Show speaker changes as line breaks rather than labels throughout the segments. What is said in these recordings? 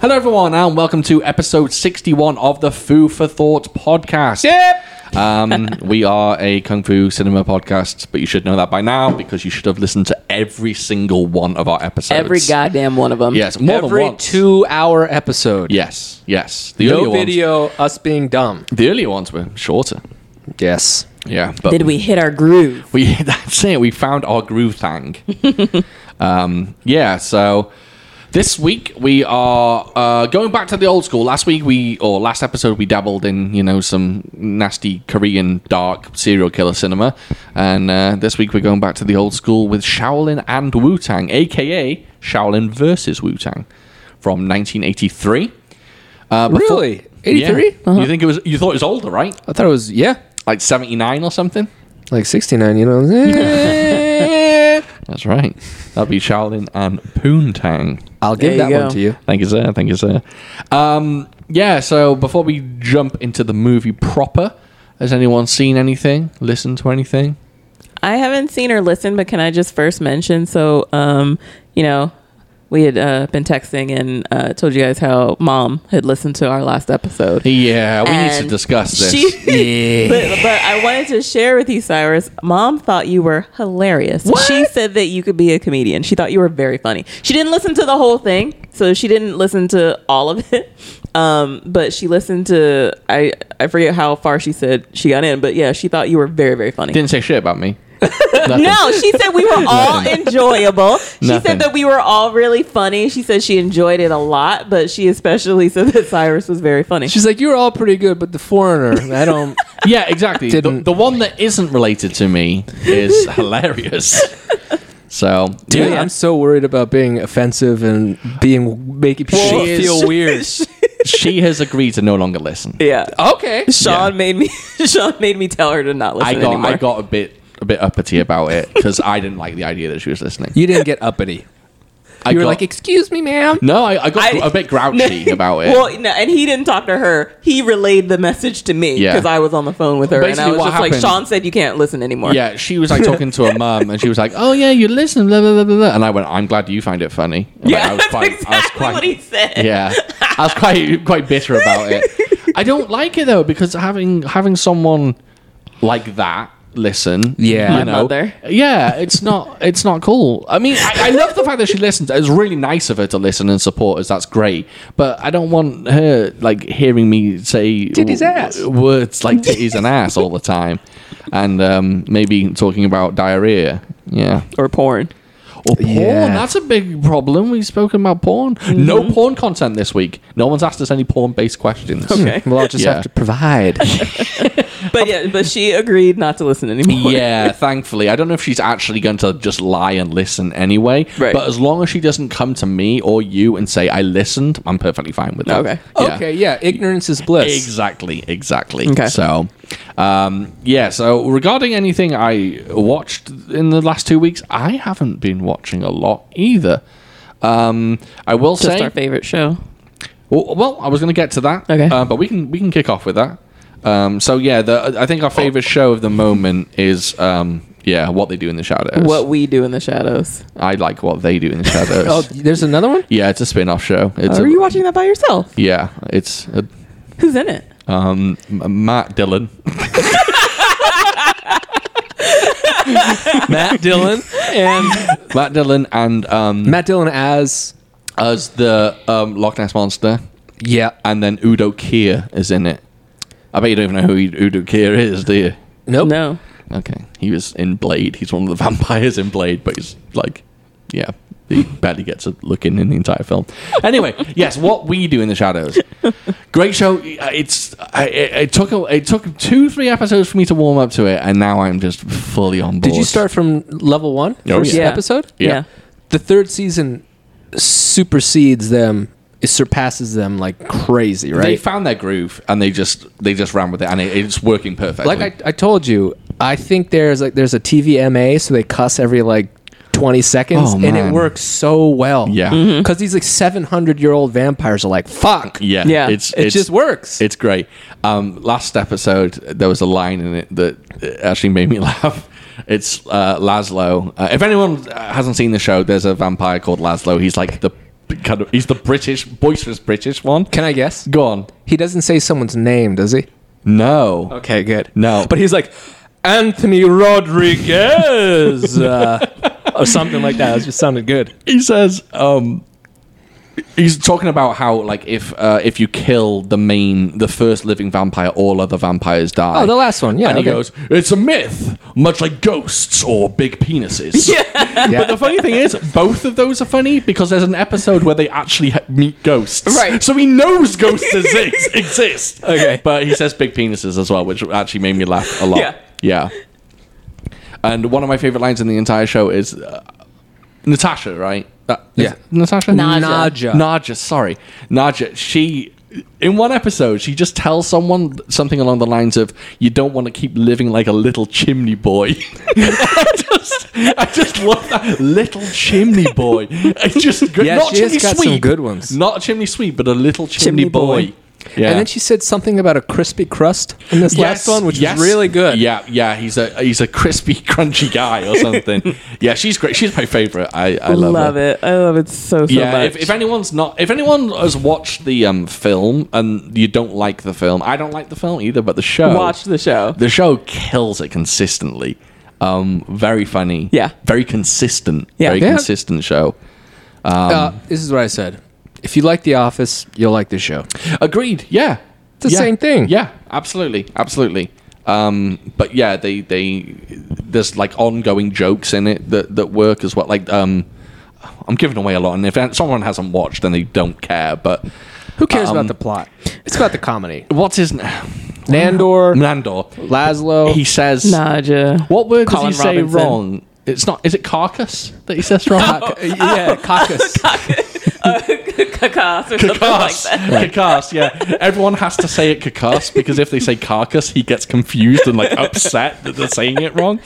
Hello, everyone, and welcome to episode 61 of the Foo for Thought podcast. Yep. Um, we are a Kung Fu cinema podcast, but you should know that by now because you should have listened to every single one of our episodes.
Every goddamn one of them.
Yes, more
Every
than once.
two hour episode.
Yes, yes. The earlier
no
ones-
video, us being dumb.
the earlier ones were shorter.
Yes.
Yeah, but
Did we hit our groove?
we that's it. We found our groove thang. um, yeah, so this week we are uh, going back to the old school. Last week we or last episode we dabbled in you know some nasty Korean dark serial killer cinema, and uh, this week we're going back to the old school with Shaolin and Wu Tang, aka Shaolin versus Wu Tang, from 1983. Uh, before-
Really? 83?
Yeah. You think it was? You thought it was older, right?
I thought it was, yeah,
Like 79 or something.
like 69, you know. Eh.
That's right. That'd be Shaolin and Poontang.
I'll give
There
that
you
one
go.
to you.
Thank you, sir. Thank you, sir. Um, yeah, so before we jump into the movie proper, has anyone seen anything? Listened to anything?
I haven't seen or listened, but can I just first mention? So, um, you know, we had uh, been texting and uh, told you guys how mom had listened to our last episode.
Yeah, we need to
And
discuss this.
Um, She, but, but I wanted to share with you, Cyrus. Mom thought you were hilarious. She said that you could be a comedian. She thought you were very funny. She didn't listen to the whole thing, so she didn't listen to all of it. Um, but she listened to I I forget how far she said she got in, but yeah, she thought you were very very funny.
Didn't say shit about me. Nothing.
No, she said we were all enjoyable. She
Nothing.
said that we were all really funny. She said she enjoyed it a lot, but she especially said that Cyrus was very funny.
She's like, you were all pretty good, but the foreigner, I don't.
Yeah, exactly. the,
Didn't.
the one that isn't related to me is hilarious. So,
Dude,
yeah.
I'm so worried about being offensive and being making people
Well, she
feel
is-
weird.
she has agreed to no longer listen.
yeah.
okay.
Sean made me Sean made me tell her to not listen
I got
anymore.
I got a bit a bit uppity about it because I didn't like the idea that she was listening.
You didn't get uppity.
I
You were
got-
like, excuse me, ma'am.
No, I, I got
I-
a bit grouchy about it.
Well, no, and he didn't talk to her. He relayed the message to me
Yeah.
because I was on the phone with her, and I
Basically
was
what
just like,
happened-
Sean said you can't listen anymore.
yeah, she was like talking to her mum, and she was like, "Oh yeah, you listen." Blah, blah, blah, blah, blah. And I went, "I'm glad you find it funny." Like,
yeah,
I
that's exactly what he said.
yeah, I was quite quite bitter about it. I don't like it though because having having someone like that listen,
Yeah.
you
My
know,
mother.
yeah, it's not it's not cool. I mean, I, I love the fact that she listens. It's really nice of her to listen and support us. That's great, but I don't want her like hearing me say
Titties ass.
words like titties and ass all the time, and um, maybe talking about diarrhea. Yeah.
Or porn.
Or porn.
Yeah.
That's a big problem. We've spoken about porn. No
Mm-hmm.
porn content this week. No one's asked us any porn based questions.
Okay.
Well, I'll just
Yeah.
have to provide.
But yeah, but she agreed not to listen anymore.
Yeah, thankfully. I don't know if she's actually going to just lie and listen anyway.
Right.
But as long as she doesn't come to me or you and say, I listened, I'm perfectly fine with that.
Okay.
Yeah.
Okay, yeah. Ignorance is bliss.
Exactly, exactly.
Okay.
So, um, yeah, so regarding anything I watched in the last two weeks, I haven't been watching a lot either. Um, I will
Just
say.
our favorite show.
Well, well, I was going to get to that.
Okay.
Uh, but we can we can kick off with that. Um, so yeah, the, I think our favorite show of the moment is um, yeah, what they do in the shadows.
What we do in the shadows.
I like what they do in the shadows.
Oh, there's another one?
Yeah, it's a spin-off show. It's
Are
a,
you watching that by yourself?
Yeah, it's a,
Who's in it?
um, M- Matt Dillon.
Matt Dillon and
Matt Dillon and um,
Matt Dillon as
as the um, Loch Ness monster,
yeah.
and then Udo Kier is in it. I bet you don't even know who Udo Kier is, do you?
Nope.
No.
Okay. He was in Blade. He's one of the vampires in Blade, but he's like, yeah, he barely gets a look in in the entire film. Anyway, yes, what we do in the shadows. Great show. Uh, It's I, it, it took a, it took two three episodes for me to warm up to it, and now I'm just fully on board.
Did you start from level one?
Oh,
First
yeah.
episode?
Yeah.
The third season supersedes them, it surpasses them like crazy,
They
right?
found their groove, and they just they just ran with it, and it, it's working perfectly.
like I, I told you, I think there's like there's a TVMA, so they cuss every like 20 seconds,
Oh,
and
man.
it works so well.
Yeah. Mhm.
Because these like 700 year old vampires are like, fuck.
yeah,
Yeah.
It's,
It
it's
just works.
It's great. Um, last episode, there was a line in it that uh, actually made me laugh. It's uh, Laszlo. Uh, if anyone uh, hasn't seen the show, there's a vampire called Laszlo. He's like the kind of he's the British boisterous British one.
Can I guess?
Go on.
He doesn't say someone's name, does he?
No.
Okay, good.
No.
But he's like Anthony Rodriguez uh, or something like that. It just sounded good.
he says um he's talking about how like if uh, if you kill the main the first living vampire all other vampires die
Oh, the last one. Yeah.
and he
okay.
goes it's a myth much like ghosts or big penises but the funny thing is both of those are funny because there's an episode where they actually ha- meet ghosts
Right.
so he knows ghosts exist, exist
Okay.
but he says big penises as well which actually made me laugh a lot
Yeah.
yeah and one of my favorite lines in the entire show is uh, Natasha, right? Uh, is
Yeah.
it Natasha?
Naja.
Naja.
Naja, sorry. Naja, she, in one episode, she just tells someone something along the lines of, You don't want to keep living like a little chimney boy. I, just, I just love that. Little chimney boy. It's just good.
Yeah,
not
she has
chimney
got some
sweep.
good ones.
Not a chimney sweep, but a little chimney,
Chimney
boy.
boy.
Yeah.
And then she said something about a crispy crust in this last one, which
yes.
is really good.
Yeah, yeah, he's a he's a crispy, crunchy guy or something. yeah, she's great. She's my favorite. I, I love, her.
it. I love it so so
yeah,
much.
if, if anyone's not, if anyone has watched the um, film and you don't like the film, I don't like the film either. But the show,
Watch the show.
the show kills it consistently. Um, very funny.
Yeah.
very consistent.
Yeah.
very
Yeah.
consistent show.
Uh, this is what I said. If you like The Office, you'll like this show.
Agreed. Yeah,
It's the
Yeah.
same thing.
Yeah, absolutely, absolutely. Um, but yeah, they they there's like ongoing jokes in it that that work as well. Like um, I'm giving away a lot, and if someone hasn't watched, then they don't care. But
Who cares
Um,
about the plot? It's about the comedy.
what's his name?
Nandor,
Nandor.
Laszlo.
He says
Naja.
What word
Colin
does he say
Robinson.
wrong? It's not. Is it carcass that he says wrong?
Cock- yeah, Oh. caucus.
Kakas or something like
Carcass,
that.
carcass, yeah. Everyone has to say it carcass because if they say carcass, he gets confused and like upset that they're saying it wrong.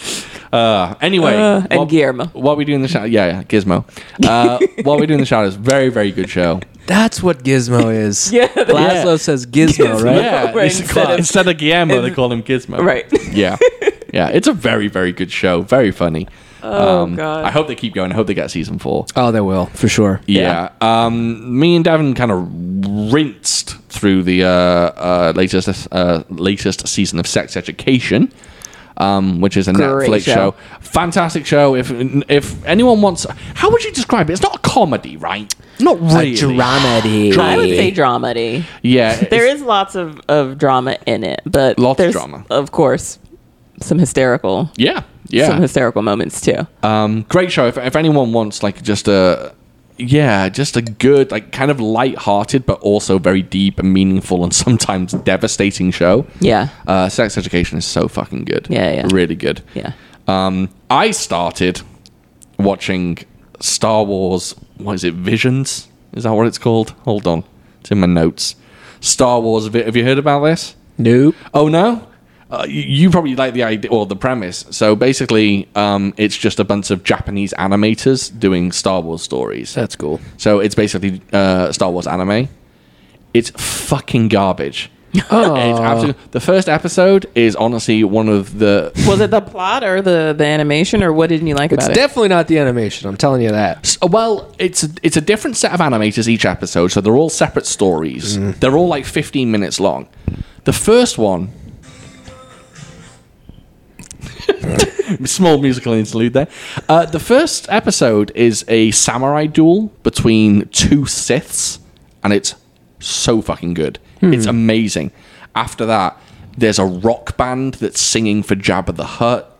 Uh, anyway,
Uh, and
what-
Guillermo.
What we do in the shadow? Yeah, yeah, Gizmo. Uh, what we do in the shadow is very, very good show.
That's what Gizmo is.
Yeah.
Laszlo
Yeah.
says Gizmo,
Gizmo.
right?
Yeah,
Right,
it's
instead
called-
of-
instead of Guillermo, they call him Gizmo.
Right.
Yeah, yeah. It's a very, very good show. Very funny.
Oh, God.
Um, I hope they keep going. I hope they get season four.
Oh, they will for sure.
Yeah. Um, me and Davin kind of rinsed through the uh, uh, latest uh, latest season of Sex Education, um, which is a
Great
Netflix show.
show.
Fantastic show. If if anyone wants, how would you describe it? It's not a comedy, right? Not really.
dramedy.
I would say dramedy.
Yeah. it's-
There is lots of, of drama in it, but
Lots of
there's,
drama.
of course, some hysterical,
Yeah. Yeah.
some hysterical moments too.
Um, great show. If, if anyone wants like just a yeah, just a good like kind of light-hearted but also very deep and meaningful and sometimes devastating show.
Yeah.
Uh, Sex Education is so fucking good.
Yeah, yeah.
Really good.
Yeah.
Um, I started watching Star Wars. What is it? Visions? Is that what it's called? Hold on, it's in my notes. Star Wars. Vi- Have you heard about this?
Nope.
Oh no. Uh, you- you probably like the idea or the premise. So basically, um, it's just a bunch of Japanese animators doing Star Wars stories.
That's cool.
So it's basically uh, Star Wars anime. It's fucking garbage.
Oh.
It's absolute- the first episode is honestly one of the
Was it the plot or the, the animation or what didn't you like
It's
about
definitely not the animation. I'm telling you that.
S- Well, it's a, it's a different set of animators each episode, so they're all separate stories. They're all like 15 minutes long. The first one. Small musical interlude there. Uh, the first episode is a samurai duel between two Siths, and it's so fucking good. It's amazing. After that, there's a rock band that's singing for Jabba the Hutt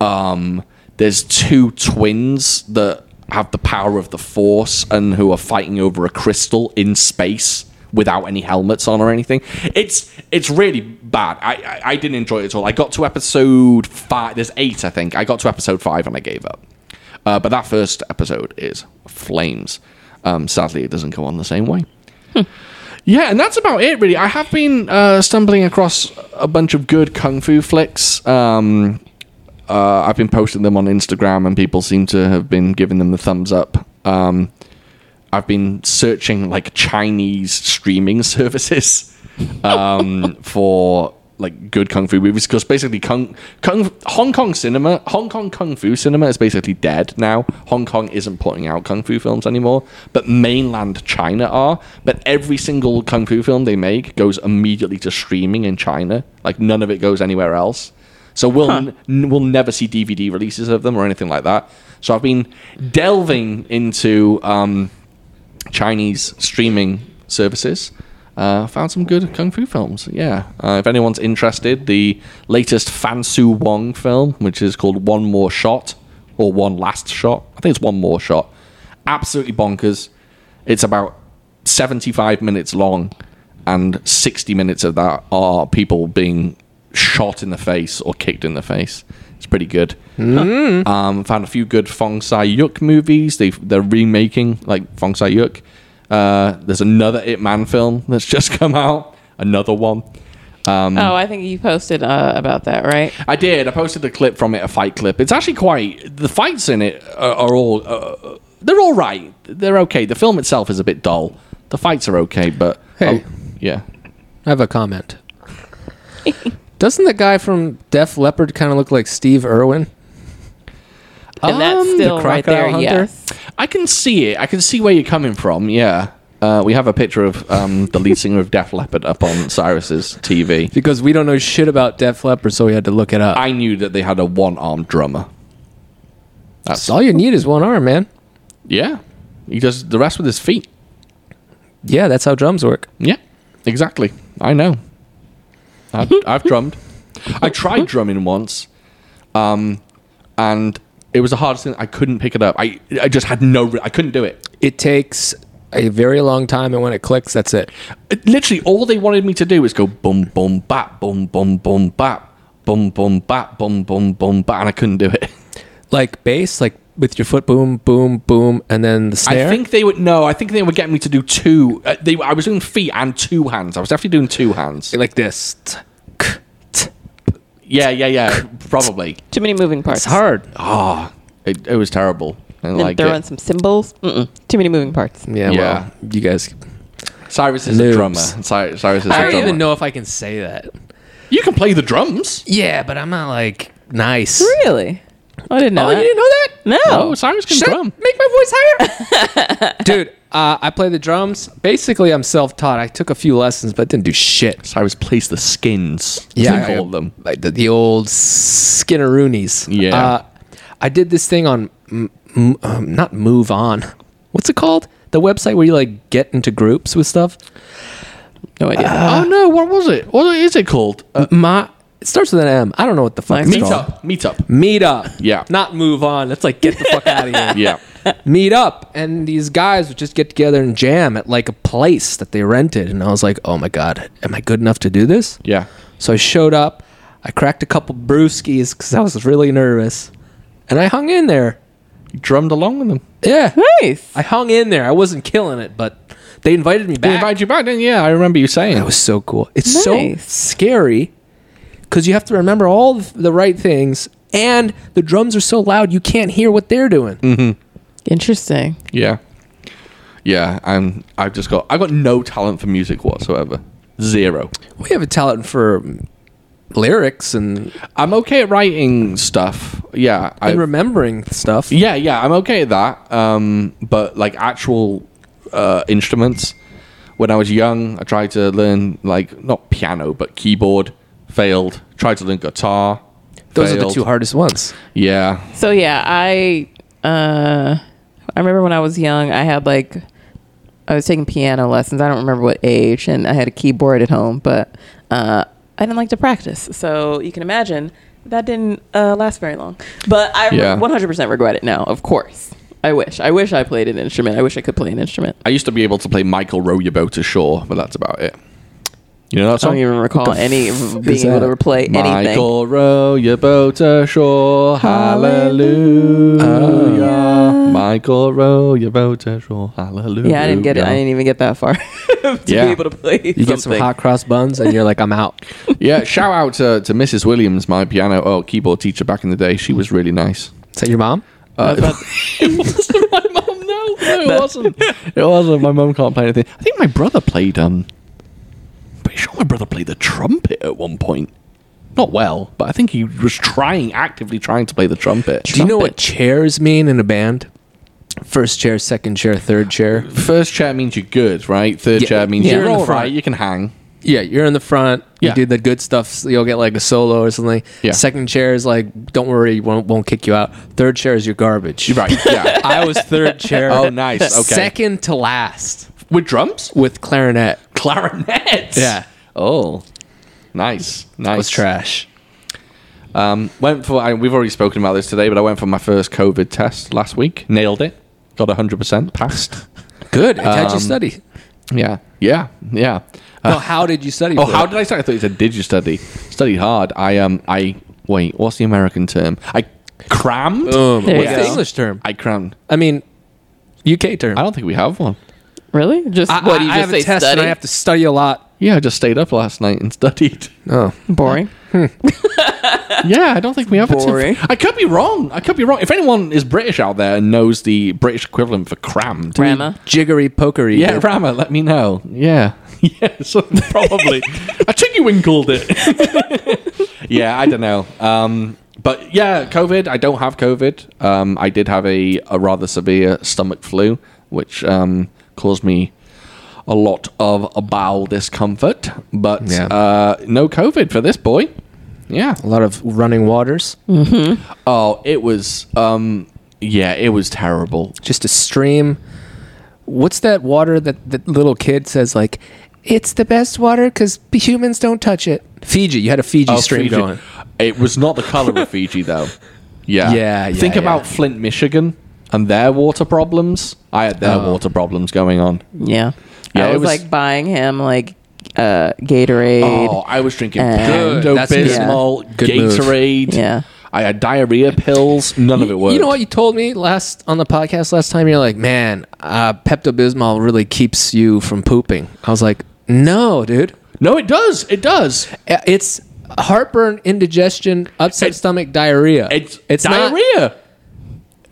um, there's two twins that have the power of the force and who are fighting over a crystal in space without any helmets on or anything. It's it's really bad. I, I, I didn't enjoy it at all. I got to episode five. There's eight, I think. I got to episode five and I gave up. Uh, but that first episode is flames. Um, sadly, it doesn't go on the same way. Yeah, and that's about it, really. I have been uh, stumbling across a bunch of good kung fu flicks. Um, uh, I've been posting them on Instagram, and people seem to have been giving them the thumbs up. Um, I've been searching like Chinese streaming services um, for like good kung fu movies because basically kung, kung Hong Kong cinema, Hong Kong kung fu cinema is basically dead now. Hong Kong isn't putting out kung fu films anymore, but mainland China are. But every single kung fu film they make goes immediately to streaming in China. Like none of it goes anywhere else. So we'll n- we'll never see DVD releases of them or anything like that. So I've been delving into um, Chinese streaming services. Uh, found some good kung fu films. Yeah, uh, if anyone's interested, the latest Fansu Wong film, which is called One More Shot or One Last Shot. I think it's One More Shot. Absolutely bonkers. It's about seventy-five minutes long, and sixty minutes of that are people being shot in the face or kicked in the face. It's pretty good. Um, found a few good Fong Sai Yuk movies. They they're remaking like Fong Sai Yuk. Uh, there's another It Man film that's just come out. Another one.
oh, I think you posted uh, about that, right?
I did. I posted a clip from it, a fight clip. It's actually quite. The fights in it are, are all. Uh, they're all right. They're okay. The film itself is a bit dull. The fights are okay, but
Hey.
oh, yeah.
I have a comment. Doesn't the guy from Def Leppard kind of look like Steve Irwin?
And that's
Um, the
still right there.
crocodile hunter?
Yes.
I can see it. I can see where you're coming from. Yeah. Uh, we have a picture of um, the lead singer of Def Leppard up on Cyrus's TV.
Because we don't know shit about Def Leppard, so we had to look it up.
I knew that they had a one armed drummer. That's
All you need is one arm, man.
yeah. He does the rest with his feet.
Yeah, that's how drums work.
Yeah, exactly. I know. I've, I've drummed. I tried drumming once, um, and it was the hardest thing. I couldn't pick it up. I I just had no. re- I couldn't do it.
It takes a very long time, and when it clicks, that's it.
It- Literally, all they wanted me to do was go boom, boom, bap, boom, boom, boom, bap, boom, boom, bap, boom, boom, boom, bap, and I couldn't do it.
Like bass, like with your foot, boom, boom, boom, and then the snare.
I think they would no. I think they would get me to do two. Uh, they, I was doing feet and two hands. I was definitely doing two hands.
like this. T- k- t-
Yeah, yeah, yeah. Probably.
Too many moving parts.
It's hard.
Oh, it, it was terrible. I didn't
And
like
throw
it.
in some symbols. Mm-mm. Too many moving parts.
Yeah.
Yeah, well, you guys.
Cyrus is a
Noobs.
drummer. Cy- Cyrus is a drummer.
know if I can say that.
You can play the drums.
Yeah, but I'm not like nice.
Really? I didn't know.
Oh,
that.
you didn't know that?
No.
Oh, Cyrus can drum.
make my voice higher? Dude, uh, I play the drums. Basically, I'm self taught. I took a few lessons, but didn't do shit.
Cyrus plays the skins.
Yeah,
they
I-
call them.
Like the, the old Skinneroonies.
Yeah.
Uh, I did this thing on, m- m- um, not Move On. What's it called? The website where you like get into groups with stuff.
No idea.
Uh,
oh no, what was it? What is it called? Uh,
My it starts with an M. I don't know what the fuck. it's
meet
called.
up. Meet up.
Meet up.
Yeah.
Not move on. That's like get the fuck out of here.
Yeah.
Meet up. And these guys would just get together and jam at like a place that they rented. And I was like, oh my God, am I good enough to do this?
Yeah.
So I showed up. I cracked a couple brewskis because I was really nervous. And I hung in there.
You drummed along with them.
Yeah.
nice.
I hung in there. I wasn't killing it, but they invited me back.
They invited you back, didn't you? Yeah, I remember you saying.
That was so cool. It's so
Nice.
scary because you have to remember all of the right things, and the drums are so loud you can't hear what they're doing.
Interesting.
Yeah. Yeah, and I've just got I've got no talent for music whatsoever. Zero.
We have a talent for um, lyrics and,
I'm okay at writing stuff. Yeah. I
and remembering stuff.
Yeah, yeah, I'm okay at that. Um but like actual uh instruments when I was young, I tried to learn like not piano but keyboard, failed. Tried to learn guitar.
Those are
failed.
the two hardest ones.
Yeah.
So yeah, I uh, I remember when I was young, I had like I was taking piano lessons. I don't remember what age, and I had a keyboard at home, but uh, I didn't like to practice. So you can imagine that didn't uh, last very long. But I
Yeah.
100% regret it now. Of course, I wish. I wish I played an instrument. I wish I could play an instrument.
I used to be able to play Michael Row Your Boat Ashore, but that's about it. You know that
I
song?
don't even recall any being able to
that?
play Oh, anything.
Michael, row your boat ashore, hallelujah. Michael, row your boat ashore, hallelujah.
Yeah, I didn't get it. I didn't even get that far to
Yeah.
be able to play.
You get some hot cross buns, and you're like, I'm out.
yeah, shout out to, to Mrs. Williams, my piano or keyboard teacher back in the day. She was really nice. Uh,
Is that your mom?
it wasn't my mum. No, no, it wasn't. It wasn't. My mum can't play anything. I think my brother played. Um, pretty sure my brother played the trumpet at one point. Not well, but I think he was trying, actively trying to play the trumpet.
Do you know what chairs mean in a band? First chair, second chair, third chair.
First chair means you're good, right? Third
Yeah.
chair means
Yeah.
you're
You're in the
all
front.
right, you can hang.
Yeah, you're in the front.
Yeah.
You did the good stuff. So you'll get like a solo or something.
Yeah.
Second chair is like, don't worry, won't won't kick you out. Third chair is your garbage.
You're right, yeah.
I was third chair.
Oh, nice, okay.
Second to last
With drums?
with clarinet.
Clarinets.
Yeah.
Oh. Nice. Nice.
That was trash.
Went for. I, we've already spoken about this today, but I went for my first COVID test last week. Nailed it. Got hundred percent. Passed.
Good. How'd you
Um,
study?
yeah. Yeah. Yeah.
no, how did you study?
Oh,
for
how
it?
did I study? I thought you said did you study? Studied hard. I um. I wait. What's the American term? I crammed.
Boom.
There
What's
you
the
go.
English term?
I crammed.
I mean, UK term.
I don't think we have one.
Really? Just
I,
what
I-
you
I
just
have
say?
a test
study.
and I have to study a lot.
Yeah, I just stayed up last night and studied.
Oh,
Boring.
Yeah, I don't think we have
Boring.
a term. I could be wrong. I could be wrong. If anyone is British out there and knows the British equivalent for crammed,
Grammar.
jiggery pokery.
Yeah,
dude.
Rama, let me know. Yeah. Yeah, so probably. I think you winkled it. yeah, I don't know. Um, but yeah, COVID. I don't have COVID. Um, I did have a, a rather severe stomach flu, which um, caused me a lot of bowel discomfort. But
Yeah.
uh, no COVID for this boy. Yeah.
a lot of running waters.
Oh, it was. Um, yeah, it was terrible.
Just a stream. What's that water that that little kid says like, it's the best water because humans don't touch it. Fiji. You had a Fiji
Oh,
stream
Fiji.
going.
It was not the color of Fiji though. Yeah.
Yeah, yeah,
Think
yeah.
about Flint, Michigan and their water problems. I had their water problems going on.
Yeah.
Yeah,
I
it
was,
was-
like buying him like uh, Gatorade.
Oh, I was drinking
And-
Pando
Good, that's good.
Bismol,
Good move.
Gatorade.
Yeah.
I had diarrhea pills. None of it worked.
You know what you told me last on the podcast last time? You're like, man, uh, Pepto Bismol really keeps you from pooping. I was like, no, dude.
No, it does. It does.
Uh, It's heartburn, indigestion, upset
It-
stomach, diarrhea.
It's,
not-
diarrhea.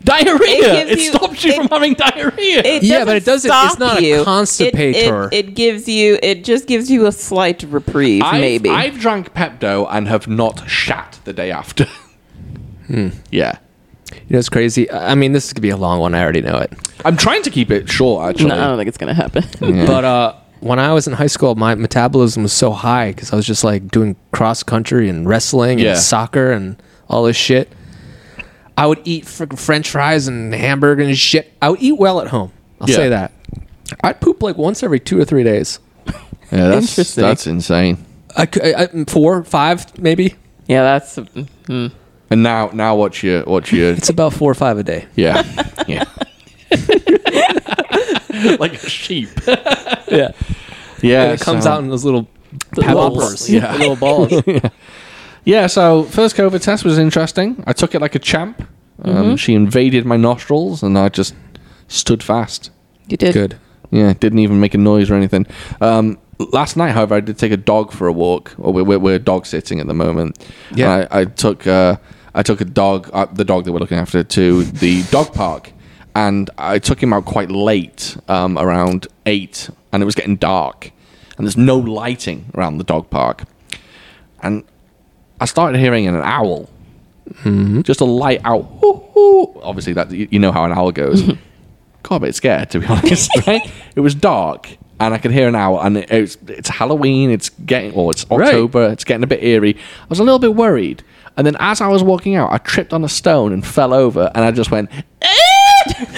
diarrhea.
It
It,
gives you-
stops you
it-
from having diarrhea.
It
Yeah, but it doesn't-
stop
it's not a
you. It- it-
constipator.
It, gives you. It just gives you a slight reprieve,
I've,
maybe.
I've drank Pepto and have not shat the day after. Hmm. Yeah.
You know, it's crazy. I I mean, this is gonna be a long one. I already know it.
I'm trying to keep it short, actually.
no, I don't think it's gonna happen.
But uh, when I was in high school, my metabolism was so high because I was just like doing cross country and wrestling
Yeah.
and soccer and all this shit. I would eat fr- French fries and hamburger and shit. I would eat well at home. I'll
Yeah.
say that. I'd poop like once every two or three days.
Yeah, that's
Interesting.
that's insane.
I, cou- I, I- four, five, maybe.
yeah, that's. mm-hmm.
And now, now what's your what's your
It's about four or five a day.
yeah yeah like a sheep
Yeah,
yeah
and it comes
so-
out in those little
balls.
poppers.
Yeah.
little balls.
yeah so first COVID test was interesting I took it like a champ um,
Mm-hmm.
she invaded my nostrils and I just stood fast
You did
Good.
Yeah, didn't even make a noise or anything. Um, last night, however, I did take a dog for a walk. Or we're, we're, we're dog sitting at the moment.
Yeah.
And I, I took uh, I took a dog, uh, the dog that we're looking after, to the dog park, and I took him out quite late, um, around eight, and it was getting dark, and there's no lighting around the dog park, and I started hearing an owl, just a light owl. Hoo, hoo. Obviously, that you you know how an owl goes. Got a bit scared to be honest. right? It was dark, and I could hear an owl. And it, it's it's Halloween. It's getting or it's
Right.
October. It's getting a bit eerie. I was a little bit worried. And then as I was walking out, I tripped on a stone and fell over, and I just went.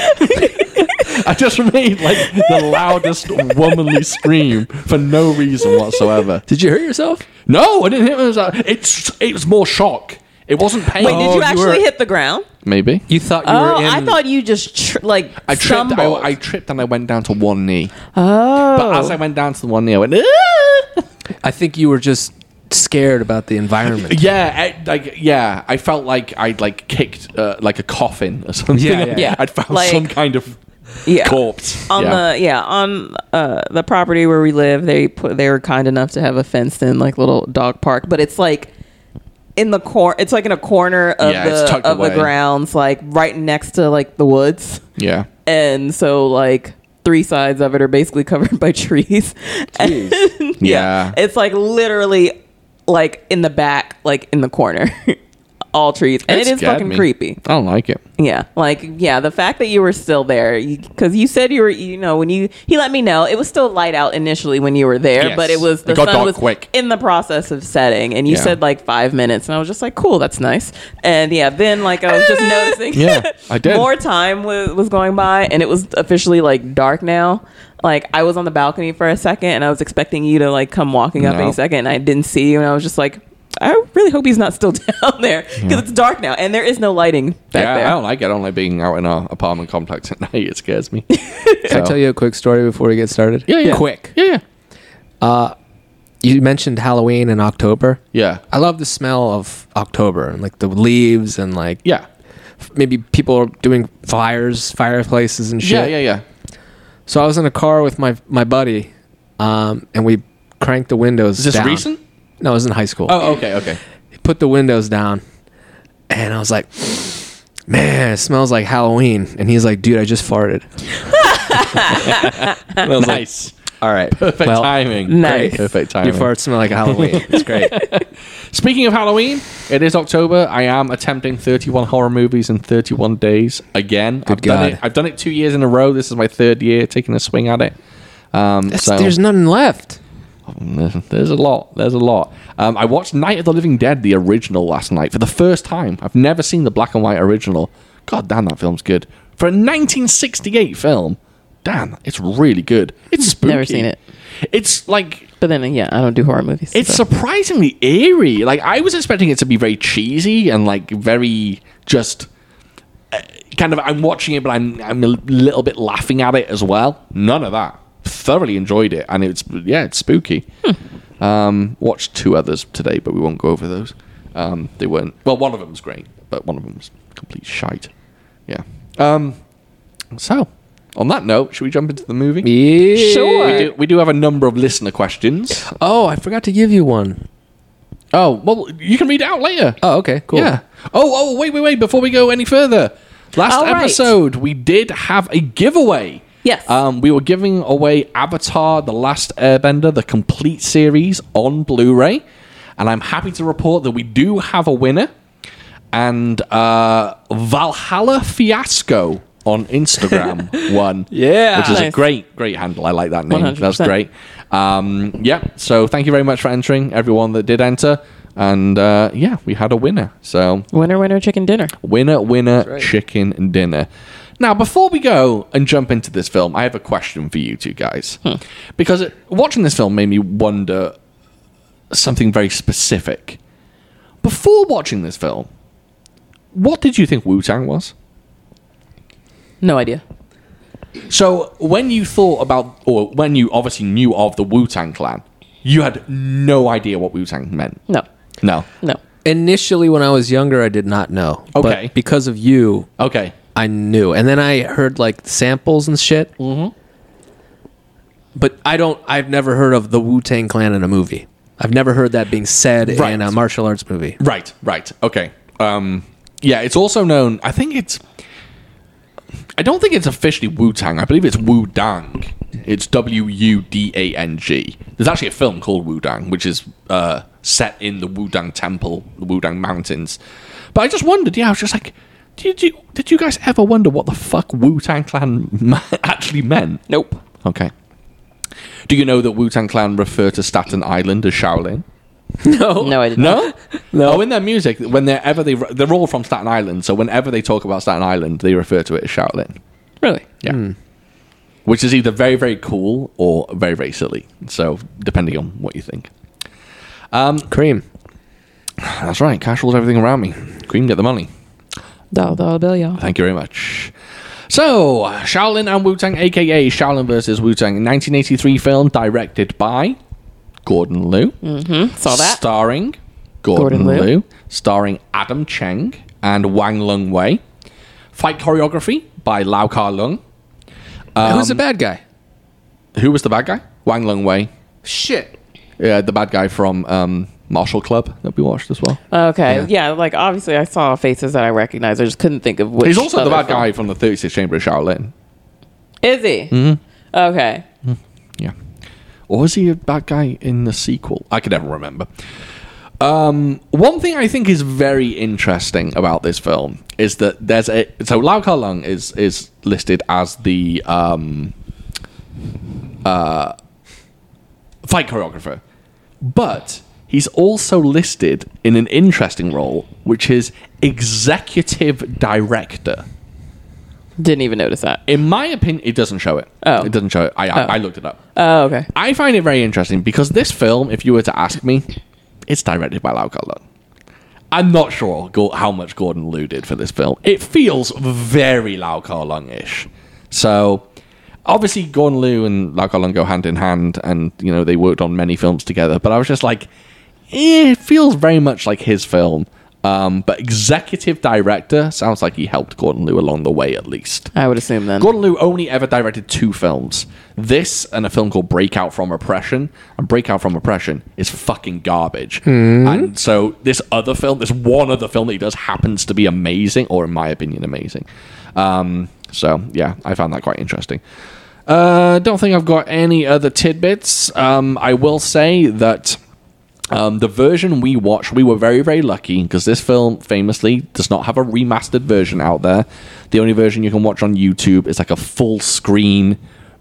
I just made like the loudest womanly scream for no reason whatsoever.
Did you hurt yourself?
No, I didn't hit myself. uh, It's it was more shock. It wasn't pain.
Wait, did
Oh,
you
you
actually
were-
hit the ground?
Maybe
You thought you
Oh,
were in.
I thought you just tr- like
I tripped.
stumbled.
I, I tripped and I went down to one knee.
oh,
But as I went down to the one knee, I went. "Ah!"
I think you were just scared about the environment.
Yeah, I, like yeah, I felt like I'd like kicked uh, like a coffin or something.
Yeah, yeah.
Yeah.
I'd found
Like-
some kind of
yeah.
corpse
on
yeah.
the yeah on uh, the property where we live they put they were kind enough to have a fenced in like little dog park but it's like in the cor it's like in a corner of
Yeah, it's tucked
the of
away.
the grounds like right next to like the woods
yeah.
and so like three sides of it are basically covered by trees. And-
Yeah.
It's like literally like in the back, like in the corner. All trees. And
It
it is
scared
fucking
me.
creepy.
I don't like it.
Yeah, like yeah, the fact that you were still there because you, said you were, you know, when you he let me know it was still light out initially when you were there,
Yes.
but it was
It
the
got
sun
dark
was
quick.
in the process of setting, and you
Yeah.
said like five minutes, and I was just like, cool, that's nice, and yeah, then like I was just noticing,
Yeah, I did.
more time was, was going by, and it was officially like dark now. Like I was on the balcony for a second, and I was expecting you to like come walking up
No.
any second, and I didn't see you, and I was just like. I really hope he's not still down there because it's dark now and there is no lighting back
yeah,
there.
I don't like it. I don't like being out in our apartment complex at night. It scares me.
Can I tell you a quick story before we get started?
Yeah, yeah.
Quick.
Yeah, yeah.
You mentioned Halloween in October.
Yeah.
I love the smell of October and like the leaves and like
Yeah.
maybe people are doing fires, fireplaces and shit.
Yeah, yeah, yeah.
So I was in a car with my my buddy, um, and we cranked the windows.
Is this
down.
recent?
No, it was in high school.
Oh, okay, okay.
Put the windows down, and I was like, "Man, it smells like Halloween." And he's like, "Dude, I just farted." And I was like,
Nice.
All right,
Perfect
well,
timing.
Nice.
Great. Perfect
Your
timing.
farts smell like Halloween. It's great.
Speaking of Halloween, it is October. I am attempting 31 horror movies in 31 days again. I've done
God.
it. I've done it two years in a row. This is my third year taking a swing at it. Um,
That's-
so mm,
There's nothing left.
there's a lot. There's a lot. Um, I watched Night of the Living Dead, the original, last night for the first time. I've never seen the black and white original. God damn, that film's good. For a 1968 film, damn, it's really good. It's spooky.
Never seen it.
It's like
But then, yeah, I don't do horror movies.
it's surprisingly eerie. Like I was expecting it to be very cheesy and like very just uh, kind of I'm watching it, but I'm I'm a little bit laughing at it as well. None of that. Thoroughly enjoyed it, and it's yeah, it's spooky. Um, watched two others today, but we won't go over those. Um, they weren't well. One of them's great, but one of them's complete shite. Yeah. Um, so, on that note, should we jump into the movie?
Yeah.
Sure.
We do, we do have a number of listener questions.
Oh, I forgot to give you one.
Oh, well, you can read it out later.
Oh, okay, cool.
Yeah. Oh, oh, wait, wait, wait. Before we go any further, last
All right.
episode, we did have a giveaway.
Yes.
Um, we were giving away Avatar The Last Airbender, the complete series on Blu ray. And I'm happy to report that we do have a winner. And uh, Valhalla Fiasco on Instagram won.
Yeah.
Which is a
Nice.
great, great handle. I like that name. That's
100%.
great. Um, yeah. So thank you very much for entering, everyone that did enter. And uh, yeah, we had a winner. So
winner, winner, chicken dinner.
winner, winner, chicken dinner. Now, before we go and jump into this film, I have a question for you two guys. Because it, watching this film made me wonder something very specific. Before watching this film, what did you think Wu Tang was?
No idea.
So when you thought about, or when you obviously knew of the Wu Tang Clan, you had no idea what Wu Tang meant.
No,
No.
no.
Initially, when I was younger, I did not know.
Okay.
But because of you,
Okay.
I knew, and then I heard like samples and shit. Mm-hmm. But I don't. I've never heard of the Wu Tang Clan in a movie. I've never heard that being said
Right.
in a martial arts movie.
Right. Right. Okay. Um. Yeah. It's also known. I think it's. I don't think it's officially Wu Tang. I believe it's Wu Dang. It's W U D A N G. There's actually a film called Wu Dang, which is uh, set in the Wu Dang Temple, the Wu Dang Mountains. But I just wondered. Yeah, I was just like, did you did you guys ever wonder what the fuck Wu Tang Clan ma- actually meant?
Nope.
Okay. Do you know that Wu Tang Clan refer to Staten Island as Shaolin?
No.
No, I didn't.
No, no. Oh, in their music, whenever they they're all from Staten Island, so whenever they talk about Staten Island, they refer to it as Shaolin.
Really?
Yeah, which is either very very cool or very very silly. So depending on what you think.
Cream.
That's right. Cash rules everything around me. Queen, get the money.
Dollar, dollar bill, y'all.
Thank you very much. So, Shaolin and Wu Tang, aka Shaolin versus Wu Tang, 1983 film directed by Gordon Liu.
Saw that.
Starring Gordon,
Gordon
Liu.
Liu.
starring Adam Cheng and Wang Lung Wei. Fight choreography by Lau Kar Lung. Um,
Who's the bad guy?
Who was the bad guy? Wang Lung Wei.
Shit.
Yeah, the bad guy from um, Martial Club that we watched as well.
Okay. Yeah. like obviously I saw faces that I recognized. I just couldn't think of which.
He's also the
other
bad
film.
guy from the 36 Chamber of Shaolin.
Is he? Mm-hmm. Okay.
Yeah. Or was he a bad guy in the sequel? I can never remember. Um, one thing I think is very interesting about this film is that there's a so Lau Kar Lung is is listed as the um, uh, fight choreographer, but he's also listed in an interesting role, which is executive director.
Didn't even notice that.
In my opinion, it doesn't show it.
Oh.
It doesn't show it. I I, I looked it up.
Oh, okay.
I find it very interesting because this film, if you were to ask me, it's directed by Lau Kar Lung. I'm not sure go- how much Gordon Liu did for this film. It feels very Lau Kar Lung ish. So, obviously, Gordon Liu and Lau Kar Lung go hand in hand, and you know they worked on many films together. But I was just like, eh, it feels very much like his film. Um, but executive director sounds like he helped Gordon Liu along the way at least.
I would assume then.
Gordon Liu only ever directed two films. This and a film called Breakout from Oppression. And Breakout from Oppression is fucking garbage. And so this other film, this one other film that he does happens to be amazing, or in my opinion, amazing. Um, so yeah, I found that quite interesting. Uh, don't think I've got any other tidbits. Um, I will say that um, the version we watched, we were very, very lucky because this film famously does not have a remastered version out there. The only version you can watch on YouTube is like a full screen,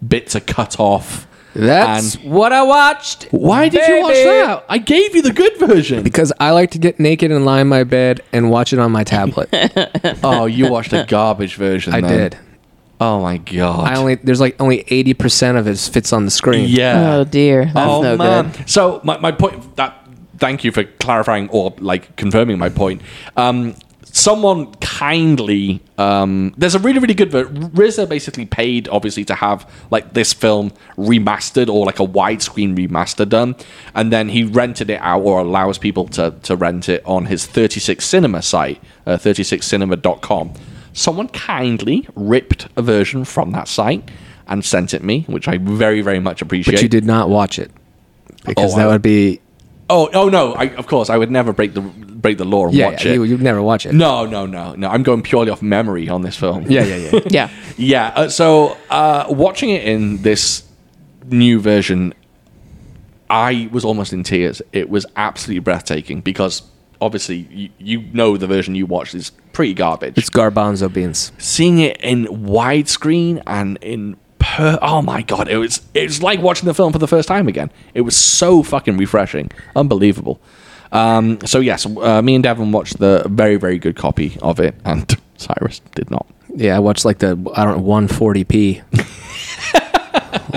bits are cut off.
That's
And
what I watched.
why did you watch
baby.
that? I gave you the good version.
Because I like to get naked and lie in my bed and watch it on my tablet.
oh, you watched a garbage version.
I
then.
did.
Oh my god.
I only there's like only eighty percent of it fits on the screen.
yeah.
Uh,
Oh dear, that's no good.
So my, my point that thank you for clarifying or like confirming my point. Um, someone kindly um, there's a really really good ver- RZA basically paid obviously to have like this film remastered or like a widescreen remaster done, and then he rented it out or allows people to to rent it on his 36 Cinema site, uh, 36cinema.com. Someone kindly ripped a version from that site and sent it me, which I very very much appreciate.
But you did not watch it because
Oh,
that
I-
would be
Oh, oh no! I, of course, I would never break the break the law and
yeah.
watch
yeah,
it.
You, you'd never watch it.
no, no, no, no! I'm going purely off memory on this film.
Yeah, yeah, yeah.
Yeah.
yeah. Uh, so, uh, watching it in this new version, I was almost in tears. It was absolutely breathtaking because obviously you, you know the version you watched is pretty garbage
it's garbanzo beans.
seeing it in widescreen and in per oh my god it was it was like watching the film for the first time again it was so fucking refreshing unbelievable um so yes uh, me and devin watched the very very good copy of it and cyrus did not
Yeah, I watched like the I don't know 140p,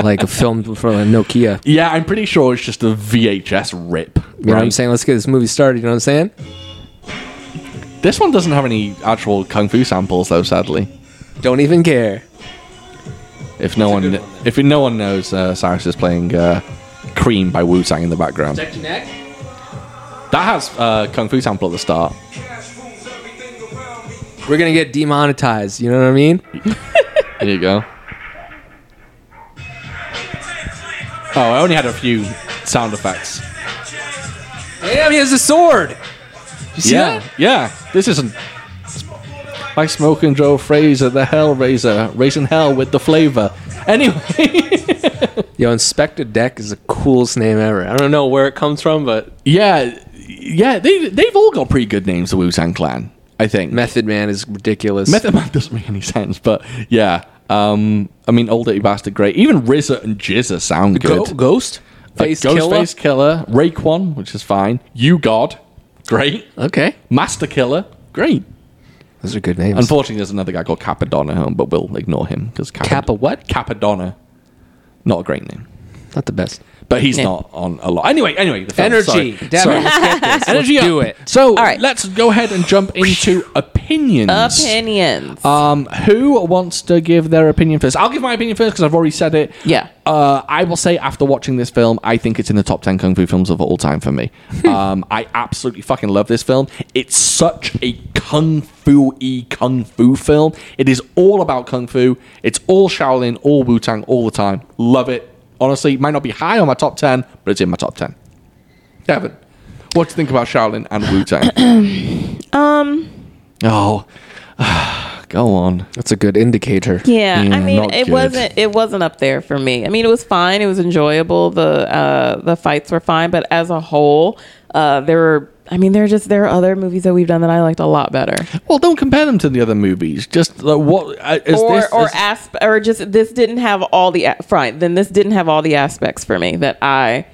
like a film for a Nokia.
yeah i'm pretty sure it's just a vhs rip
You know what I'm saying? Let's get this movie started. You know what I'm saying?
this one doesn't have any actual kung fu samples though sadly
Don't even care.
if no one, if no one knows uh, cyrus is playing uh cream by wu-tang in the background
your neck.
that has uh kung fu sample at the start
We're gonna get demonetized. You know what I mean?
There you go. Oh, I only had a few sound effects.
Damn, he has a sword. You see
yeah,
that?
yeah. This isn't like smoking Joe Fraser, the Hellraiser, raising hell with the flavor. Anyway,
Yo, Inspector Deck is the coolest name ever. I don't know where it comes from, but
yeah, yeah. They they've all got pretty good names. The Wu Tang Clan, I think.
Method Man is ridiculous.
Method Man doesn't make any sense, but yeah. Um, I mean, old dirty bastard, great. Even RZA and Jizza sound
Go-
good.
Ghost? Face
Ghostface
Killer?
Killer, Raekwon, which is fine. You God, great.
Okay.
Master Killer, great.
Those are good names.
Unfortunately, there's another guy called Capadonna, um, but we'll ignore him because Cap-
Kappa what?
Capadonna, not a great name,
Not the best.
but he's
Yeah.
not on a lot. Anyway, anyway, the film,
Energy.
sorry.
Devin,
Sorry.
let's get this.
Energy
Let's
up.
do it.
So, all
right.
let's go ahead and jump into opinions.
Opinions.
Um, who wants to give their opinion first? I'll give my opinion first because I've already said it.
Yeah.
Uh, I will say after watching this film, I think it's in the top ten kung fu films of all time for me. um, I absolutely fucking love this film. It's such a kung fu y kung fu film. It is all about kung fu. It's all Shaolin, all Wu Tang, all the time. Love it. Honestly, it might not be high on my top ten, but it's in my top ten. Devin, what do you think about Shaolin and Wu Tang? um. Oh. Go on.
That's a good indicator.
Yeah,
Yeah,
I mean,
not
it
good.
wasn't it wasn't up there for me. I mean, it was fine. It was enjoyable. The uh, the fights were fine, but as a whole, uh, there were. I mean, there are just there are other movies that we've done that I liked a lot better,
Well, don't compare them to the other movies. Just like, what uh, is
or
this?
or
is-
asp- or just this didn't have all the a- fine. Then this didn't have all the aspects for me that I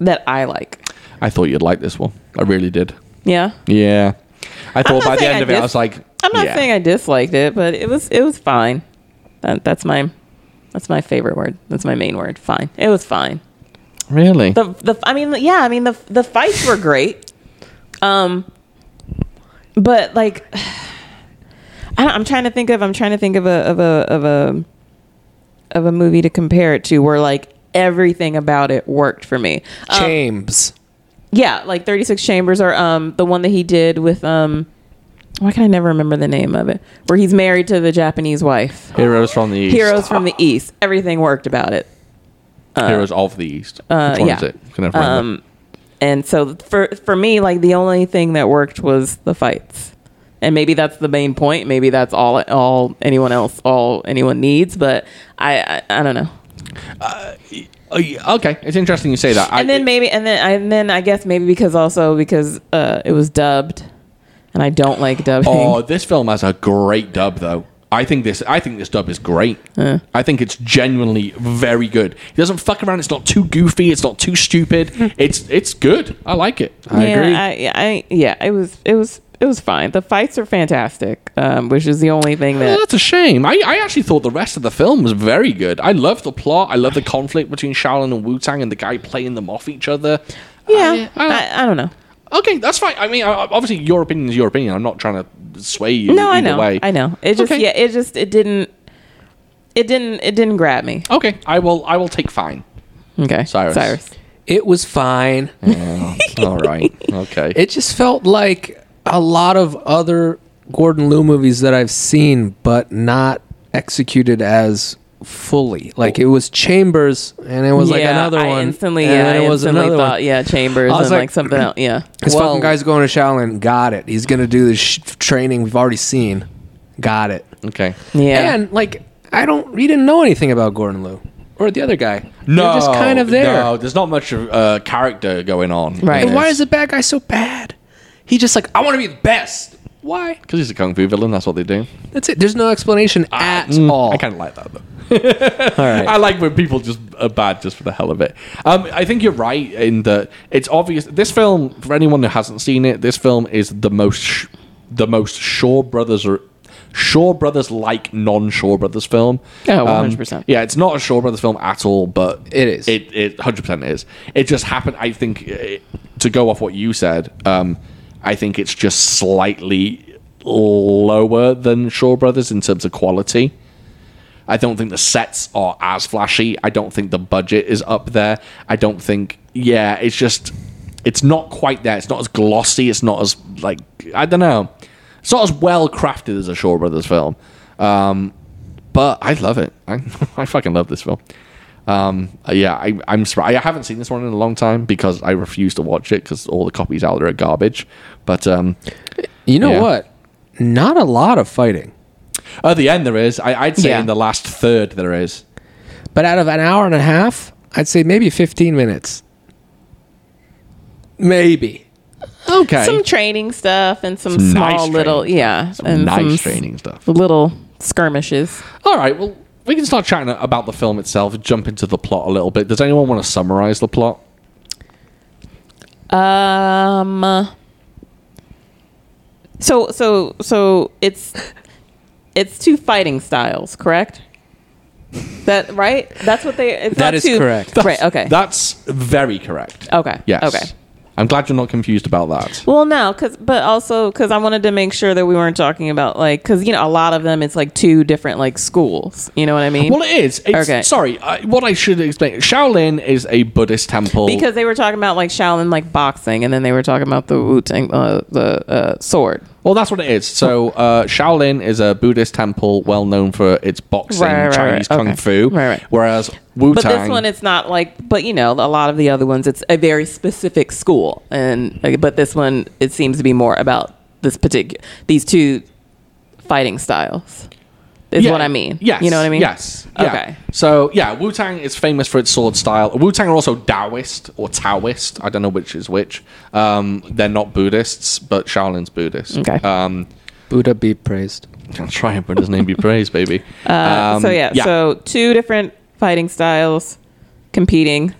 that I like.
I thought you'd like this one. I really did.
Yeah,
Yeah. I
I'm
thought
not
by the
saying
end
I
of it, I
dis-
was like,
I'm not
yeah.
saying I disliked it, but it was it was fine. That, that's my that's my favorite word. That's my main word. Fine. It was fine.
really.
the the I mean yeah I mean the the fights were great, um, but like I don't, I'm trying to think of I'm trying to think of a of a of a of a movie to compare it to where like everything about it worked for me. Um,
James.
yeah, like 36 Chambers or um the one that he did with um why can I never remember the name of it where he's married to the Japanese wife.
Heroes from the East.
Heroes from the East. Everything worked about it.
Heroes of the East.
uh,
Which one
yeah.
is it? Can I remember?
Um, and so for for me, like the only thing that worked was the fights, and maybe that's the main point. Maybe that's all all anyone else all anyone needs. But I I, I don't know.
Oh, yeah, okay, it's interesting you say that. I,
And then maybe and then and then I guess maybe because also because uh, it was dubbed, and I don't like dubbing.
oh, this film has a great dub though. I think this. I think this dub is great.
Uh.
I think it's genuinely very good. It doesn't fuck around. It's not too goofy. It's not too stupid. it's it's good. I like it. I
Mm. yeah,
agree.
I, I, yeah, it was it was it was fine. The fights are fantastic, um, which is the only thing
Well,
that
that's a shame. I, I actually thought the rest of the film was very good. I love the plot. I love the conflict between Shaolin and Wu Tang and the guy playing them off each other.
yeah
I- I-
I, I don't know.
Okay, that's fine. I mean, I- I- obviously, your opinion is your opinion. I'm not trying to sway you.
No, I
either
know.
Way.
I know. It just
Okay.
yeah, it just it didn't it didn't it didn't grab me.
Okay, I will. I will take fine.
Okay.
Cyrus.
Cyrus.
It was fine.
All right. Okay.
It just felt like a lot of other Gordon Liu movies that I've seen, but not executed as fully. Like it was Chambers, and it was like another
I
one.
Instantly,
and
yeah,
then
I
it was
instantly
another
thought,
one.
yeah, Chambers
I was
and
like,
like, something else. Yeah.
This
Well-
fucking guy's going to Shaolin. Got it. He's gonna do this sh- training we've already seen. Got it.
Okay.
Yeah.
And like, I don't. We didn't know anything about Gordon Liu or the other guy.
No,
They're just kind of there.
No, there's not much of uh, character going on.
Right.
And why is the bad guy so bad? He just like I want to be the best. Why?
Because he's a kung fu villain. That's what they do.
That's it. There's no explanation at
Mm,
all.
I kind of like that though.
Uh,
I like when people just are bad just for the hell of it. Um, I think you're right in that it's obvious. This film, for anyone who hasn't seen it, this film is the most sh- the most Shaw Brothers or Shaw Brothers like non Shaw Brothers film.
Oh,
Um,
100%.
yeah, it's not a Shaw Brothers film at all, but
It is.
It it hundred percent is. It just happened. I think uh to go off what you said, um, I think it's just slightly lower than Shaw Brothers in terms of quality. I don't think the sets are as flashy. I don't think the budget is up there. I don't think yeah, it's just it's not quite there. It's not as glossy. It's not as like I don't know. It's not as well crafted as a Shaw Brothers film. Um, but I love it. I, I fucking love this film. Um, uh, yeah, I, I'm surprised. I haven't seen this one in a long time because I refuse to watch it because all the copies out there are garbage. But um,
You know
Yeah.
what? Not a lot of fighting.
at the end, there is. I, I'd say
Yeah.
in the last third, there is.
But out of an hour and a half, I'd say maybe 15 minutes. Maybe.
Okay.
Some training stuff and some,
Some nice
small little
training
yeah.
Some
and
nice
some s-
training stuff.
little skirmishes.
All right. Well, we can start chatting about the film itself. Jump into the plot a little bit. Does anyone want to summarize the plot?
uh,
Um. So so so it's it's two fighting styles, correct? That right? That's what they. It's
That
not
is
two-
correct.
right. Okay.
That's very correct.
okay.
Yes.
Okay.
I'm glad you're not confused about that.
Well, no, because but also because I wanted to make sure that we weren't talking about like because you know a lot of them it's like two different like schools. You know what I mean?
Well, it is. It's,
Okay.
Sorry. I, what I should explain Shaolin is a Buddhist temple.
because they were talking about like Shaolin like boxing, and then they were talking about the Wu Tang uh, the uh, sword.
Well, that's what it is. So uh, Shaolin is a Buddhist temple well known for its boxing,
Right, right, right,
Chinese
right.
kung
Okay.
fu.
Right, right.
Whereas Wu
But
Tang.
this one, it's not like. But you know, a lot of the other ones, it's a very specific school, and like, but this one, it seems to be more about this particular these two fighting styles. Is
Yeah,
what I mean.
Yes.
You know what I mean?
Yes. Yeah.
Okay.
So yeah, Wu Tang is famous for its sword style. Wu Tang are also Taoist or Taoist. I don't know which is which. Um, they're not Buddhists, but Shaolin's Buddhist.
Okay.
Um,
Buddha be praised.
I'll try and put his name be praised, baby. Um,
Uh, so yeah, so two different fighting styles competing.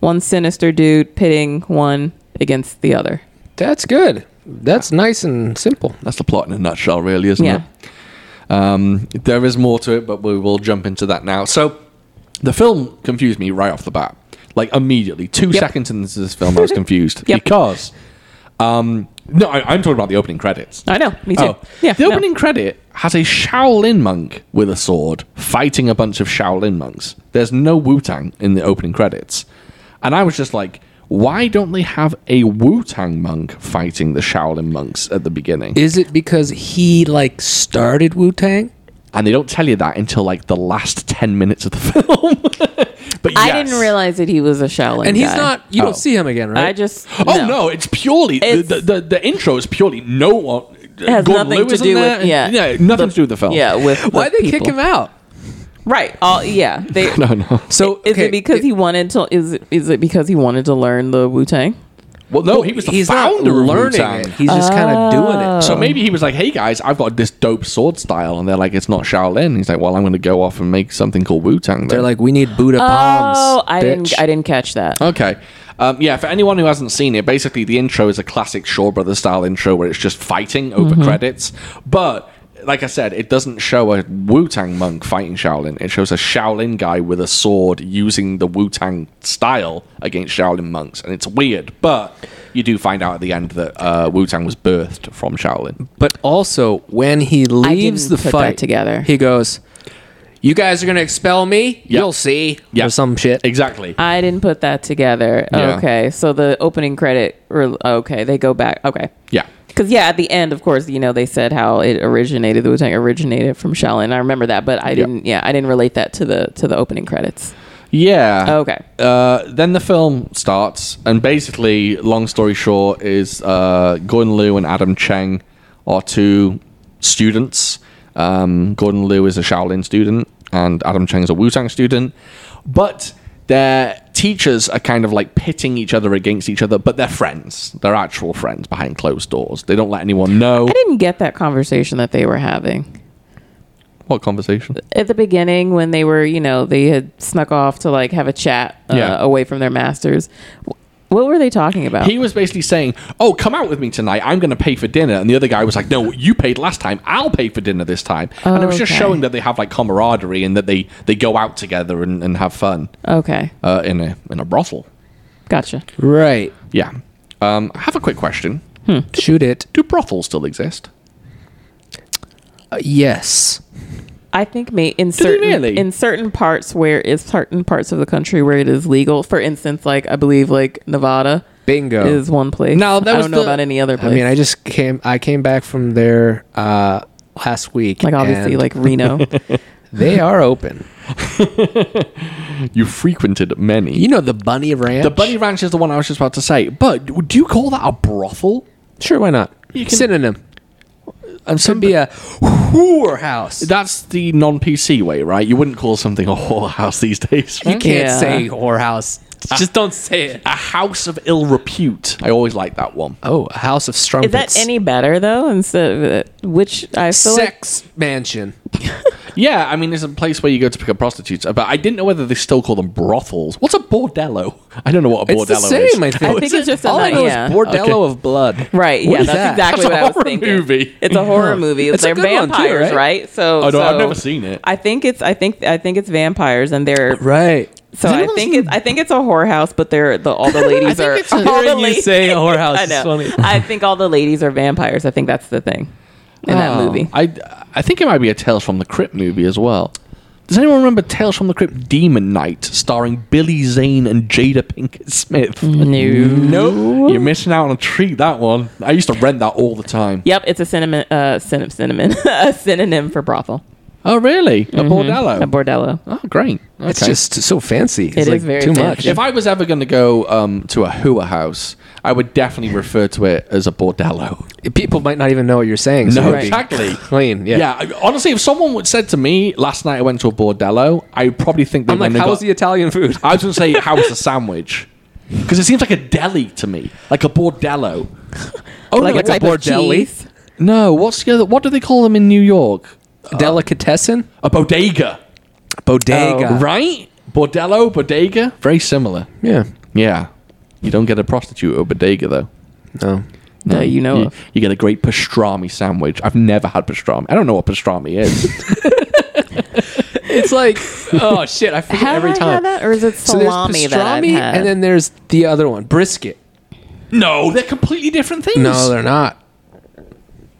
One sinister dude pitting one against the other.
That's good. That's nice and simple.
that's the plot in a nutshell, really, isn't
Yeah.
it? Um, there is more to it, but we will jump into that now. So, the film confused me right off the bat, like immediately. Two
Yep.
seconds into this film, I was confused
Yep.
because, um, no, I, I'm talking about the opening credits.
I know, Ah, me too.
Oh.
Yeah.
The
no.
opening credit has a Shaolin monk with a sword fighting a bunch of Shaolin monks. There's no Wu Tang in the opening credits. And I was just like, why don't they have a Wu Tang monk fighting the Shaolin monks at the beginning?
Is it because he like started Wu Tang?
and they don't tell you that until like the last 10 minutes of the film. but
I
yes.
didn't realize that he was a Shaolin.
And he's
guy.
not. You
Oh.
don't see him again, right?
I just.
Oh no, it's purely
It's-
the, the the intro is purely no one.
has nothing to
in
do with-
there, and-
yeah.
nothing to do with the film.
Yeah, with
Why
the
they kick him
people.
out?
Right. All yeah. They
No, no.
So
Is
okay,
it because he wanted to? Is it, is it because he wanted to learn the Wu Tang?
Well, no, he was the
he's
founder
not
of
learning
Wu-Tang.
it. He's just kind of doing
Oh.
it.
So maybe he was like, "Hey guys, I've got this dope sword style," and they're like, "It's not Shaolin." He's like, "Well, I'm going to go off and make something called Wu Tang."
They're like, we need Buddha palms.
Oh, I
bitch."
didn't. I didn't catch that.
"Okay." Um, yeah, for anyone who hasn't seen it, basically the intro is a classic Shaw Brothers style intro where it's just fighting over credits. But like I said, it doesn't show a Wu Tang monk fighting Shaolin. It shows a Shaolin guy with a sword using the Wu Tang style against Shaolin monks, and it's weird. But you do find out at the end that uh, Wu Tang was birthed from Shaolin.
But also, when he leaves the
didn't put that
fight
together.
he goes, "You guys are gonna expel me. You'll see."
Yeah.
Or some shit.
Exactly.
I didn't put that together.
Yeah.
Okay, so the opening credit. Or, okay, they go back. Okay,
Yeah.
because yeah, at the end, of course, you know they said how it originated. The Wu Tang originated from Shaolin. I remember that, but I didn't. Yeah, I didn't relate that to the to the opening credits.
Yeah.
Oh, Okay.
Uh, then the film starts, and basically, long story short, is uh, Gordon Liu and Adam Cheng are two students. Um, Gordon Liu is a Shaolin student, and Adam Cheng is a Wu Tang student. But their teachers are kind of like pitting each other against each other, but they're friends. They're actual friends behind closed doors. They don't let anyone know.
I didn't get that conversation that they were having.
What conversation?
at the beginning when they were, you know, they had snuck off to like have a chat uh,
Yeah.
away from their masters. Wh- What were they talking about?
He was basically saying, "Oh, come out with me tonight. I'm going to pay for dinner." And the other guy was like, "No, you paid last time. I'll pay for dinner this time." and it was just
Okay.
showing that they have like camaraderie and that they they go out together and, and have fun
okay,
uh, in a in a brothel.
gotcha.
Right.
Yeah. Um, I have a quick question.
Shoot it.
Do brothels still exist?
Uh, yes.
I think may in
they
certain
really?
in certain parts where is certain parts of the country where it is legal. For instance, like I believe like Nevada
Bingo.
is one place.
No, that
I
was
don't know
the-
about any other place.
I mean, I just came. I came back from there uh, last week.
like obviously
and
like Reno.
they are open.
You frequented many.
You know the Bunny Ranch.
the Bunny Ranch is the one I was just about to say. But do you call that a brothel?
Sure, why not?
You can-
Synonym. And could be a whorehouse.
That's the non-PC way, right? You wouldn't call something a whorehouse these days.
you
right?
can't
Yeah.
say whorehouse. Just don't say it.
A house of ill repute. I always like that one.
Oh, a house of
is
strumpets.
that any better though? Instead of uh, which I feel like
sex mansion?
Yeah, I mean, there's a place where you go to pick up prostitutes, uh, but I didn't know whether they still call them brothels. What's a bordello? I don't know what a
It's
bordello
the same.
is.
I think.
I think it's just a
all I
night-
know
yeah.
is bordello of blood.
Right.
What
yeah,
is
that's
that?
exactly
That's a
what I was
horror
thinking.
movie.
It's a horror movie.
It's a
they're
good one too,
vampires,
right?
right? So,
Oh, no, I've
so-
never seen it.
I think it's I think I think it's vampires and they're
Right.
so
Has
I
anyone
think
seen-
it's I think it's a whorehouse, but they're the all the ladies are all the ladies.
a whorehouse
I know. I think all the ladies are vampires. I think that's the thing in that
Oh.
movie.
I, I think it might be a Tales from the Crypt movie as well. Does anyone remember Tales from the Crypt Demon Night starring Billy Zane and Jada Pinkett Smith?
No.
Nope. You're missing out on a treat, that one. I used to rent that all the time.
Yep, it's a cinnamon uh cin- cinnamon a synonym for brothel.
Oh, really? A bordello?
Mm-hmm. A bordello.
oh, great.
It's
Okay.
just so fancy. It's
It
like
is very
too
fancy.
much.
If I was ever going to go um, to a hooer house, I would definitely refer to it as a bordello.
People might not even know what you're saying. So
No,
it'd be
exactly.
Clean. Yeah.
Yeah. I- honestly, if someone would said to me last night I went to a bordello, I would probably think they
I'm like,
went and
how's
got-
the Italian food?
Uh,
I was going to say how was the sandwich because it seems like a deli to me, like a bordello. Oh,
like
no,
a type of
bordelli?
cheese.
no, what's the other, what do they call them in New York?
uh,
Delicatessen? Oh.
A bodega,
Bodega.
right? Bordello, bodega, very similar.
Yeah.
Yeah, you don't get a prostitute or a bodega though.
No.
No, you know
You,
of.
you get a great pastrami sandwich. I've never had pastrami. I don't know what pastrami is.
It's like, oh shit, I forget
Have
every
I had
time.
that, or is it
there's
salami that I've
pastrami,
had?
and then there's the other one, brisket.
no, they're completely different things.
No, they're not.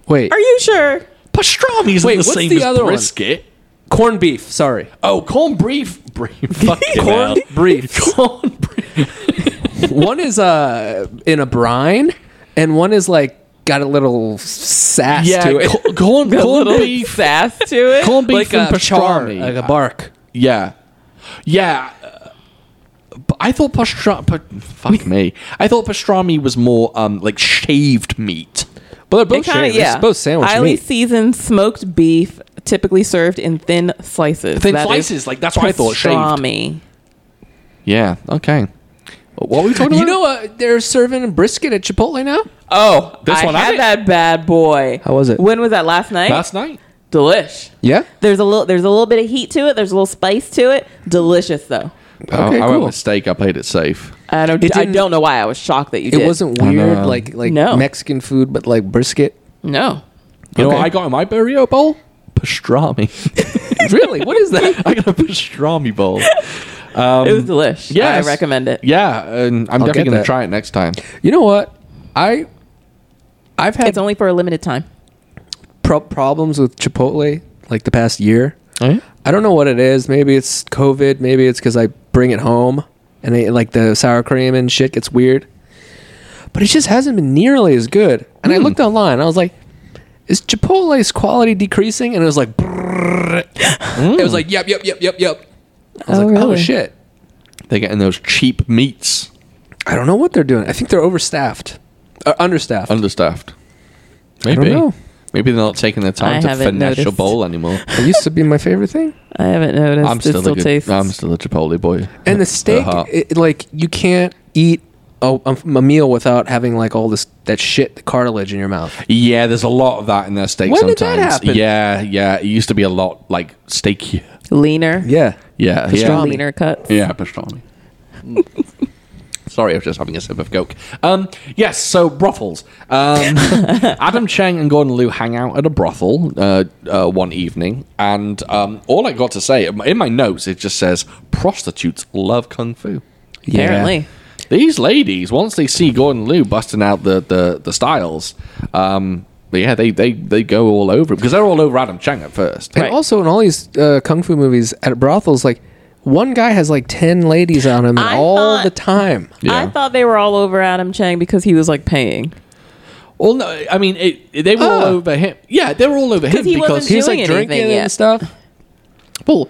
Wait,
Are you sure?
pastrami is
Wait,
the
what's
same
the
as
other one?
brisket.
corned beef. Sorry,
Oh, corn brief, brief, fucking hell.
corned beef.
Corn brief.
one is uh in a brine, and one is like got a little sass
Yeah,
to it,
co- corn, corn beef,
sass to it.
corn beef
like
and
a char,
pastrami.
like a bark.
yeah, yeah. uh, But I thought pastrami. Pa- fuck me. I thought pastrami was more um like shaved meat.
But they're both
It kinda-
shaved. It's both sandwich
Highly
meat.
seasoned smoked beef, typically served in thin slices.
Thin
That is
slices, like that's what I thought. Shaved.
pastrami.
Yeah. Okay. What were we talking
You
about?
know what? They're serving brisket at Chipotle now.
Oh,
This
I
one had
had
it.
that bad boy.
How was it?
When was that? Last night.
last night.
Delish.
Yeah.
There's a little. There's a little bit of heat to it. There's a little spice to it. Delicious though.
Oh,
Okay,
I went
cool.
with steak. I played it safe.
I don't.
It
I
didn't-
don't know why I was shocked that you.
It
did.
wasn't
I
weird,
know.
like like
No.
Mexican food, but like brisket.
No.
You know what
Okay.
I got in my burrito bowl? Pastrami.
really? What is that?
I got a pastrami bowl.
it was delish. Yeah, I
yes.
recommend it.
Yeah, and I'm
I'll
definitely
get
gonna
that.
try it next time.
You know what? I I've had
It's only for a limited time.
pro- problems with Chipotle like the past year.
Eh?
I don't know what it is. Maybe it's COVID. Maybe it's because I bring it home and they, like the sour cream and shit gets weird. But it just hasn't been nearly as good. And I looked online. I was like, is Chipotle's quality decreasing? And it was like, brrrr. it was like, yep, yep, yep, yep, yep. I was
Oh,
like, oh
really?
shit.
They're getting those cheap meats,
I don't know what they're doing. I think they're overstaffed, or understaffed.
understaffed.
don't
Maybe.
know.
Maybe they're not taking their time
I
to
haven't
finesse your
noticed.
bowl anymore.
it used to be my favorite thing.
I haven't noticed.
I'm
it
still,
still
a good,
tastes.
I'm still a Chipotle boy.
And the
At
steak,
heart.
it, like you can't eat a, a, a meal without having like all this that shit the cartilage in your mouth.
yeah, there's a lot of that in their steak
When did
sometimes.
that happen?
Yeah, yeah. It used to be a lot like steakier.
leaner.
Yeah,
Yeah,
Pastrami.
Leaner cuts.
yeah, yeah, pastrami. Sorry, I was just having a sip of coke. Um, yes, so brothels. Um, Adam Chang and Gordon Liu hang out at a brothel uh, uh, one evening, and um, all I got to say in my notes it just says prostitutes love kung fu.
Apparently.
These ladies, once they see Gordon Liu busting out the the, the styles, um, yeah, they, they they go all over because they're all over Adam Chang at first.
And
Right.
also in all these uh, kung fu movies at brothels, like one guy has like ten ladies on him and
I
all
thought-
the time.
Yeah.
I thought they were all over Adam Chang because he was like paying.
Well, no, I mean it, it- they were all
Ah.
over him. Yeah, they were all over him
he
because
wasn't
he
He's like
doing
drinking
anything
and
yet.
stuff.
well,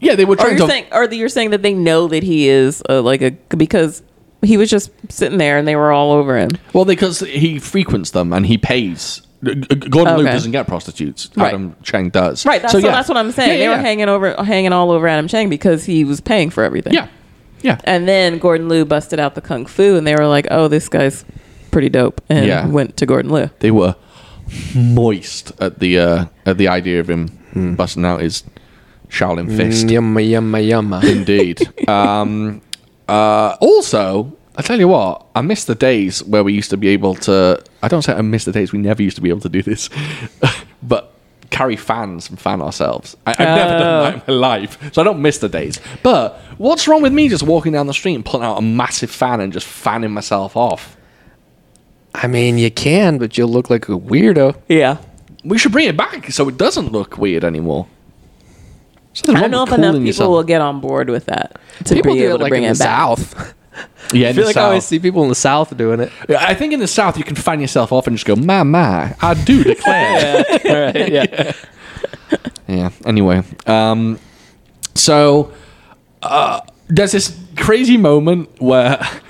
yeah, they were
Or
trying
you're
to.
saying, or that you're saying that they know that he is uh, like a because he was just sitting there and they were all over him.
well, because he frequents them and he pays. G- G- Gordon Liu
Okay.
doesn't get prostitutes.
Right.
Adam Chang does.
Right. That's, so, that's what I'm saying.
Yeah,
they
yeah,
were
yeah.
hanging over, hanging all over Adam Chang because he was paying for everything.
Yeah, yeah.
And then Gordon Liu busted out the kung fu, and they were like, "Oh, this guy's pretty dope," and
Yeah.
went to Gordon Liu.
They were moist at the uh, at the idea of him busting out his Shaolin fist.
Mm, Yumma yumma yumma.
Indeed. um, uh, also, I tell you what, I miss the days where we used to be able to. I don't say I miss the days. We never used to be able to do this, but carry fans and fan ourselves. I, I've never done that in my life, so I don't miss the days. But what's wrong with me just walking down the street and pulling out a massive fan and just fanning myself off?
I mean, you can, but you'll look like a weirdo.
Yeah.
We should bring it back so it doesn't look weird anymore. Something
I don't
wrong
know if
with
enough
cooling
people
yourself.
will get on board with that to
people
be
do
able
it
to
like
bring
in the
it back.
South.
Yeah,
I
in
feel
the
like "Oh, I always
South.
see people in the South doing it.
Yeah, I think in the South you can fan yourself off and just go, "My my, I do declare."
yeah.
yeah. Anyway, um, so uh, there's this crazy moment where uh,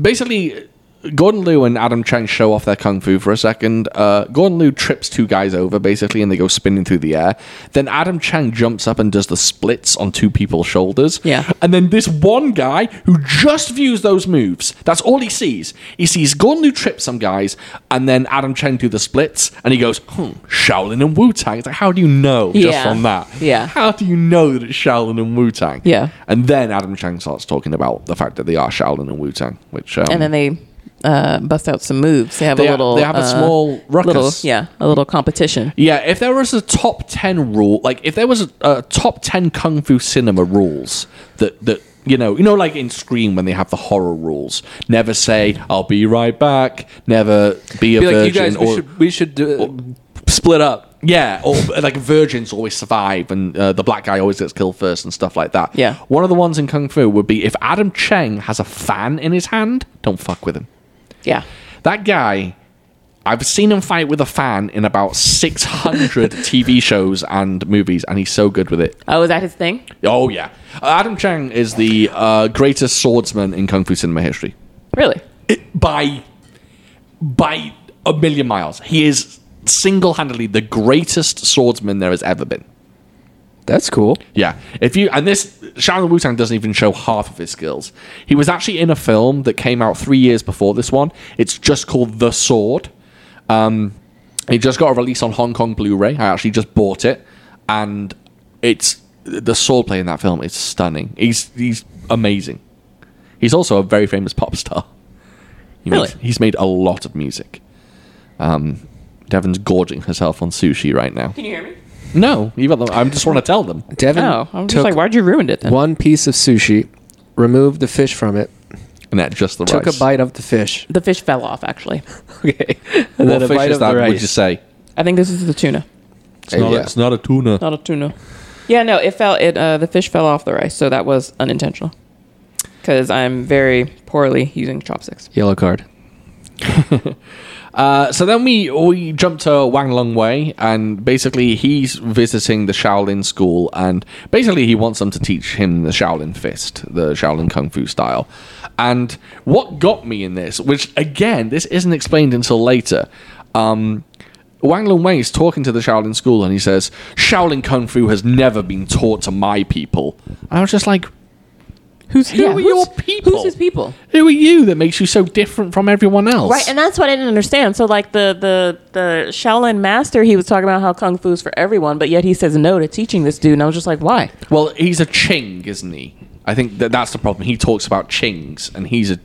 basically Gordon Liu and Adam Chang show off their kung fu for a second. Uh, Gordon Liu trips two guys over basically, and they go spinning through the air. Then Adam Chang jumps up and does the splits on two people's shoulders.
Yeah.
And then this one guy who just views those moves, that's all he sees. He sees Gordon Liu trip some guys, and then Adam Chang do the splits, and he goes, hmm, Shaolin and Wu Tang. It's like, how do you know just
Yeah.
from that?
Yeah.
How do you know that it's Shaolin and Wu Tang?
Yeah.
And then Adam Chang starts talking about the fact that they are Shaolin and Wu Tang, which. Um,
and then they uh, bust out some moves. They have
They
a
ha-
little.
they have a
uh,
small ruckus.
Little, yeah, a little competition.
Yeah, if there was a top ten rule, like if there was a, a top ten kung fu cinema rules that that you know, you know, like in Scream when they have the horror rules, never say "I'll be right back," never be a
Be
virgin,
like, you guys, we
or
should, we should do, split up.
yeah, or like virgins always survive, and uh, the black guy always gets killed first, and stuff like that.
Yeah.
one of the ones in kung fu would be if Adam Cheng has a fan in his hand, don't fuck with him.
Yeah.
That guy, I've seen him fight with a fan in about 600 TV shows and movies, and he's so good with it.
Oh, is that his thing?
Oh, yeah. Uh, Adam Chang is the uh, greatest swordsman in Kung Fu cinema history.
Really?
It, by, by a million miles. He is single handedly the greatest swordsman there has ever been.
That's cool.
Yeah. If you and this Shaolin Wu Tang doesn't even show half of his skills. He was actually in a film that came out three years before this one. It's just called The Sword. Um, it just got a release on Hong Kong Blu-ray. I actually just bought it, and it's the sword play in that film is stunning. He's he's amazing. He's also a very famous pop star. He
Really?
makes- he's made a lot of music. Um, Devon's gorging herself on sushi right now.
Can you hear me?
No, even though I just want to tell them.
Devin
No, Oh, I'm just
took
like, why'd you ruined it then?
one piece of sushi, removed the fish from it,
and that just the
took
rice.
a bite of the fish.
The fish fell off. Actually,
Okay.
What
And then a
fish
bite
is
of the
that? Would
rice.
you say?
I think this is the tuna,
It's not,
Yeah.
a, it's not a tuna.
not a tuna. Yeah, no, it fell. It uh, the fish fell off the rice, so that was unintentional. Because I'm very poorly using chopsticks.
Yellow card.
Uh, so then we we jump to Wang Long Wei, and basically he's visiting the Shaolin school, and basically he wants them to teach him the Shaolin fist, the Shaolin kung fu style. And what got me in this, which again this isn't explained until later, um, Wang Lung Wei is talking to the Shaolin school and he says, Shaolin Kung Fu has never been taught to my people. And I was just like,
Who's
Who are your people?
Who's his people?
Who are you that makes you so different from everyone else?
Right, and that's what I didn't understand. So, like the the the Shaolin master, he was talking about how kung fu's for everyone, but yet he says no to teaching this dude, and I was just like, why?
well, he's a Ching, isn't he? I think that that's the problem. He talks about Chings, and he's a.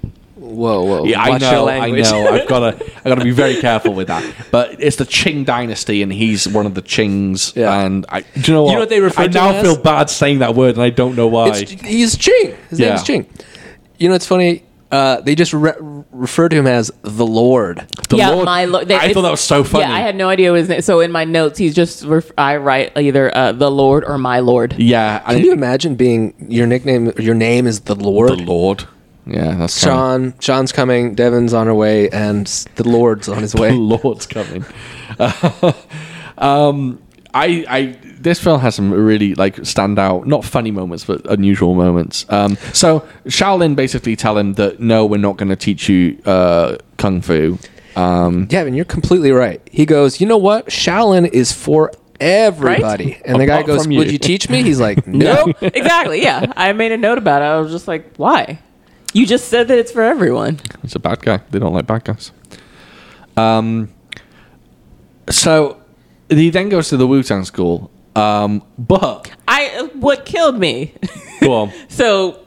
Whoa, whoa.
Yeah, I
Watch your
know, I
language.
know. I've got to, I've got to be very careful with that. But it's the Ching dynasty, and he's one of the Chings.
Yeah.
And I, do you know what?
know what they refer
I
to
now
him as?
feel bad saying that word, and I don't know why.
It's, he's Ching. His
Yeah.
name is Ching. You know, it's funny. Uh, they just re- refer to him as the Lord.
The
yeah,
Lord-
my lord.
I thought that was so funny.
Yeah, I had no idea his name. So in my notes, he's just ref- I write either uh, the Lord or my Lord.
yeah, and
Can you imagine being your nickname? Your name is the Lord.
the Lord. Yeah, that's funny.
Sean. Sean's coming. Devin's on her way, and the Lord's on his
the
way.
Lord's coming. um, I, I, this film has some really like standout, not funny moments, but unusual moments. Um, so Shaolin basically tell him that no, we're not going to teach you uh, kung fu. Um,
Devin, you're completely right. He goes. You know what? Shaolin is for everybody. And the guy
Apart
goes,
from you.
"Would you teach me?" He's like, "No."
Nope. exactly. Yeah, I made a note about it. I was just like, why? You just said that it's for everyone.
he's a bad guy. They don't like bad guys. Um, so he then goes to the Wu Tang school. Um, but
I what killed me.
go on.
so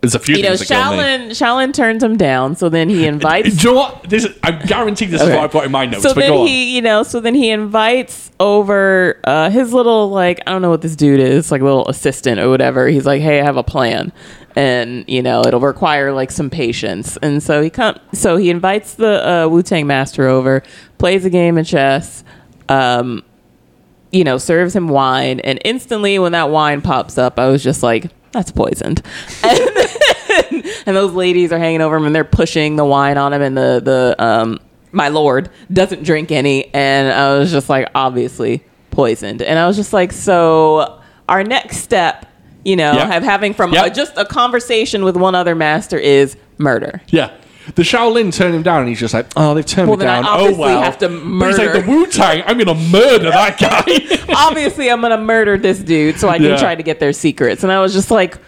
There's a few
you know,
things that kill me.
Shaolin Shaolin turns him down. So then he
Do
invites
you know what? This is, I guarantee this is
Okay.
what I put in my notes.
so
but
then
go on.
he, you know, so then he invites over uh, his little like I don't know what this dude is, like little assistant or whatever. He's like, "Hey, I have a plan." And, you know, it'll require like some patience. And so he come so he invites the uh, Wu-Tang master over, plays a game of chess, um you know, serves him wine, and instantly when that wine pops up, I was just like, that's poisoned. and, and those ladies are hanging over him and they're pushing the wine on him, and the, the, um, my lord doesn't drink any. And I was just like, obviously poisoned. And I was just like, so our next step, you know,
Yeah.
have having from
Yeah.
uh, just a conversation with one other master is murder.
Yeah. The Shaolin turned him down, and he's just like, "Oh, they've turned
Well,
me
then I
down. oh
obviously
well."
have to
But he's like,
murder.
"The Wu Tang, I'm gonna murder that guy."
Obviously, I'm gonna murder this dude so I can
Yeah.
try to get their secrets. And I was just like,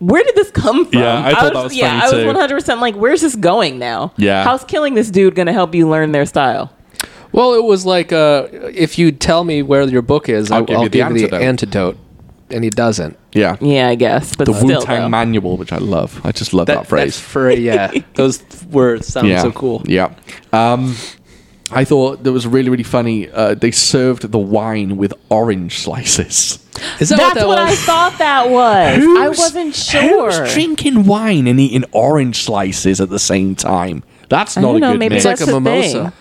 where did this come from?
Yeah, I thought that was
yeah,
funny too.
I was 100% like, where's this going now?
Yeah.
how's killing this dude gonna help you learn their style?
Well, it was like uh, if you tell me where your book is, I'll, I'll give, you, the
antidote.
antidote. And he doesn't.
yeah,
Yeah, I guess, but
the
still,
Wu
though.
Tang manual, which I love. I just love that, phrase.
for yeah. Those words sound
yeah,
so cool.
Yeah. Um, I thought that was really really funny. Uh, they served the wine with orange slices.
Is that
That's
what that
what I
was?
thought that was. I
Who's-
wasn't sure.
Who's drinking wine and eating orange slices at the same time? That's
I
not
don't
a
know,
good
maybe
mix.
it's like a
That's the
mimosa.
thing.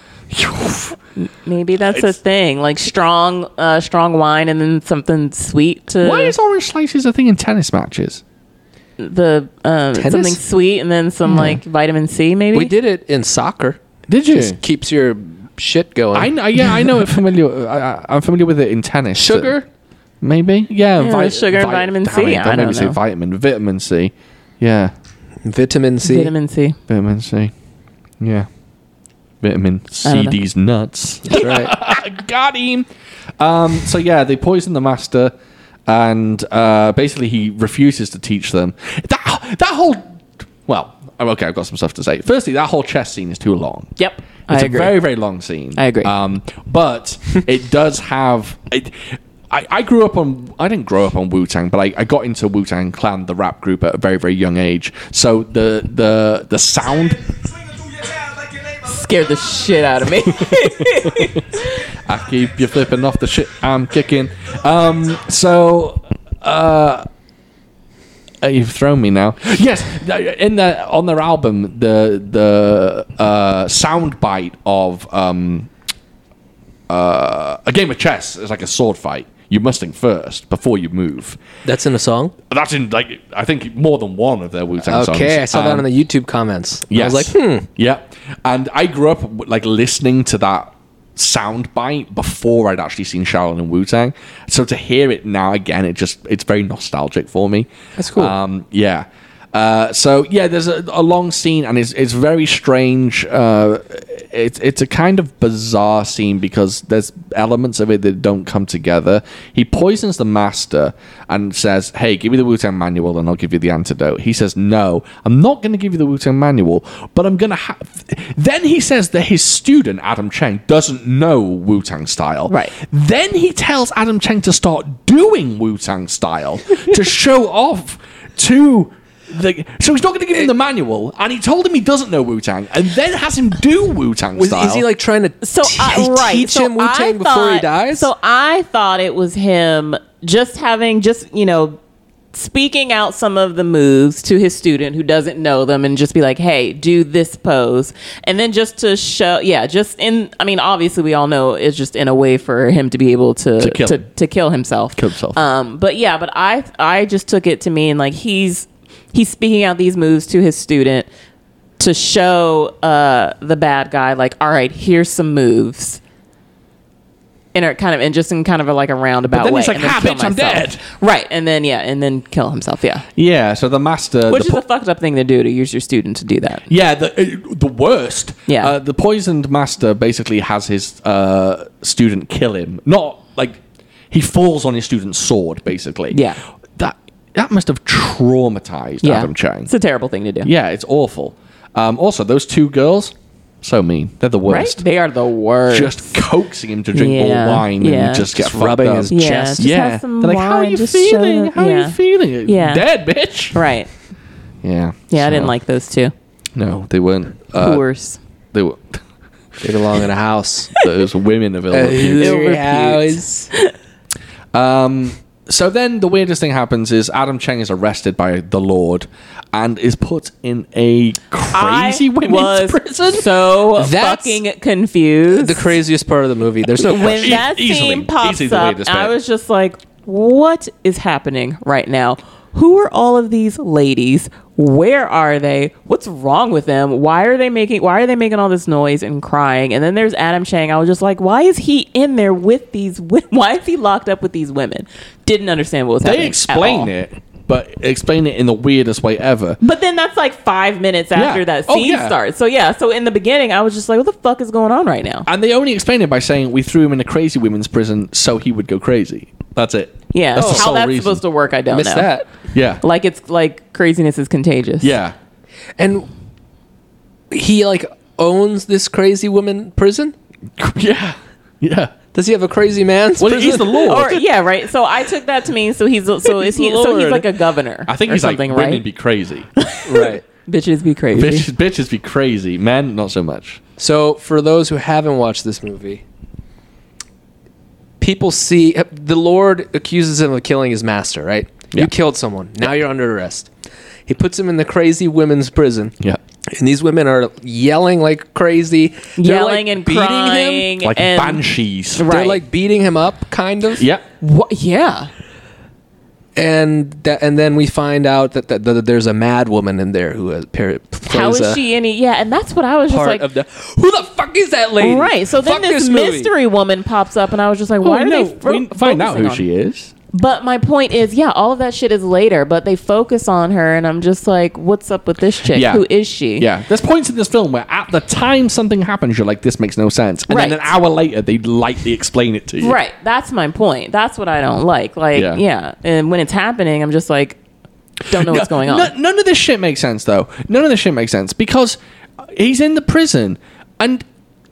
Maybe that's a thing, like strong, uh, strong wine, and then something sweet to
Why is orange slices a thing in tennis matches?
the um,
Tennis? Hmm.
something sweet, and then some like vitamin C, maybe.
We did it in soccer.
Did you?
Just keeps your shit going.
I know, yeah, I know it familiar. uh, I, I- I'm familiar with it in tennis.
Sugar?
maybe, yeah.
Yeah, with sugar and vitamin C,
damn it,
I
made me
don't
say
know.
vitamin, vitamin C. Yeah,
Vitamin C.
vitamin C.
vitamin C. Yeah, vitamin C.
don't know.
D's nuts.
That's right.
Got him. Um, so yeah, they poison the master, and uh, basically he refuses to teach them. That that whole well, oh, okay, I've got some stuff to say. Firstly, that whole chess scene is too long.
Yep, I
it's a
agree.
very very long scene.
I agree.
Um, but it does have. It, I, I grew up on. I didn't grow up on Wu Tang, but I, I got into Wu Tang Clan, the rap group, at a very very young age. So the the the sound.
Scared the shit out of me.
I keep you flipping off the shit I'm kicking. Um, so, uh, uh, you've thrown me now. Yes, th- in the on their album, the the uh, soundbite of um, uh, a game of chess is like a sword fight. You must think first before you move.
That's in a song.
That's in like I think more than one of their Wu Tang songs.
Okay, I saw
Um,
that on the YouTube comments.
Yes.
I was like, hmm.
Yeah. And I grew up w- like listening to that sound bite before I'd actually seen Shaolin and Wu Tang. So to hear it now again, it just it's very nostalgic for me.
That's cool.
Um, yeah. Uh, so yeah, there's a, a long scene, and it's it's very strange. Uh, it's it's a kind of bizarre scene because there's elements of it that don't come together. He poisons the master and says, "Hey, give me the Wu Tang manual, and I'll give you the antidote." He says, "No, I'm not going to give you the Wu Tang manual, but I'm going to have." Then he says that his student Adam Cheng doesn't know Wu Tang style.
Right.
Then he tells Adam Cheng to start doing Wu Tang style to show off to the. So he's not going to give him the manual, and he told him he doesn't know Wu Tang, and then has him do Wu Tang
Was,
style.
is he like trying to
so I,
te-
right,
teach
so
him Wu
I
Tang before he
thought-
dies?
So I thought it was him just having just you know speaking out some of the moves to his student who doesn't know them and just be like hey do this pose and then just to show yeah just in i mean obviously we all know it's just in a way for him to be able to to
kill
to,
him.
kill himself
Kill himself.
um but yeah but i i just took it to mean like he's he's speaking out these moves to his student to show uh, the bad guy, like, all right, here's some moves. In a kind of, and just in kind of a, like a roundabout
then
way.
he's like,
and
"Ha,
kill
bitch, I'm
myself."
dead.
Right, and then yeah, and then kill himself. Yeah,
yeah. So the master.
which
the
is
po-
a fucked up thing to do to use your student to do that.
Yeah, the uh, the worst.
Yeah.
uh, the poisoned master basically has his uh, student kill him. Not like he falls on his student's sword, basically.
Yeah.
that that must have traumatized
Yeah,
Adam Chang.
It's a terrible thing to do.
yeah, it's awful. Um, also, those two girls, so mean. They're the
right.
worst.
They are the worst.
Just coaxing him to drink
Yeah,
more wine
yeah.
and just get
Just rubbing
fucked up.
his
yeah,
chest.
just
yeah,
have some
they're like, "How are
wine,
you
just show
feeling?
them-
How are
yeah.
you feeling?
Yeah.
Dead, bitch."
Right.
Yeah.
Yeah, I didn't
so-
like those two.
No, they weren't. Uh,
Worse.
They were.
they belong in a house.
those women of ill repute.
repute.
Um, so then the weirdest thing happens is Adam Cheng is arrested by the Lord and is put in a crazy
I
women's
was
prison.
so
That's-
fucking confused.
The craziest part of the movie. There's no
when
E-
question.
that
easily-
scene pops
easily the way
up,
to say
I
it.
was just like, "What is happening right now? Who are all of these ladies? Where are they? What's wrong with them? Why are they making? Why are they making all this noise and crying?" And then there's Adam Chang. I was just like, "Why is he in there with these? Women? Why is he locked up with these women?" Didn't understand what was
they
happening. at all.
explain it but explain it in the weirdest way ever.
But then that's like five minutes after that
Oh,
scene
yeah.
starts. So yeah, so in the beginning, I was just like, what the fuck is going on right now?
And they only explain it by saying we threw him in a crazy women's prison so he would go crazy. That's it.
Yeah,
that's the
how
sole
that's
reason.
supposed to work, I don't
Miss
know.
that.
Yeah,
Like it's like craziness is contagious.
yeah.
And he like owns this crazy woman prison.
Yeah. Yeah.
Does he have a crazy man's
Well,
prison?
he's the Lord.
Or yeah, right. So I took that to mean so he's so is he so he's
Lord.
like a governor.
I think
or
he's like,
something,
women
right?
be crazy.
right.
Bitches be crazy.
Bitch, bitches be crazy. Men, not so much.
So, for those who haven't watched this movie, people see uh, the Lord accuses him of killing his master, right?
Yeah.
You killed someone. Now you're under arrest. He puts him in the crazy women's prison.
Yeah.
And these women are yelling like crazy. They're,
Yelling
like,
and
beating him.
crying
Like
and
banshees.
Right.
They're like beating him up, kind of.
Yeah.
Wha- yeah.
And that, and then we find out that, that, that there's a mad woman in there who uh, par- plays
How is
a
she any yeah, and that's what I was just
part
like
of the. Who the fuck is that lady?
Right. So then
Fuck
this,
movie.
mystery woman pops up and I was just like,
Well,
why are
Oh, no,
they fo-
we find out
focusing
who
on
she is.
But my point is, yeah, all of that shit is later, but they focus on her, and I'm just like, what's up with this chick?
Yeah.
Who is she?
Yeah. There's points in this film where at the time something happens, you're like, this makes no sense. And then an
Right.
hour later, they lightly explain it to you.
Right. That's my point. That's what I don't like. Like,
Yeah.
yeah. And when it's happening, I'm just like, don't know what's going on.
no- none of this shit makes sense, though. None of this shit makes sense because he's in the prison, and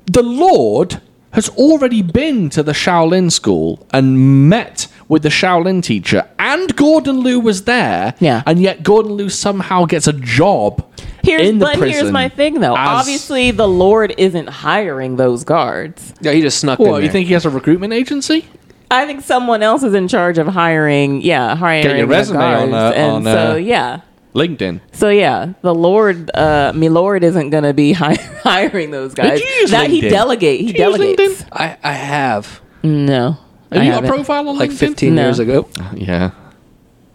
the Lord has already been to the Shaolin school and met with the Shaolin teacher, and Gordon Liu was there.
Yeah.
and yet Gordon Liu somehow gets a job
Here's,
in the
but
prison.
here's my thing, though.
as-
Obviously, the Lord isn't hiring those guards.
Yeah, he just snuck in.
What you
there.
think he has a recruitment agency?
I think someone else is in charge of hiring. Yeah, hiring
Get your
the
resume on,
guards.
uh,
and
on,
so
uh,
yeah.
LinkedIn.
So yeah, the Lord, uh, me Lord isn't gonna be hi- hiring those guys.
you use
that he
LinkedIn?
delegate. He
Did you use
delegates.
LinkedIn?
I, I have
No.
Have
I
you got a
haven't.
profile on
like
LinkedIn?
15
Mm-hmm. No.
years ago.
Yeah,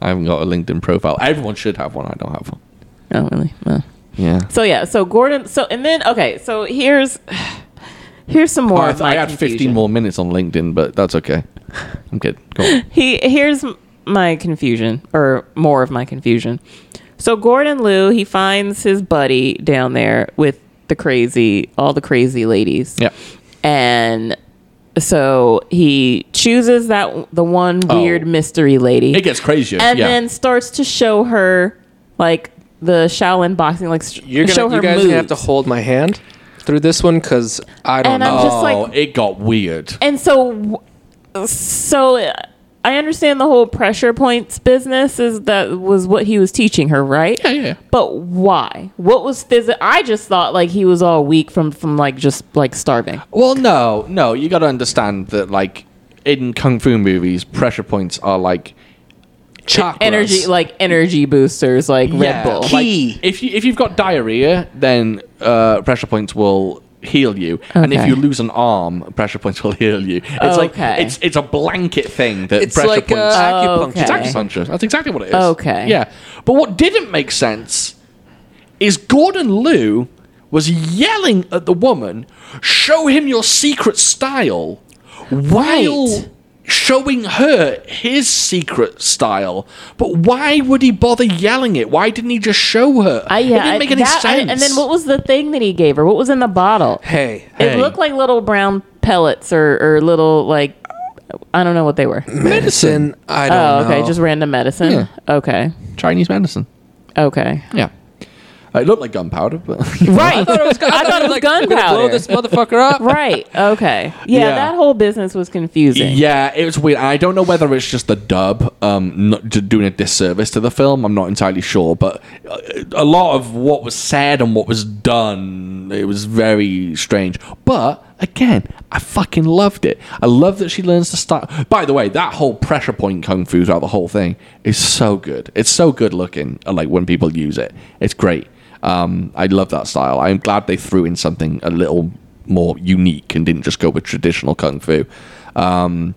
I haven't got a LinkedIn profile. Everyone should have one. I don't have one.
Oh really? Well.
Yeah.
So yeah, so Gordon. So and then okay, so here's here's some
Oh,
more.
I,
of
th- I
my
had 15
confusion.
more minutes on LinkedIn, but that's okay. I'm good. Go on.
He here's m- my confusion, or more of my confusion. So Gordon Liu, he finds his buddy down there with the crazy, all the crazy ladies.
Yeah.
and so he chooses that the one
Oh.
weird mystery lady
It gets crazier.
and
yeah.
then starts to show her like the Shaolin boxing like sh-
You're
show
gonna,
her
you guys
moves.
gonna have to hold my hand through this one because I don't
And I'm
know.
just like-
oh, it got weird.
and so w- so uh, I understand the whole pressure points business is that was what he was teaching her, right?
Yeah, yeah, yeah.
But why? What was physical? I just thought like he was all weak from from like just like starving.
Well, no, no. You got to understand that, like, in kung fu movies, pressure points are like
Chakras.
Energy like energy boosters like Red Bull.
Like,
Like,
Key.
if you if you've got diarrhea, then uh, pressure points will heal you, and if
Okay.
you lose an arm, pressure points will heal you. It's like
Okay.
it's it's a blanket thing that
It's
pressure
like
points.
uh, acupuncture.
Okay.
It's acupuncture. That's exactly what it is.
Okay.
Yeah. But what didn't make sense is Gordon Liu was yelling at the woman, show him your secret style, while
Right.
showing her his secret style. But why would he bother yelling it? Why didn't he just show her?
I,
it
yeah,
didn't
I-
make any
that- I-
sense.
and then what was the thing that he gave her? What was in the bottle?
Hey,
Hey.
It looked like little brown pellets or, or little like I don't know what they were.
medicine. I don't
Oh,
know.
okay, just random medicine.
Yeah.
Okay,
Chinese medicine.
okay.
Yeah. Uh, it looked like gunpowder, but
Right. I thought it was,
I'm gonna blow
gunpowder.
this motherfucker up.
right. Okay. Yeah,
Yeah.
that whole business was confusing.
Yeah, it was weird. I don't know whether it's just the dub um, not d- doing a disservice to the film. I'm not entirely sure, but uh, a lot of what was said and what was done, it was very strange. But again, I fucking loved it. I love that she learns to start. By the way, that whole pressure point kung fu throughout the whole thing is so good. It's so good looking. uh, Like when people use it, it's great. Um, I love that style. I'm glad they threw in something a little more unique and didn't just go with traditional kung fu. Um,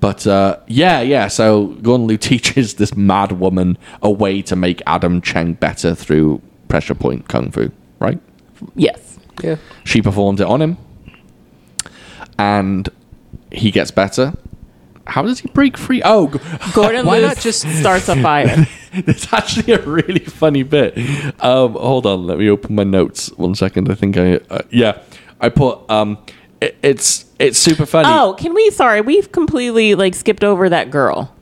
but uh, yeah, yeah. So Gordon Liu teaches this mad woman a way to make Adam Chang better through pressure point kung fu. Right?
Yes.
Yeah.
She performs it on him, and he gets better. How does he break free? Oh, g-
Gordon
Why
Liu
not just-
starts a fire.
There's actually a really funny bit. Um, hold on, let me open my notes. One second. I think I uh, yeah, I put um, it, it's it's super funny.
Oh, can we? Sorry, we've completely like skipped over that girl.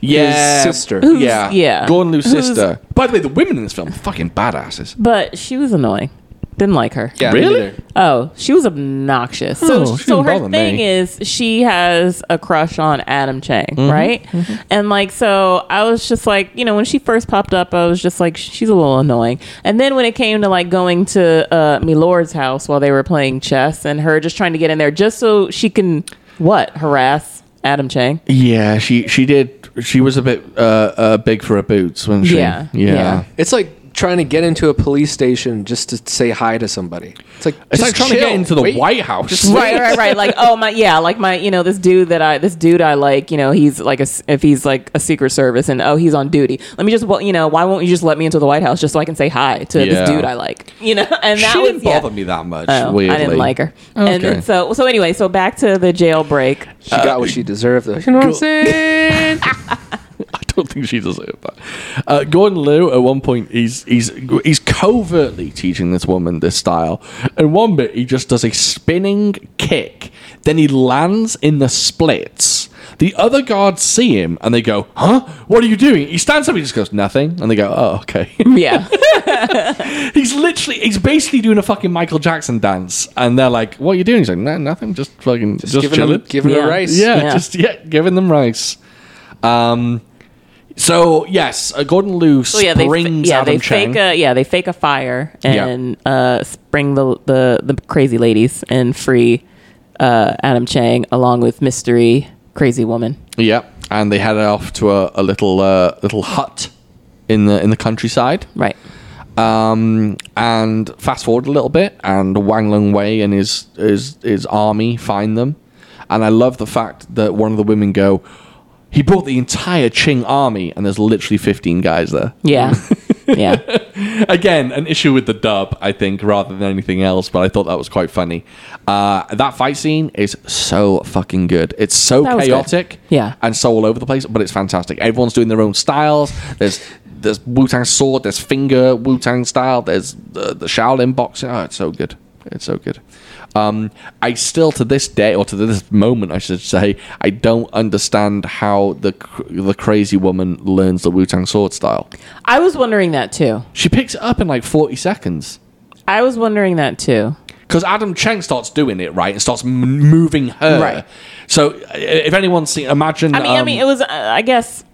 yeah,
His sister.
Who's-
yeah,
yeah.
Gordon Liu's
Who's-
sister. By the way, the women in this film are fucking badasses.
But she was annoying. Didn't like her.
Yeah,
Really?
me neither.
Oh, she was obnoxious.
Oh,
so,
she
so
didn't
her
bother
thing
me.
is she has a crush on Adam Chang,
Mm-hmm.
right? And like, so I was just like, you know, when she first popped up, I was just like, she's a little annoying. And then when it came to like going to uh, Milord's house while they were playing chess, and her just trying to get in there just so she can what harass Adam Chang.
Yeah, she she did. She was a bit uh, uh big for her boots, wasn't she?
Yeah,
yeah.
yeah.
It's like trying to get into a police station just to say hi to somebody. It's like
It's
just
like trying to get
chill,
into the
wait.
White House.
right, right, right. Like, oh my, yeah, like my, you know, this dude that I, this dude I like, you know, he's like a, s- if he's like a Secret Service, and oh, he's on duty. Let me just, well, you know, why won't you just let me into the White House just so I can say hi to
Yeah.
this dude I like, you know? And that
she
was
didn't
yeah.
bother me that much.
Oh,
weirdly.
I didn't like her.
Okay.
And then so, so anyway, so back to the jailbreak.
She got what she deserved. Though. You know what I'm saying?
I don't think she deserved that. Uh, Gordon Liu, at one point, he's he's he's covertly teaching this woman this style. And one bit, he just does a spinning kick, then he lands in the splits. The other guards see him and they go, "Huh? What are you doing?" He stands up, he just goes, "Nothing," and they go, "Oh, okay."
Yeah,
he's literally, he's basically doing a fucking Michael Jackson dance, and they're like, "What are you doing?" He's like, "No, nothing, just fucking, just,
giving
chilling."
them, giving her
Yeah.
rice.
Yeah,
Yeah.
just yeah, giving them rice. Um, so yes, uh, Gordon Liu
so Oh, yeah, they, fa-
springs
yeah,
Adam
they
Chang.
fake a, yeah, they fake a fire
Yeah.
and uh, spring the, the the crazy ladies and free uh, Adam Chang along with mystery crazy woman.
yeah, and they headed off to a, a little uh, little hut in the in the countryside.
Right.
Um, and fast forward a little bit, and Wang Lung Wei and his his his army find them. And I love the fact that one of the women go, he brought the entire Qing army, and there's literally 15 guys there.
Yeah. yeah.
Again, an issue with the dub, I think, rather than anything else, but I thought that was quite funny. Uh, that fight scene is so fucking good. It's so
That was good.
chaotic
Yeah.
and so all over the place, but it's fantastic. Everyone's doing their own styles. There's there's Wu Tang sword, there's finger Wu Tang style, there's the, the Shaolin boxing. Oh, it's so good. It's so good. Um, I still, to this day, or to this moment, I should say, I don't understand how the cr- the crazy woman learns the Wu Tang sword style.
I was wondering that too.
She picks it up in like 40 seconds.
I was wondering that too.
Because Adam Chang starts doing it, right? And starts m- moving her.
Right.
So uh, if anyone's seen, imagine.
I mean, I
um,
mean, it was. Uh, I guess.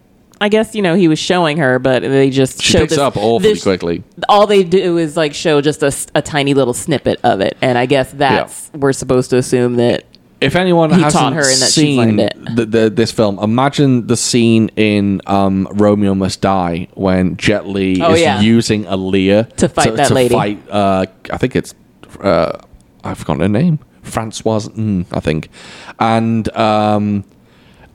I guess you know he was showing her, but they just
she
showed
picks
this-
it up awfully
this-
quickly.
All they do is like show just a, s- a tiny little snippet of it, and I guess that's we're supposed to assume that.
If anyone
He
hasn't
taught her and that she
seen
learned it.
The, the, this film, imagine the scene in um, Romeo Must Die when Jet Li
Oh,
is
yeah.
using Aaliyah
To fight that
to
lady.
Fight, uh, I think it's, uh, I forgot her name, Francoise, mm, I think, and. Um,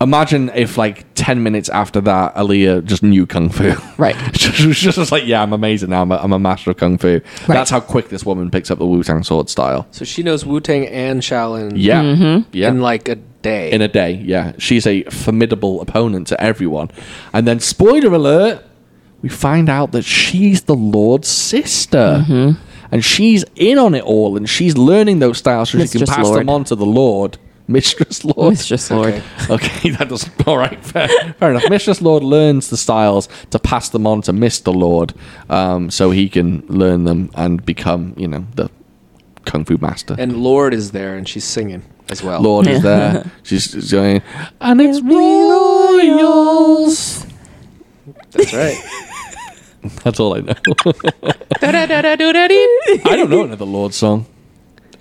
Imagine if, like, 10 minutes after that, Aaliyah just knew Kung Fu.
Right.
she was just like, yeah, I'm amazing now. I'm a, I'm a master of Kung Fu. That's how quick this woman picks up the Wu Tang sword style.
So she knows Wu Tang and Shaolin.
Yeah.
Mm-hmm.
Yeah
In like a day.
in a day. Yeah, she's a formidable opponent to everyone. And then, spoiler alert, we find out that she's the Lord's sister.
Mm-hmm.
And she's in on it all, and she's learning those styles so she can
Mistress
pass
Lord.
them on to the Lord, Mistress Lord.
Mistress Lord.
Okay.
okay, that doesn't. All right, fair, fair enough. Mistress Lord learns the styles to pass them on to Mister Lord, um, so he can learn them and become, you know, the kung fu master.
and Lord is there and she's singing as well.
Lord is
Yeah.
there. She's she's going, and it's royals.
That's right.
That's all I know. I don't know another Lord song.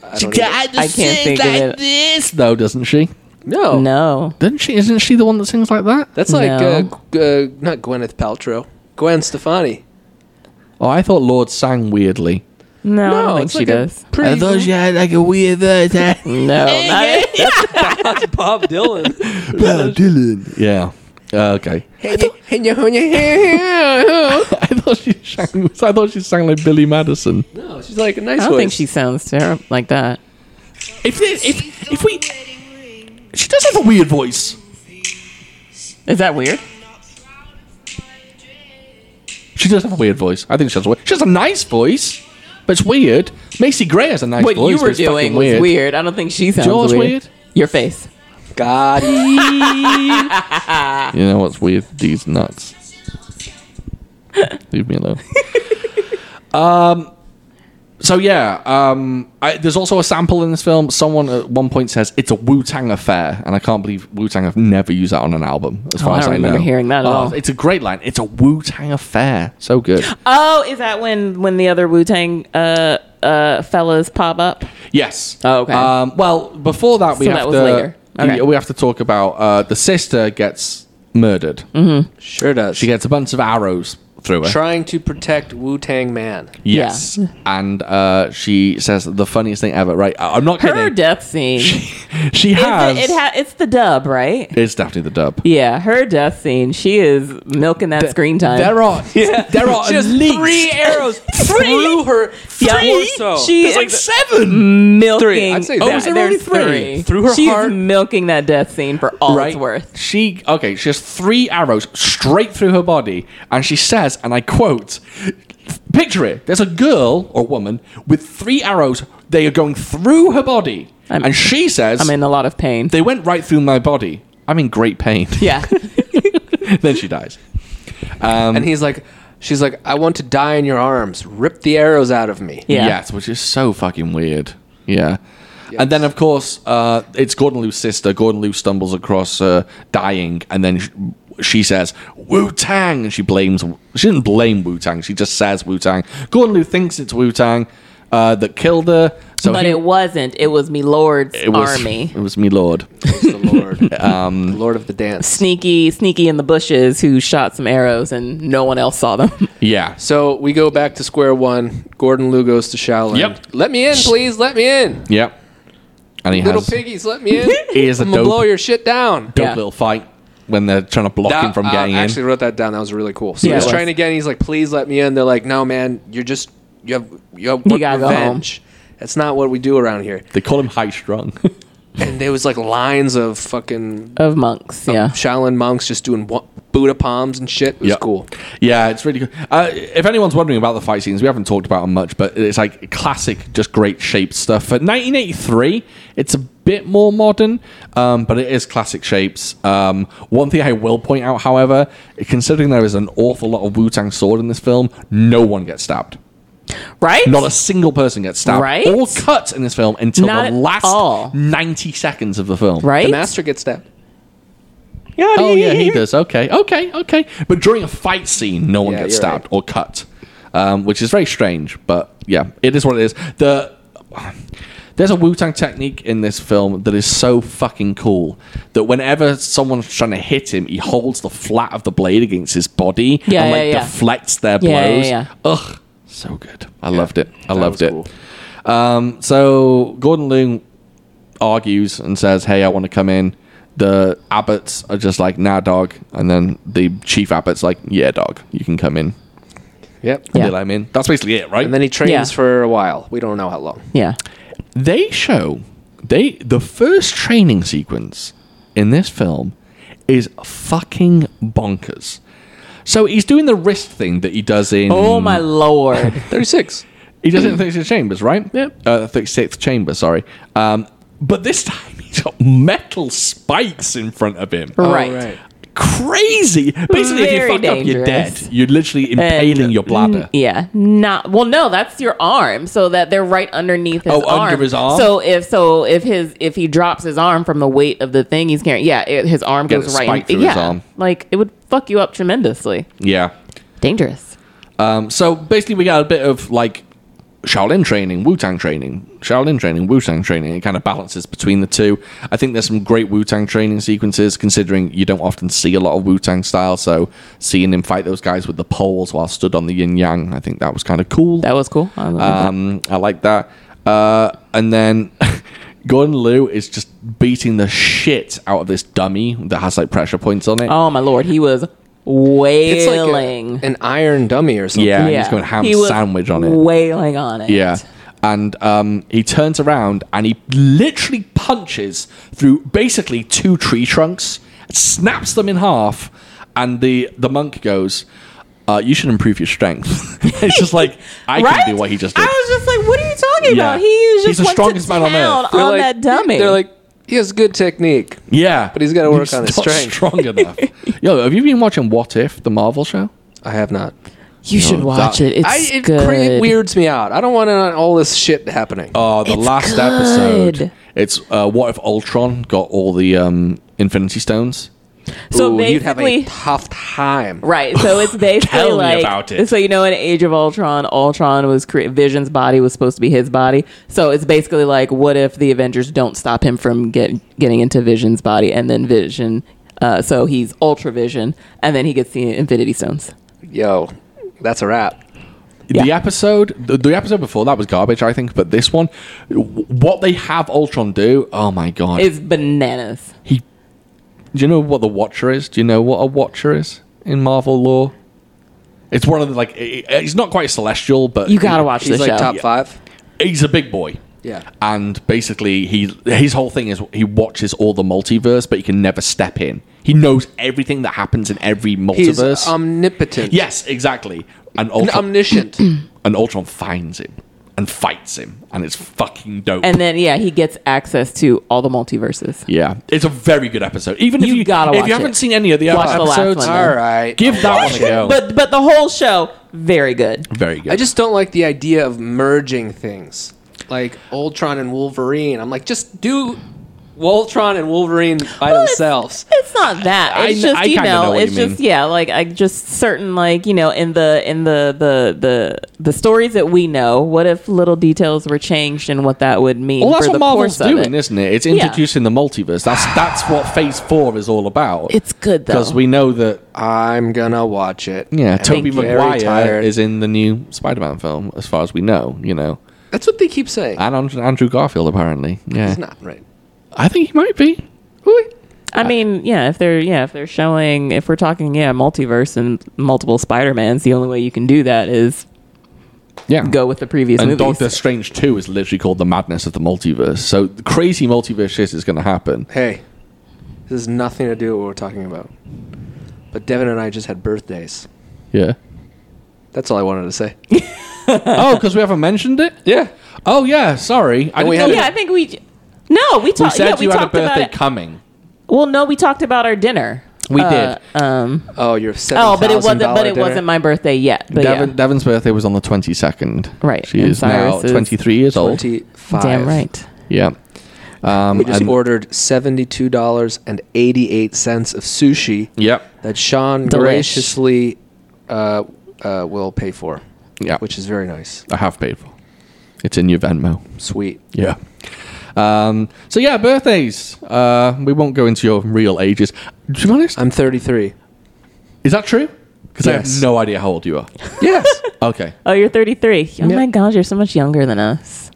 I don't either.
I can't think of it.
This though, doesn't she?
no.
No.
Doesn't she? Isn't she the one that sings like that?
That's like
No.
uh, g- uh, not Gwyneth Paltrow. Gwen Stefani.
Oh, I thought Lord sang weirdly.
No, I
No,
don't think
it's
she
like a
does.
Pretty
she had like a weird uh, voice.
No. not-
Bob Dylan.
Dylan. Yeah. Uh, Okay.
no,
I thought she sang. I thought she sang like Billy Madison.
she's like a nice
I don't
voice.
think she sounds terrible like that.
If if if we, she does have a weird voice.
Is that weird?
She does have a weird voice. I think she has a weird. She has a nice voice, but it's weird. Macy Gray has a nice
What
voice.
you
but
were
it's fucking
doing was weird. I don't think she sounds
Yours
weird.
weird?
Your face.
God.
You know what's weird? These nuts. Leave me alone. um. So yeah, um, I, there's also a sample in this film. Someone at one point says it's a Wu Tang affair, and I can't believe Wu Tang have never used that on an album. As
Oh,
far
I
as
don't
I
remember
know,
hearing that at
Oh,
all.
It's a great line. It's a Wu Tang affair. So good.
Oh, is that when when the other Wu Tang uh uh fellas pop up?
Yes.
Oh, okay.
Um, well, before that, we
So
have
that was
to
later. Okay.
we have to talk about uh, the sister gets murdered.
Mm-hmm.
Sure does.
She gets a bunch of arrows through her.
trying to protect Wu Tang Man.
Yes. And uh, she says the funniest thing ever, right? I- I'm not
Her
kidding.
death scene.
she
Is
has.
it, it ha- it's the dub, right?
it's Daphne the Dub.
Yeah, her death scene. She is milking that screen time.
There are, there are at
Just
least
three arrows through her
Yeah.
torso.
She
There's like
is
seven.
milking.
three. I'd say
that-
that. Oh, is
there only
there's
three?
Through
Through
her
her
She's
heart?
milking that death scene for all it's worth.
She okay. She has three arrows straight through her body, and she says, and I quote: "Picture it. There's a girl or woman with three arrows. They are going through her body,
I'm-
and she says,
I'm in a lot of pain.
they went right through my body. I'm in great pain.
yeah.
then she dies.
Um,
and he's like, she's like, I want to die in your arms. Rip the arrows out of me.
Yeah.
Yes, which is so fucking weird. Yeah. And then, of course, uh, it's Gordon Liu's sister. Gordon Liu stumbles across her dying, and then sh- she says, Wu Tang! And she blames, she didn't blame Wu Tang, she just says Wu Tang. Gordon Liu thinks it's Wu Tang uh, that killed her. So
but
he-
it wasn't. It was Milord's
it was,
army.
It was me, Lord.
He's the Lord. um, the Lord of the Dance.
Sneaky, sneaky in the bushes who shot some arrows and no one else saw them.
Yeah.
So we go back to square one. Gordon Liu goes to Shaolin.
Yep.
Let me in, please. Let me in.
Yep. And he
Little
has
piggies, let me in.
He is a
I'm gonna
dope.
blow your shit down.
dope
Yeah.
little fight when they're trying to block him from
I
getting
actually
in.
wrote that down. That was really cool. So
Yeah,
he's
it was.
trying again. He's like, "Please let me in." They're like, "No, man, you're just you have you have
You gotta go home.
revenge. That's not what we do around here."
They call him high strung.
And there was like lines of fucking
Of monks, yeah.
Shaolin monks just doing wa- Buddha palms and shit. It was
Yeah.
cool.
Yeah, it's really good. Uh, if anyone's wondering about the fight scenes, we haven't talked about them much, but it's like classic, just great shaped stuff. For 1983, it's a bit more modern, um, but it is classic shapes. Um, one thing I will point out, however, considering there is an awful lot of Wu Tang sword in this film, no one gets stabbed.
Right?
Not a single person gets stabbed
Right?
or cut in this film until
Not
the
at
last
all.
90 seconds of the film.
right?
The master gets stabbed.
Oh yeah, he does. Okay, okay, okay. But during a fight scene, no one
Yeah,
gets
you're
stabbed
right.
or cut, um, which is very strange. But yeah, it is what it is. The there's a Wu Tang technique in this film that is so fucking cool that whenever someone's trying to hit him, he holds the flat of the blade against his body
Yeah,
and like
yeah, yeah.
deflects their
Yeah, yeah,
blows.
yeah.
Ugh, so good. I loved it. I
that
loved
was
it.
cool.
Um, so Gordon Liu argues and says, "Hey, I want to come in." The abbots are just like, "Nah, dog," and then the chief abbot's like, "Yeah, dog, you can come in."
Yep.
Yeah.
Yeah. I'm in. That's basically it, right?
And then he trains
Yeah.
for a while. We don't know how long.
yeah.
they show they the first training sequence in this film is fucking bonkers. So he's doing the wrist thing that he does in
Oh my
Mm.
lord.
Thirty-six.
He does it in 36 Chambers, right?
Yep.
Uh, 36th Chamber, sorry. Um, but this time he's got metal spikes in front of him.
right.
right.
Crazy. Basically, if you
Very
fuck up, you're dead.
dangerous.
You're literally impaling
And- Mm,
your bladder.
Yeah, not well. No, that's your arm, so that they're right underneath his
Oh, under
arm.
his arm?
So if so, if his if he drops his arm from the weight of the thing he's carrying, yeah, it, his arm
Get
goes
a
right.
spike through
yeah,
his arm.
like it would fuck you up tremendously.
Yeah.
Dangerous.
Um, so basically, we got a bit of like Shaolin training, Wu Tang training, Shaolin training, Wu Tang training. It kind of balances between the two. I think there's some great Wu Tang training sequences, considering you don't often see a lot of Wu Tang style. So seeing him fight those guys with the poles while stood on the yin yang, I think that was kind of cool.
That was cool. I love that.
Um, I like that. Uh, and then Gordon Liu is just beating the shit out of this dummy that has like pressure points on it.
Oh my lord, he was
It's like a-
wailing.
an iron dummy or something.
Yeah. he's going ham
was
sandwich on it.
Wailing on it.
Yeah. And um, he turns around and he literally punches through basically two tree trunks, snaps them in half, and the, the monk goes, uh, you should improve your strength. it's just like I
right?
can do what he just did.
I was just like, what are you talking
Yeah.
about? He
He's
just
the
went
strongest
to
man on
town on,
earth.
They're like-
that dummy.
They're like, he has good technique.
yeah,
But he's gotta work on his
not
strength.
Strong enough. Yo, have you been watching What If, the Marvel show?
I have not.
You should watch
that-
it. It's
I, it,
good.
cre- it weirds me out. I don't want all this shit happening.
Oh, the last
good.
episode. It's uh, what if Ultron got all the um, Infinity Stones?
so
Ooh,
basically,
you'd have a tough time.
Right, so it's basically
Tell me
like
about it.
so you know in Age of Ultron, Ultron was cre- Vision's body was supposed to be his body. So it's basically like what if the Avengers don't stop him from get, getting into Vision's body and then Vision uh, so he's Ultra Vision and then he gets the Infinity Stones.
Yo, that's a wrap.
The
Yeah.
episode, the, the episode before that was garbage, I think. But this one, w- what they have Ultron do? Oh my god!
It's bananas.
he, do you know what the Watcher is? Do you know what a Watcher is in Marvel lore? It's one of the like. i- i- He's not quite celestial, but
You gotta watch
He's
this
like
show.
top five.
he's a big boy.
Yeah.
And basically, he his whole thing is he watches all the multiverse, but he can never step in. He knows everything that happens in every
He's
multiverse.
um,
omnipotent.
Yes, exactly. And
N-
Ultron,
omniscient.
and Ultron finds him and fights him, and it's fucking dope.
And then yeah, he gets access to all the multiverses.
yeah, it's a very good episode. Even if
You
you
gotta
if
watch
you haven't
it.
seen any of the
Watch
other
the last
episodes,
one,
All right.
give that one a go.
But but the whole show very good.
very good.
I just don't like the idea of merging things, like Ultron and Wolverine. I'm like, just do Ultron and Wolverine by
Well, it's-
themselves.
It's not that.
I-
It's just
I
you
kinda know
know.
what
It's
you mean.
just yeah. Like I just certain like you know in the in the the the the stories that we know. What if little details were changed and what that would mean?
well, that's
for
what
the
Marvel's
course of
doing,
It.
is isn't it? It's introducing the multiverse. That's that's what Phase Four is all about.
it's good though.
because we know that
I'm gonna watch it.
Yeah,
And I'm
Toby
very
Maguire
tired.
is in the new Spider-Man film, as far as we know. You know,
That's what they keep saying.
and Andrew, Andrew Garfield apparently. Yeah,
It's not right.
I think he might be. Really?
I mean, yeah. If they're yeah, if they're showing, if we're talking yeah, multiverse and multiple Spider Mans, the only way you can do that is
Yeah.
go with the previous
And
movies.
Doctor Strange Two is literally called the Madness of the Multiverse. So the crazy multiverse shit is going to happen.
Hey, this has nothing to do with what we're talking about. But Devin and I just had birthdays.
Yeah.
That's all I wanted to say.
oh, because we haven't mentioned it.
yeah.
Oh yeah, sorry. I didn't
And we
know.
had-
yeah, I think we. No, we
we
talked.
said
Yeah, we
you had a
talked about
birthday
it.
coming.
Well, no, we talked about our dinner.
We
Uh,
did.
Um,
Oh, you're seven.
oh, but it wasn't. But it wasn't my birthday yet. But
Devin,
yeah.
Devin's birthday was on the twenty second.
Right,
She
and
is now
Cyrus is
twenty three years old.
Twenty-five.
Damn right.
Yeah. Um,
We just
and-
ordered seventy-two dollars and eighty-eight cents of sushi
Yep.
that Sean
Delish.
graciously uh, uh, will pay for.
Yeah.
which is very nice.
I have paid for. It's in your Venmo.
Sweet.
Yeah. Um, so yeah, birthdays. Uh, we won't go into your real ages. To be honest,
Um,
I'm 33.
is that true? Because I
Yes.
have no idea how old you are.
Yes.
Okay.
Oh, you're 33. Oh
Yeah.
my gosh, you're so much younger than us.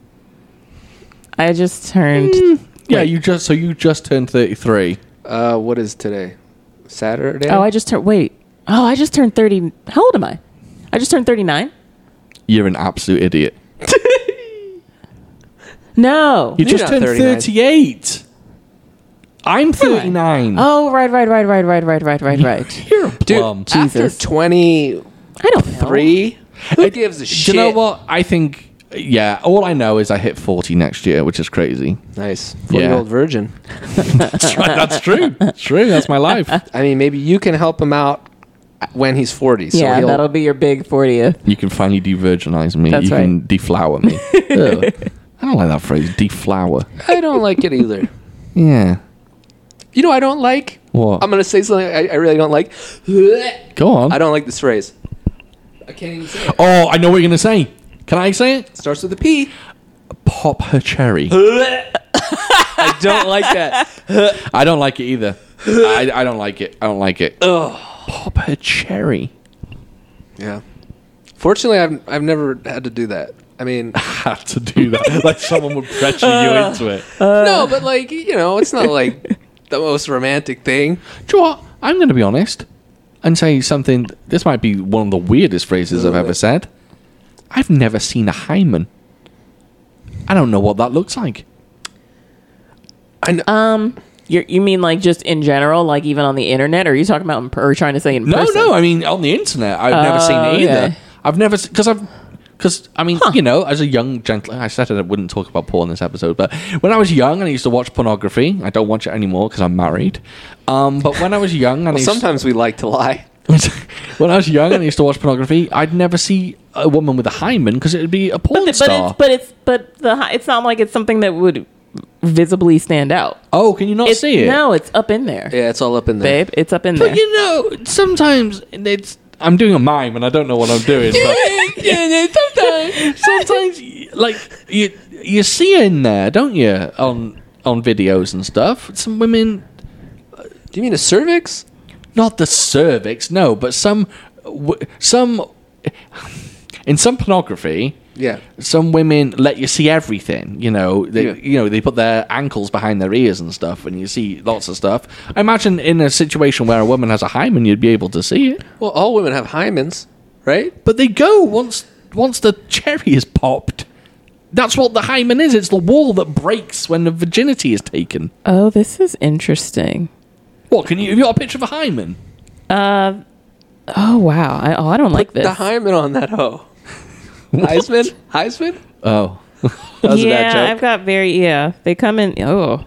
I just turned.
Yeah, you just so you just turned thirty three.
uh, what is today? Saturday.
Oh, I just turned. Wait. Oh, I just turned 30. How old am I? I just turned 39.
You're an absolute idiot.
No.
You
You're
just
not
turned
39.
thirty eight. I'm thirty nine.
Oh, right, right, right, right, right, right, right, right, right.
You're a
Dude,
plum.
after
Jesus.
23,
I don't know.
who gives a
Do
shit?
you know what? I think. Yeah. All I know is I hit forty next year, which is crazy.
Nice. 40 year old
Yeah.
virgin.
That's right. That's true. It's true. That's my life.
I mean, maybe you can help him out when he's 40. So
yeah,
he'll,
that'll be your big 40th.
You can finally de-virginize me.
That's
you can
right.
deflower me. Ugh. I don't like that phrase, deflower.
I don't like it either.
Yeah.
You know, I don't like.
What?
I'm going to say something I, I really don't like. I
Go on.
don't like this phrase. I can't even say it.
oh, I know what you're gonna say. Can I say it?
Starts with a P.
Pop her cherry.
I don't like that.
I don't like it either. I, I don't like it. I don't like it. Ugh. Pop her cherry.
Yeah. Fortunately, I've, I've never had to do that. I mean,
Had to do that. like someone would pressure you into it.
Uh.
no, but like, you know, it's not like the most romantic thing.
Do you know what? I'm gonna be honest and say something. This might be one of the weirdest phrases I've ever said. I've never seen a hymen. I don't know what that looks like.
I know.
Um, You're, you mean like just in general, like even on the internet? Or are you talking about in, per- or trying to say in
No,
person?
no. I mean, on the internet, I've never seen
Oh,
it either.
okay.
I've never because I've because I mean, you know, as a young gentleman, I said I wouldn't talk about porn this episode, but when I was young and I used to watch pornography, I don't watch it anymore because I'm married. Um, but when I was young and I
Well,
used
sometimes we like to lie.
when I was young and I used to watch pornography, I'd never see a woman with a hymen because it would be a porn
But, the- but
star.
it's but it's but the hi- it's not like it's something that would visibly stand out.
oh, can you not
It's,
see it?
No, it's up in there,
Yeah, it's all up in there.
babe. It's up in there.
But you know, sometimes it's. I'm doing a mime and I don't know what I'm doing. But sometimes, sometimes, like you, you see it in there, don't you? On on videos and stuff. Some women,
Do you mean a cervix?
not the cervix, no, but some, w- some, in some pornography,
Yeah.
some women let you see everything. You know, they,
Yeah.
you know, they put their ankles behind their ears and stuff, and you see lots of stuff. I imagine in a situation where a woman has a hymen, you'd be able to see it.
Well, all women have hymens, right?
But they go once once the cherry is popped. That's what the hymen is. It's the wall that breaks when the virginity is taken.
oh, this is interesting.
What can you? Have you got a picture of a hymen?
Uh, oh wow. I, oh, I don't like this.
The hymen on that hoe. Heisman? Heisman?
Oh,
That was
yeah,
a bad joke.
I've got very yeah. They come in. Oh,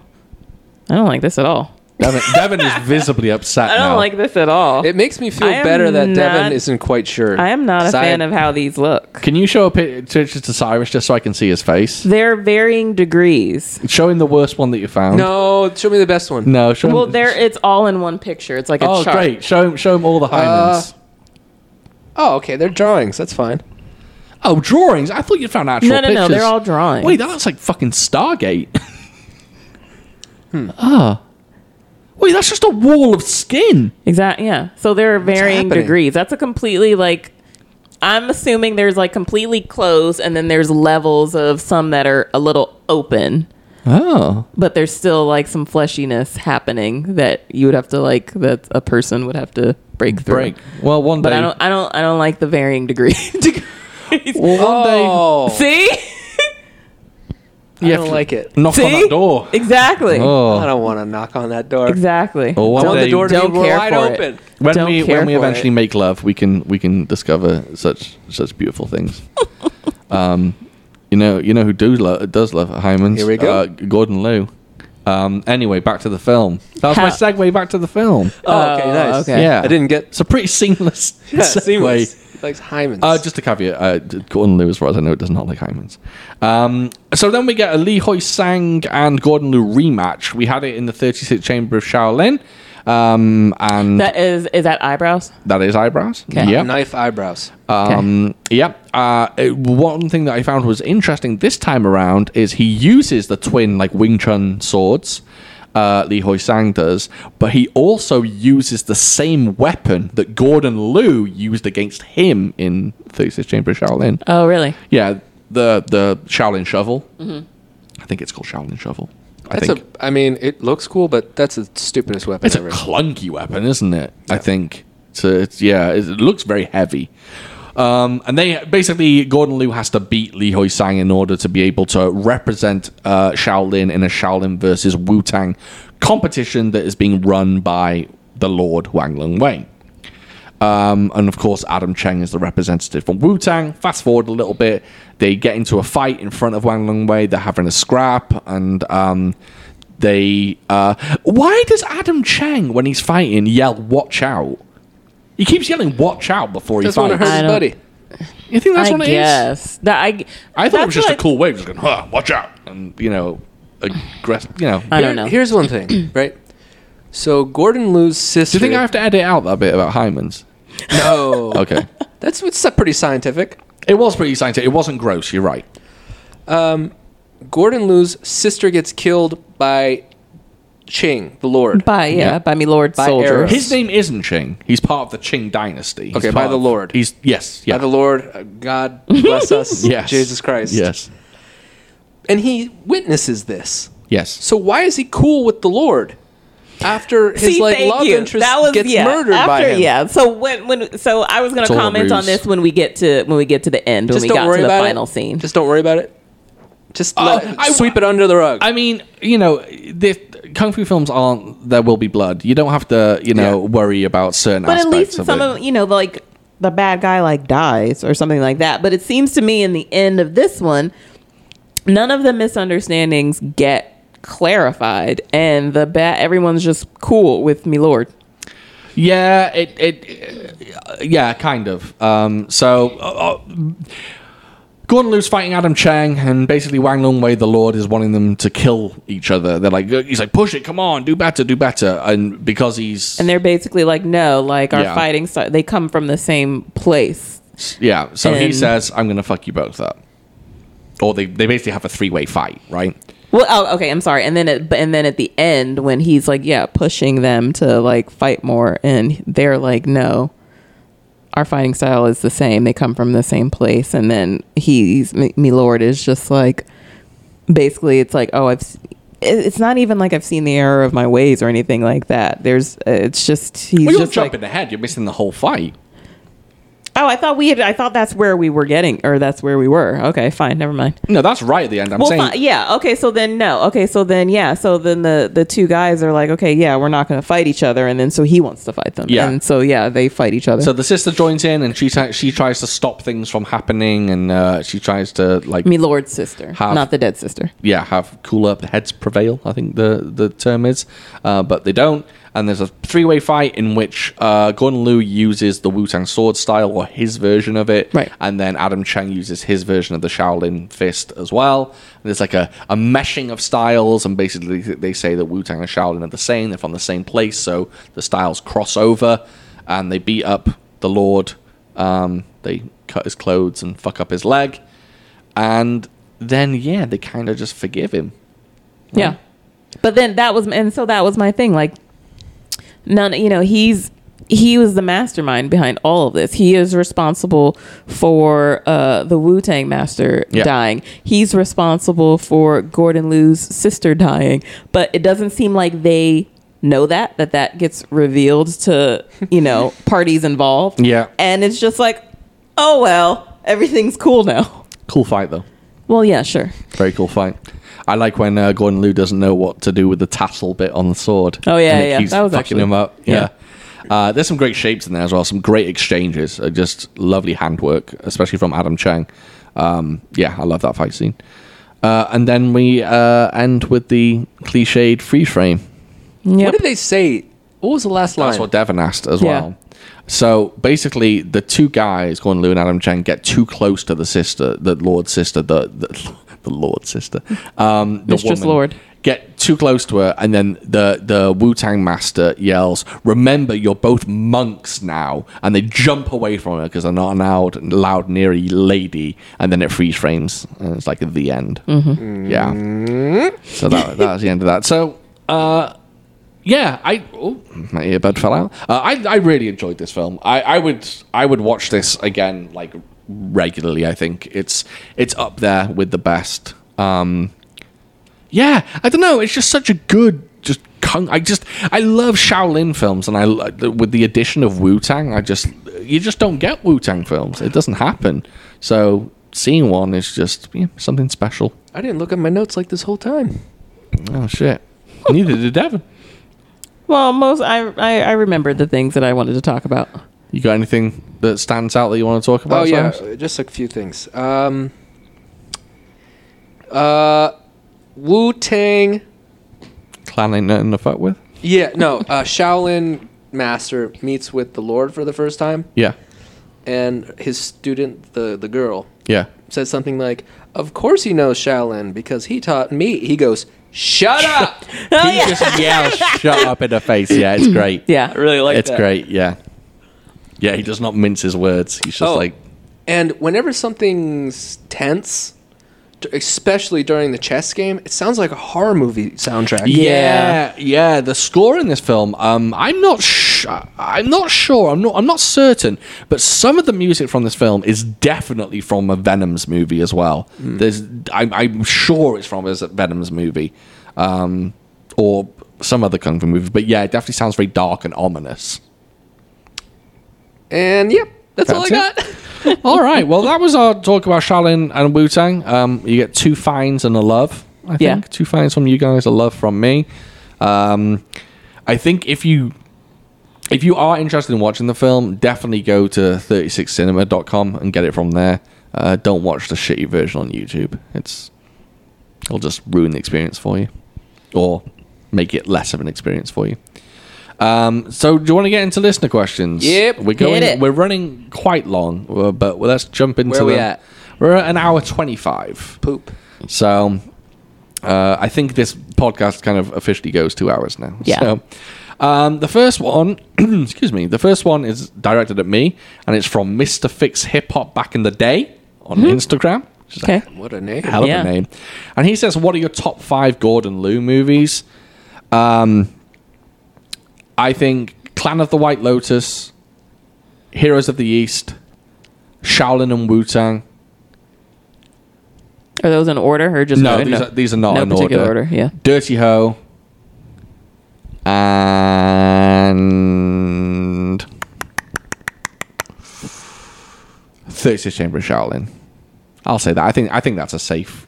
I don't like this at all.
Devin, Devin is visibly upset.
I don't
now.
like this at all.
It makes me feel
I am
better that
not-
Devin isn't quite sure.
I am not a
'Cause I-
fan of how these look.
Can you show a pi- picture to Cyrus just so I can see his face?
They're varying degrees.
Showing the worst one that you found.
No, show me the best one.
no. Show him-
Well, there it's all in one picture. It's like a
Oh,
chart.
great! Show him. Show him all the hymens.
Oh, okay. They're drawings. That's fine.
oh, drawings. I thought you found actual.
No, no,
pictures.
no. They're all drawings.
Wait, that looks like fucking Stargate.
Hmm.
Ah. Wait, that's just a wall of skin.
Exactly. Yeah. So there are varying
happening?
degrees. That's a completely like. I'm assuming there's like completely closed, and then there's levels of some that are a little open,
Oh.
but there's still like some fleshiness happening that you would have to like that a person would have to break through.
Break. Well, one day.
But I don't. I don't. I don't like the varying degree. degrees.
Well, one
See.
day. you
I
have
don't
to
like it.
Knock on
See?
that door.
Exactly.
I
Oh.
don't want to knock on that door.
Exactly.
Oh,
I
one
want
day.
the door to
Don't
be
care
wide
for it.
open.
when
Don't
we
care
when we
for
eventually
it.
make love, we can we can discover such such beautiful things. um, you know you know who do lo- does love hymens.
Here we go.
Uh, Gordon Liu. Um, anyway, back to the film. That was my
How-
segue back to the film.
Oh, okay.
Oh,
Nice.
okay.
Yeah.
I didn't get.
It's a pretty seamless
Yeah,
segue.
seamless. He likes hymens.
Uh, just a caveat. Uh, d- Gordon Liu, as far as I know, does not like hymens. Um, so then we get a Lee Hoi Sang and Gordon Liu rematch. We had it in the 36th chamber of Shaolin. Um, and
That is. Is that eyebrows?
that is eyebrows.
Okay.
Yep.
knife eyebrows.
Um, Yep. Uh, it- one thing that I found was interesting this time around is he uses the twin like Wing Chun swords. Uh, Lee Hoi Sang does, but he also uses the same weapon that Gordon Liu used against him in 36th Chamber of Shaolin.
Oh, really?
Yeah, the the Shaolin shovel. I think it's called Shaolin shovel. I
Mm-hmm. That's
think
a. I mean, it looks cool, but that's the stupidest weapon
it's a
ever.
clunky weapon, isn't it? I think. So it's yeah, it looks very heavy. Um, and they basically Gordon Liu has to beat Li Hoi Sang in order to be able to represent uh, Shaolin in a Shaolin versus Wu Tang competition that is being run by the Lord Wang Lung Wei. Um, and of course, Adam Cheng is the representative from Wu Tang. Fast forward a little bit, they get into a fight in front of Wang Lungwei. They're having a scrap, and um, they. Uh, why does Adam Cheng, when he's fighting, yell "Watch out"? He keeps yelling "Watch out" before he
Just want to
fights.
hurt
I
his
don't-
buddy.
You think that's
I
what it is?
guess. That, I,
I thought it was
that's
just a
what-
cool wave, just going huh, "Watch out," and you know, aggressive. You know, do
I don't know.
Here's one thing, right? So Gordon Liu's sister.
you think I have to edit out that bit about hymens?
No.
Okay,
That's it's pretty scientific.
it was pretty scientific. It wasn't gross. You're right.
Gordon Liu's sister gets killed by Ching, the Lord.
by yeah,
Yeah.
by me Lord
By
soldier.
arrows.
His name isn't Qing. He's part of the Qing dynasty. He's
Okay, by
part
the
of-
Lord.
He's yes, yeah,
By the Lord, uh, God bless us,
yes,
Jesus Christ.
Yes,
And he witnesses this.
yes.
So why is he cool with the Lord after his
See,
like
thank
love
you.
interest
That was-
gets
yeah,
murdered
after,
by him?
Yeah. So when when so I was gonna
It's all a
comment on
ruse.
this when we get to when we get to the end when
Just
we
don't
got
worry
to the
about
final
it. Uh,
scene.
Just don't worry about it. Just
Oh,
let-
I-
sweep it under the rug.
I mean, you know, the kung fu films aren't. There will be blood. You don't have to, you know,
Yeah.
worry about certain
but at
aspects
least
of
some
it.
of you know like the bad guy like dies or something like that but it seems to me in the end of this one none of the misunderstandings get clarified and the bat everyone's just cool with me lord
Yeah, it, it, uh, yeah, kind of. Um, so, uh, uh, Gordon Liu's fighting Adam Chang, and basically Wang Lungwei, the Lord, is wanting them to kill each other. They're like, he's like, push it, come on, do better, do better, and because he's,
and they're basically like no like our
Yeah.
fighting sti- they come from the same place
yeah, so he
and-
says, I'm gonna fuck you both up, or they they basically have a three way fight, right?
well oh okay i'm sorry and then at, but- and then at the end when he's like yeah pushing them to like fight more and they're like no our fighting style is the same they come from the same place and then he's M- me lord is just like basically it's like oh i've s- it- it's not even like i've seen the error of my ways or anything like that there's uh, it's just he's
Well, you're
just like,
jumping ahead, you're missing the whole fight.
oh i thought we had i thought that's where we were getting or that's where we were okay fine never mind
No, that's right at the end. I'm
well,
saying,
fi- yeah. Okay, so then no. Okay, so then yeah. So then the the two guys are like, okay, yeah, we're not going to fight each other, and then so he wants to fight them.
Yeah.
And so yeah, they fight each other.
So
So
the sister joins in, and she t- she tries to stop things from happening, and uh, she tries to like
me Lord's sister,
Half.
not the dead sister.
yeah, have cooler heads prevail. I think the the term is, uh, but they don't. And there's a three way fight in which uh, Gordon Liu uses the Wu Tang sword style or his version of it,
Right.
And then Adam Chang uses his version of the Shaolin fist as well. And there's like a, a meshing of styles, and basically they say that Wu Tang and Shaolin are the same. They're from the same place, so the styles cross over, and they beat up the Lord. Um, they cut his clothes and fuck up his leg and then yeah, they kind of just forgive him.
Yeah. But then that was, and so that was my thing. Like, none, you know, he's he was the mastermind behind all of this. He is responsible for uh, the Wu Tang Master
Yeah.
dying. He's responsible for Gordon Liu's sister dying. But it doesn't seem like they know that that that gets revealed to you know parties involved.
Yeah.
and it's just like, oh well, everything's cool now.
Cool fight though,
Well, yeah, sure.
very cool fight. I like when uh, Gordon Liu doesn't know what to do with the tassel bit on the sword.
Oh, yeah,
And it
yeah,
keeps
that was
fucking
actually-
him up. Yeah. Uh, there's some great shapes in there as well. Some great exchanges. Uh, just lovely handwork, especially from Adam Chang. Um, yeah, I love that fight scene. Uh, and then we uh, end with the cliched freeze frame.
Yep.
What did they say? What was the last line?
That's what Devon asked as
Yeah.
well. So basically, the two guys, Gordon Liu and Adam Chang, get too close to the sister, the Lord sister, the the, the Lord sister, um, the
Mistress
woman,
Lord.
Get too close to her, and then the the Wu Tang master yells, "Remember, you're both monks now!" And they jump away from her because they're not allowed allowed near a lady. And then it freeze frames, and it's like the end.
Mm-hmm.
Yeah. So that that was the end of that. So. Uh, yeah, I oh, my earbud fell out. Uh, I I really enjoyed this film. I, I would I would watch this again like regularly. I think it's it's up there with the best. Um, yeah, I don't know. It's just such a good just kung. I just I love Shaolin films, and I lo- with the addition of Wu Tang, I just you just don't get Wu Tang films. It doesn't happen. So seeing one is just yeah, something special.
I didn't look at my notes like this whole time.
Oh shit! Neither did Devon.
Well, most I, I I remembered the things that I wanted to talk about.
You got anything that stands out that you want to talk about?
Oh yeah,
Cyrus?
uh, just a few things. Um, uh, Wu Tang.
Clan ain't nothing to fuck with.
Yeah, no. Uh, Shaolin master meets with the Lord for the first time,
Yeah,
and his student, the the girl,
yeah.
says something like, "Of course he knows Shaolin because he taught me." He goes, "Shut up!"
Oh
he just yells "shut up" in her face. Yeah, it's great.
Yeah.
really like
it's great. Yeah, yeah. He does not mince his words. He's just
Oh.
like,
And whenever something's tense, d- especially during the chess game, it sounds like a horror movie soundtrack.
yeah, yeah. The score in this film, um, I'm not, sh- I'm not sure. I'm not, I'm not certain. But some of the music from this film is definitely from a Venom's movie as well. There's, I'm, I'm sure it's from a Venom's movie, um, or some other kung fu movie. But yeah, it definitely sounds very dark and ominous.
And yep, that's all I
That's
got.
it. All right. Well, that was our talk about Shaolin and Wu Tang. Um, you get two fines and a love. I think
Yeah.
two fines from you guys, a love from me. Um, I think if you if you are interested in watching the film, definitely go to 36cinema.com and get it from there. Uh, don't watch the shitty version on YouTube. It's it'll just ruin the experience for you, or make it less of an experience for you. Um, so, do you want to get into listener questions?
Yep.
we're going.
it.
We're running quite long, uh, but let's jump into.
Where we
the-
at?
We're at an hour twenty-five.
Poop.
So uh, I think this podcast kind of officially goes two hours now.
Yeah.
So, um, the first one, excuse me, the first one is directed at me, and it's from Mr. Fix Hip Hop back in the day on
Mm-hmm.
Instagram. which is a
Okay.
What a name.
Hell of
Yeah.
a name. And he says, "What are your top five Gordon Liu movies?" Um, I think Clan of the White Lotus, Heroes of the East, Shaolin and Wu Tang,
Are those in order or just
no,
order?
these, Are, these are not
no
in
particular
order.
Yeah.
Dirty Ho. And. 36 Chamber of Shaolin. I'll say that. I think I think that's a safe.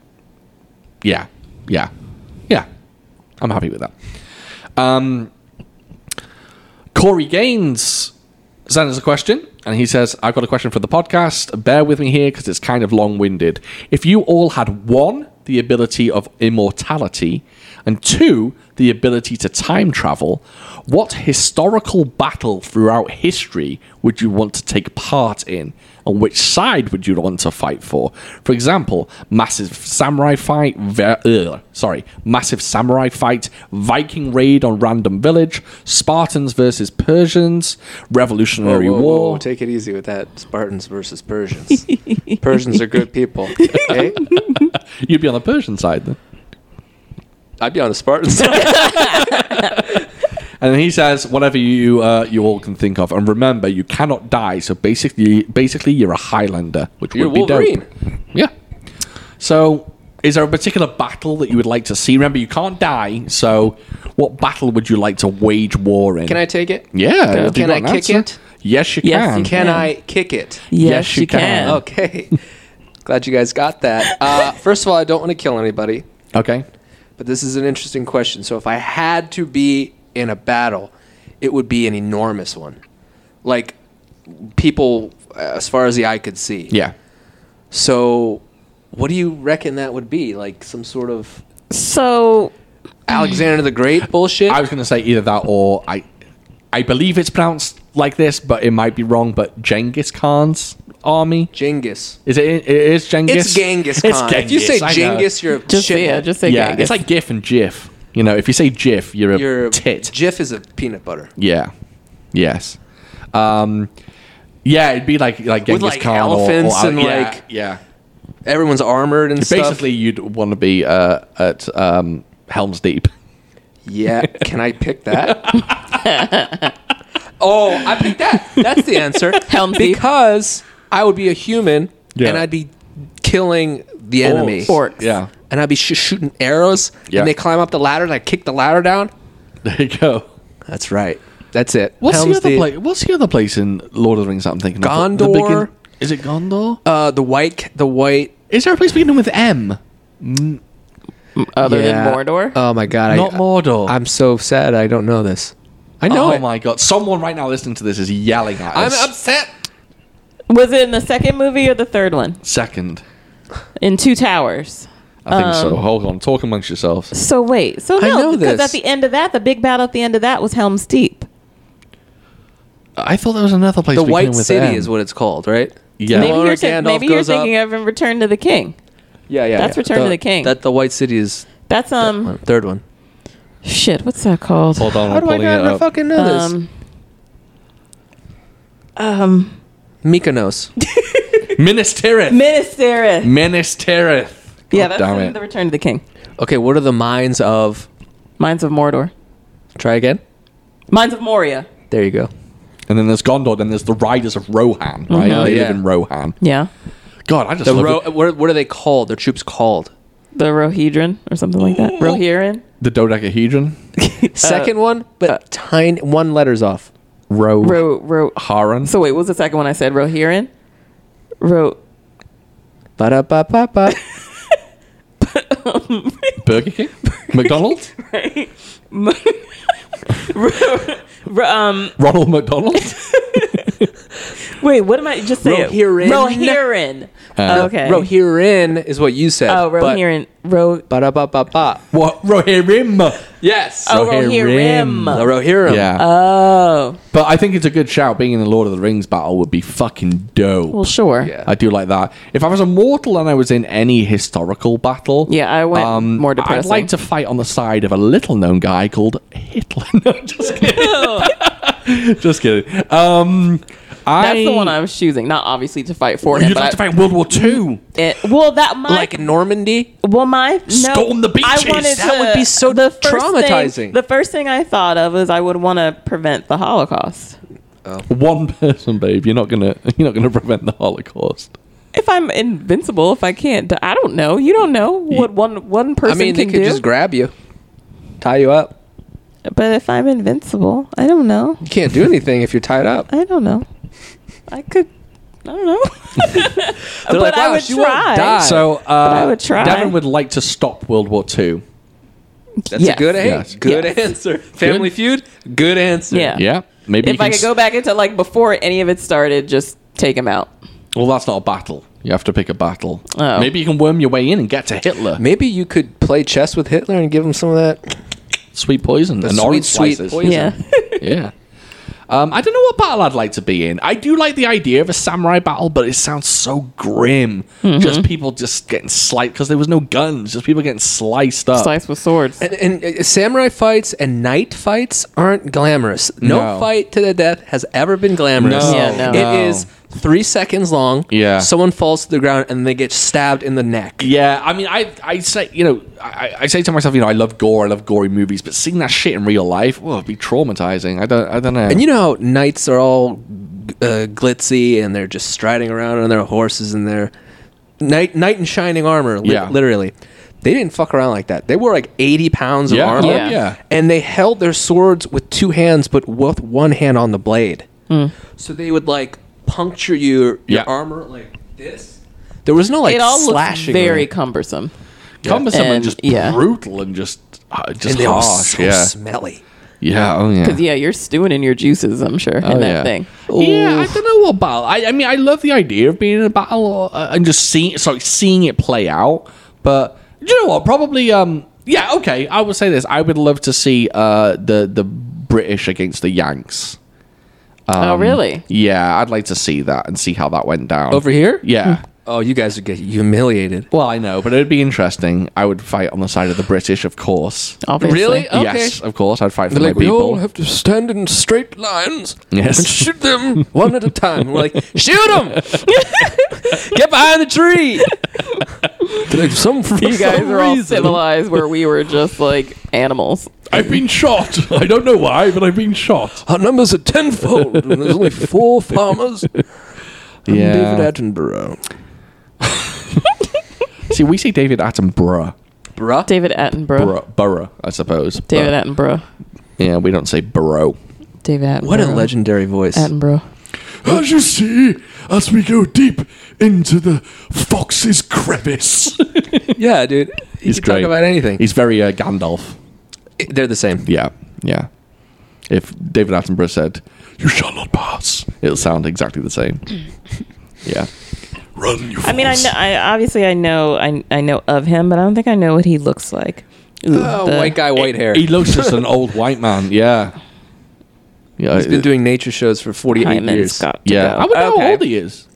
Yeah. Yeah. Yeah. I'm happy with that. Um, Corey Gaines sent us a question, and he says, I've got a question for the podcast. Bear with me here because it's kind of long winded. If you all had one, the ability of immortality, and two, the ability to time travel, what historical battle throughout history would you want to take part in? And which side would you want to fight for? For example, massive samurai fight, ver- ugh, sorry, massive samurai fight, Viking raid on random village, Spartans versus Persians, Revolutionary War.
Take it easy with that. Spartans versus Persians. Persians are good people. Okay?
You'd be on the Persian side then.
I'd be on the Spartans. I
And he says, whatever you uh, you all can think of, and remember, you cannot die. So basically, basically, you're a Highlander, which
You're
would be
Wolverine.
dope. Yeah. So, is there a particular battle that you would like to see? Remember, you can't die. So, what battle would you like to wage war in?
Can I take it?
Yeah. have you
Can
got
I
an
kick
answer?
it?
Yes, you
Yes,
can.
you
Can
Yeah.
I kick it?
Yes,
Yes, you
you, can. Oh.
can.
Okay. Glad you guys got that. Uh, first of all, I don't want to kill anybody,
Okay.
but this is an interesting question. So if I had to be in a battle, it would be an enormous one. Like people uh, as far as the eye could see.
Yeah.
So what do you reckon that would be? Like some sort of
So
Alexander the Great bullshit?
I was going to say either that or I. I believe it's pronounced like this, but it might be wrong. But Genghis Khan's army.
Genghis.
Is it? It is Genghis.
It's Genghis Khan. If you say
I know.
Genghis, you're a
just
shit.
yeah, just say
yeah, it's
Genghis.
like GIF and GIF. You know, if you say GIF, you're a
you're
tit.
Jif is a peanut butter.
yeah. Yes. Um. Yeah, it'd be like like Genghis
like,
Khan or-
elephants
or,
and,
yeah,
like,
yeah.
Everyone's armored and stuff.
Basically, you'd want to be uh, at um, Helm's Deep.
Yeah. Can I pick that? oh, I picked that. That's the answer.
Helm's Deep.
because I would be a human
Yeah.
and I'd be killing the enemy.
Orcs.
Yeah.
And I'd be sh- shooting arrows.
Yeah.
And they climb up the ladder and I kick the ladder down.
There you go.
That's right. That's it.
What's the
Helm's
other
Deep.
place? What's the other place in Lord of the Rings that I'm thinking? of? The- the
Gondor.
begin- is it Gondor?
Uh, the white. The white.
Is there a place beginning with M?
other
Yeah.
than Mordor.
Uh,
Oh my god.
Not
I,
Mordor.
I'm so sad. I don't know this. I know
oh
it.
my god! Someone right now listening to this is yelling at
I'm
us.
upset.
Was it in the second movie or the third one?
Second,
In Two Towers.
I think so. Hold on, talk amongst yourselves.
So wait, so
I know
no, because
this.
at the end of that, the big battle at the end of that was Helm's Deep.
I thought there was another place.
The
beginning
White
with
City
M.
is what it's called, right?
Yeah.
Maybe
Lower
you're, thi-
Gandalf
maybe you're
goes up.
thinking of in Return to the King.
Yeah, yeah.
That's
yeah.
Return of the King.
That the White City is
That's um
third one.
shit. What's that called?
Hold on, I'm pulling it up.
fucking know
Um, um,
Mykonos.
Minas Tirith.
Minas Tirith.
Minas Tirith.
yeah,
God
that's
Mm, damn
in
it.
the Return to the King.
Okay, what are the mines of?
Mines of Mordor.
Try again.
Mines of Moria.
There you go.
and then there's Gondor. Then there's the Riders of Rohan. Right?
Mhm.
They
Yeah.
live in Rohan.
Yeah,
Mm-hmm. God, I just
The
love
ro-
it.
what, what are they called? Their troops called.
the Rohedron or something like that. Rohirrim.
the dodecahedron.
Second one, but tiny one letters off.
Ro.
Uh, Ro Ro.
Haran.
So wait, what was the second one I said? Rohirrim. wrote
Ba-da-ba-ba-ba.
Burger King, McDonald's,
right? Ro- um,
Ronald McDonald.
wait, what am I just saying?
Rohirrim.
Rohirrim. Oh, okay.
Rohirrim is what you said.
oh,
but-
Rohirrim. Ro-
Ba-da-ba-ba-ba.
what Rohirrim?
Yes.
oh, Rohirrim.
The Rohirrim.
Yeah,
Oh.
but I think it's a good shout. Being in the Lord of the Rings battle would be fucking dope.
Well, sure.
Yeah.
I do like that. If I was a mortal and I was in any historical battle, um,
Yeah, I went more
I'd
depressing.
like to fight on the side of a little-known guy called Hitler. no, just kidding. just kidding. Um,
That's
I,
the one I was choosing. Not obviously to fight for
You'd
him,
like
but
to fight World War Two.
it, well, that might
Like Normandy.
Well, my no,
Storm the beaches.
I wanted
That
to-
would be so
the first
traumatizing.
thing- the first thing I thought of was I would want to prevent the Holocaust.
One person, babe. You're not gonna. You're not gonna prevent the Holocaust.
If I'm invincible, if I can't, die, I don't know. You don't know what one one
I
person
mean, they
can
could
do.
just grab you, tie you up.
but if I'm invincible, I don't know.
You can't do anything if you're tied up.
I don't know. I could. I don't know. but
like,
I
"Wow,
would
she won't
try.
die."
So uh,
I would try.
Devin would like to stop World War Two.
That's
Yes.
a good
Yes.
answer. Good
Yes.
answer. Family Feud. Good answer.
Yeah.
Yeah, maybe you
If
can
I could
s-
go back into like before any of it started, just take him out.
Well, that's not a battle. You have to pick a battle.
Oh.
Maybe you can worm your way in and get to Hitler.
Maybe you could play chess with Hitler and give him some of that.
Sweet poison and
sweet,
orange
sweet
slices.
poison.
Yeah.
yeah. Um, I don't know what battle I'd like to be in. I do like the idea of a samurai battle, but it sounds so grim.
Mm-hmm.
Just people just getting sliced because there was no guns. Just people getting sliced up.
Slice with swords.
And, and uh, samurai fights and knight fights aren't glamorous. No,
No.
fight to the death has ever been glamorous.
No.
Yeah, no.
No.
It is three seconds long.
Yeah.
Someone falls to the ground and they get stabbed in the neck.
Yeah, I mean, I I say you know I, I say to myself, you know, I love gore, I love gory movies, but seeing that shit in real life, well, it'd be traumatizing. I don't I don't know.
And you know how knights are all uh, glitzy and they're just striding around on their horses and their knight, knight in shining armor, li-
Yeah.
literally. They didn't fuck around like that. They wore like 80 pounds of
Yeah.
armor.
Yeah. Yeah.
And they held their swords with two hands, but with one hand on the blade. So they would like puncture your, your
Yeah.
armor like this. There was no like
it all looks
slashing. or
very
anything.
cumbersome.
cumbersome and,
And-
just
yeah.
brutal and just uh, just
and they were
harsh.
so
yeah,
smelly.
yeah, oh yeah.
Because yeah, you're stewing in your juices, I'm sure,
Oh,
in that thing.
Oh, Yeah, I don't know what battle. I, I mean, I love the idea of being in a battle uh, and just seeing, sorry, seeing it play out. But you know what? Probably, um, yeah, okay. I would say this. I would love to see uh, the the British against the Yanks.
Um,
oh, really?
Yeah, I'd like to see that and see how that went down
Over here?
Yeah.
Oh, you guys would get humiliated.
Well, I know, but it'd be interesting. I would fight on the side of the British, of course.
Obviously.
Really? Okay.
Yes, of course. I'd fight for
They're
my
like, oh, we all
people.
have to stand in straight lines
Yes.
and shoot them one at a time. And we're like, shoot them! Get behind the tree! They're like, some for
You guys
some
are all
reason.
civilized where we were just like animals.
I've been shot. I don't know why, but I've been shot.
Our numbers are tenfold, and there's only four farmers. I'm
Yeah.
David Attenborough.
See, we say David Attenborough.
Bruh.
David Attenborough.
Burrow, Burrow I suppose.
David
But,
Attenborough.
yeah, we don't say Burrow.
David Attenborough.
What a legendary voice.
Attenborough.
As you see, as we go deep into the fox's crevice.
yeah, dude. He
He's
can talk
great.
about anything.
He's very uh, Gandalf.
They're the same.
Yeah, yeah. If David Attenborough said, "You shall not pass," it'll sound exactly the same. yeah. Run, you.
I mean, I know. I obviously I know. I I know of him, but I don't think I know what he looks like. Ooh,
Oh,
the-
white guy, white hair.
He looks just an old white man. Yeah. Yeah. uh,
He's been doing nature shows for 48
Hyman's
years.
got to
Yeah.
go.
I would know
Okay.
how old he is.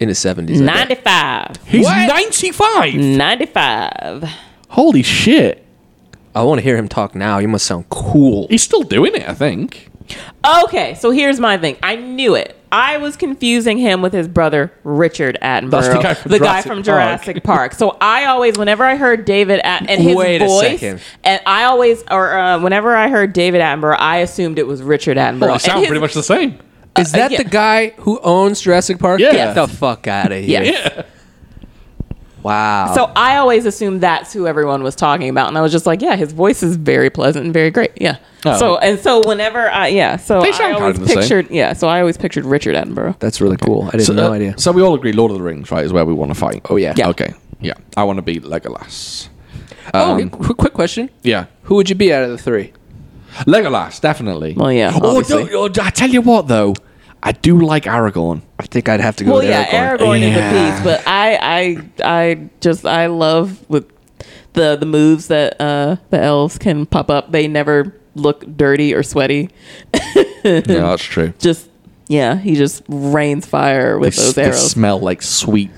In his 70s. I bet.
Ninety-five.
He's
What?
ninety-five.
Ninety-five.
Holy shit!
I want to hear him talk now. You must sound cool.
He's still doing it. I think.
Okay, so here's my thing. I knew it. I was confusing him with his brother Richard Attenborough,
That's the guy from Jurassic
from
Park.
Jurassic Park. So I always, whenever I heard David at and his
Wait a
voice,
second.
and I always, or uh, whenever I heard David Attenborough, I assumed it was Richard Attenborough.
Well, they
And
sound
his-
pretty much the same.
Is that
yeah.
the guy who owns Jurassic Park?
Yeah.
Get the fuck out of here.
Yes.
Yeah.
Wow.
So I always assumed that's who everyone was talking about, and I was just like, yeah, his voice is very pleasant and very great. Yeah.
Oh.
So and so whenever I yeah so
They sound
I
kind
always
of the same.
pictured yeah so I always pictured Richard Attenborough.
that's really cool. I did
So,
not no
uh,
idea.
So we all agree Lord of the Rings, right, is where we want to fight.
Oh, yeah.
Yeah.
Okay. Yeah. I want to be Legolas.
oh,
um,
quick, quick question.
Yeah.
Who would you be out of the three?
Legolas, definitely.
Well, yeah,
Oh,
obviously.
don't- oh, I tell you what, though. I do like Aragorn.
I think I'd have to go
Well,
with
yeah,
Aragorn.
Aragorn
Yeah.
is a piece, but I, I, I just I love with the the moves that uh, the elves can pop up. They never look dirty or sweaty.
yeah, that's true.
Just yeah, he just rains fire with
They s-
those
they
arrows.
smell like sweet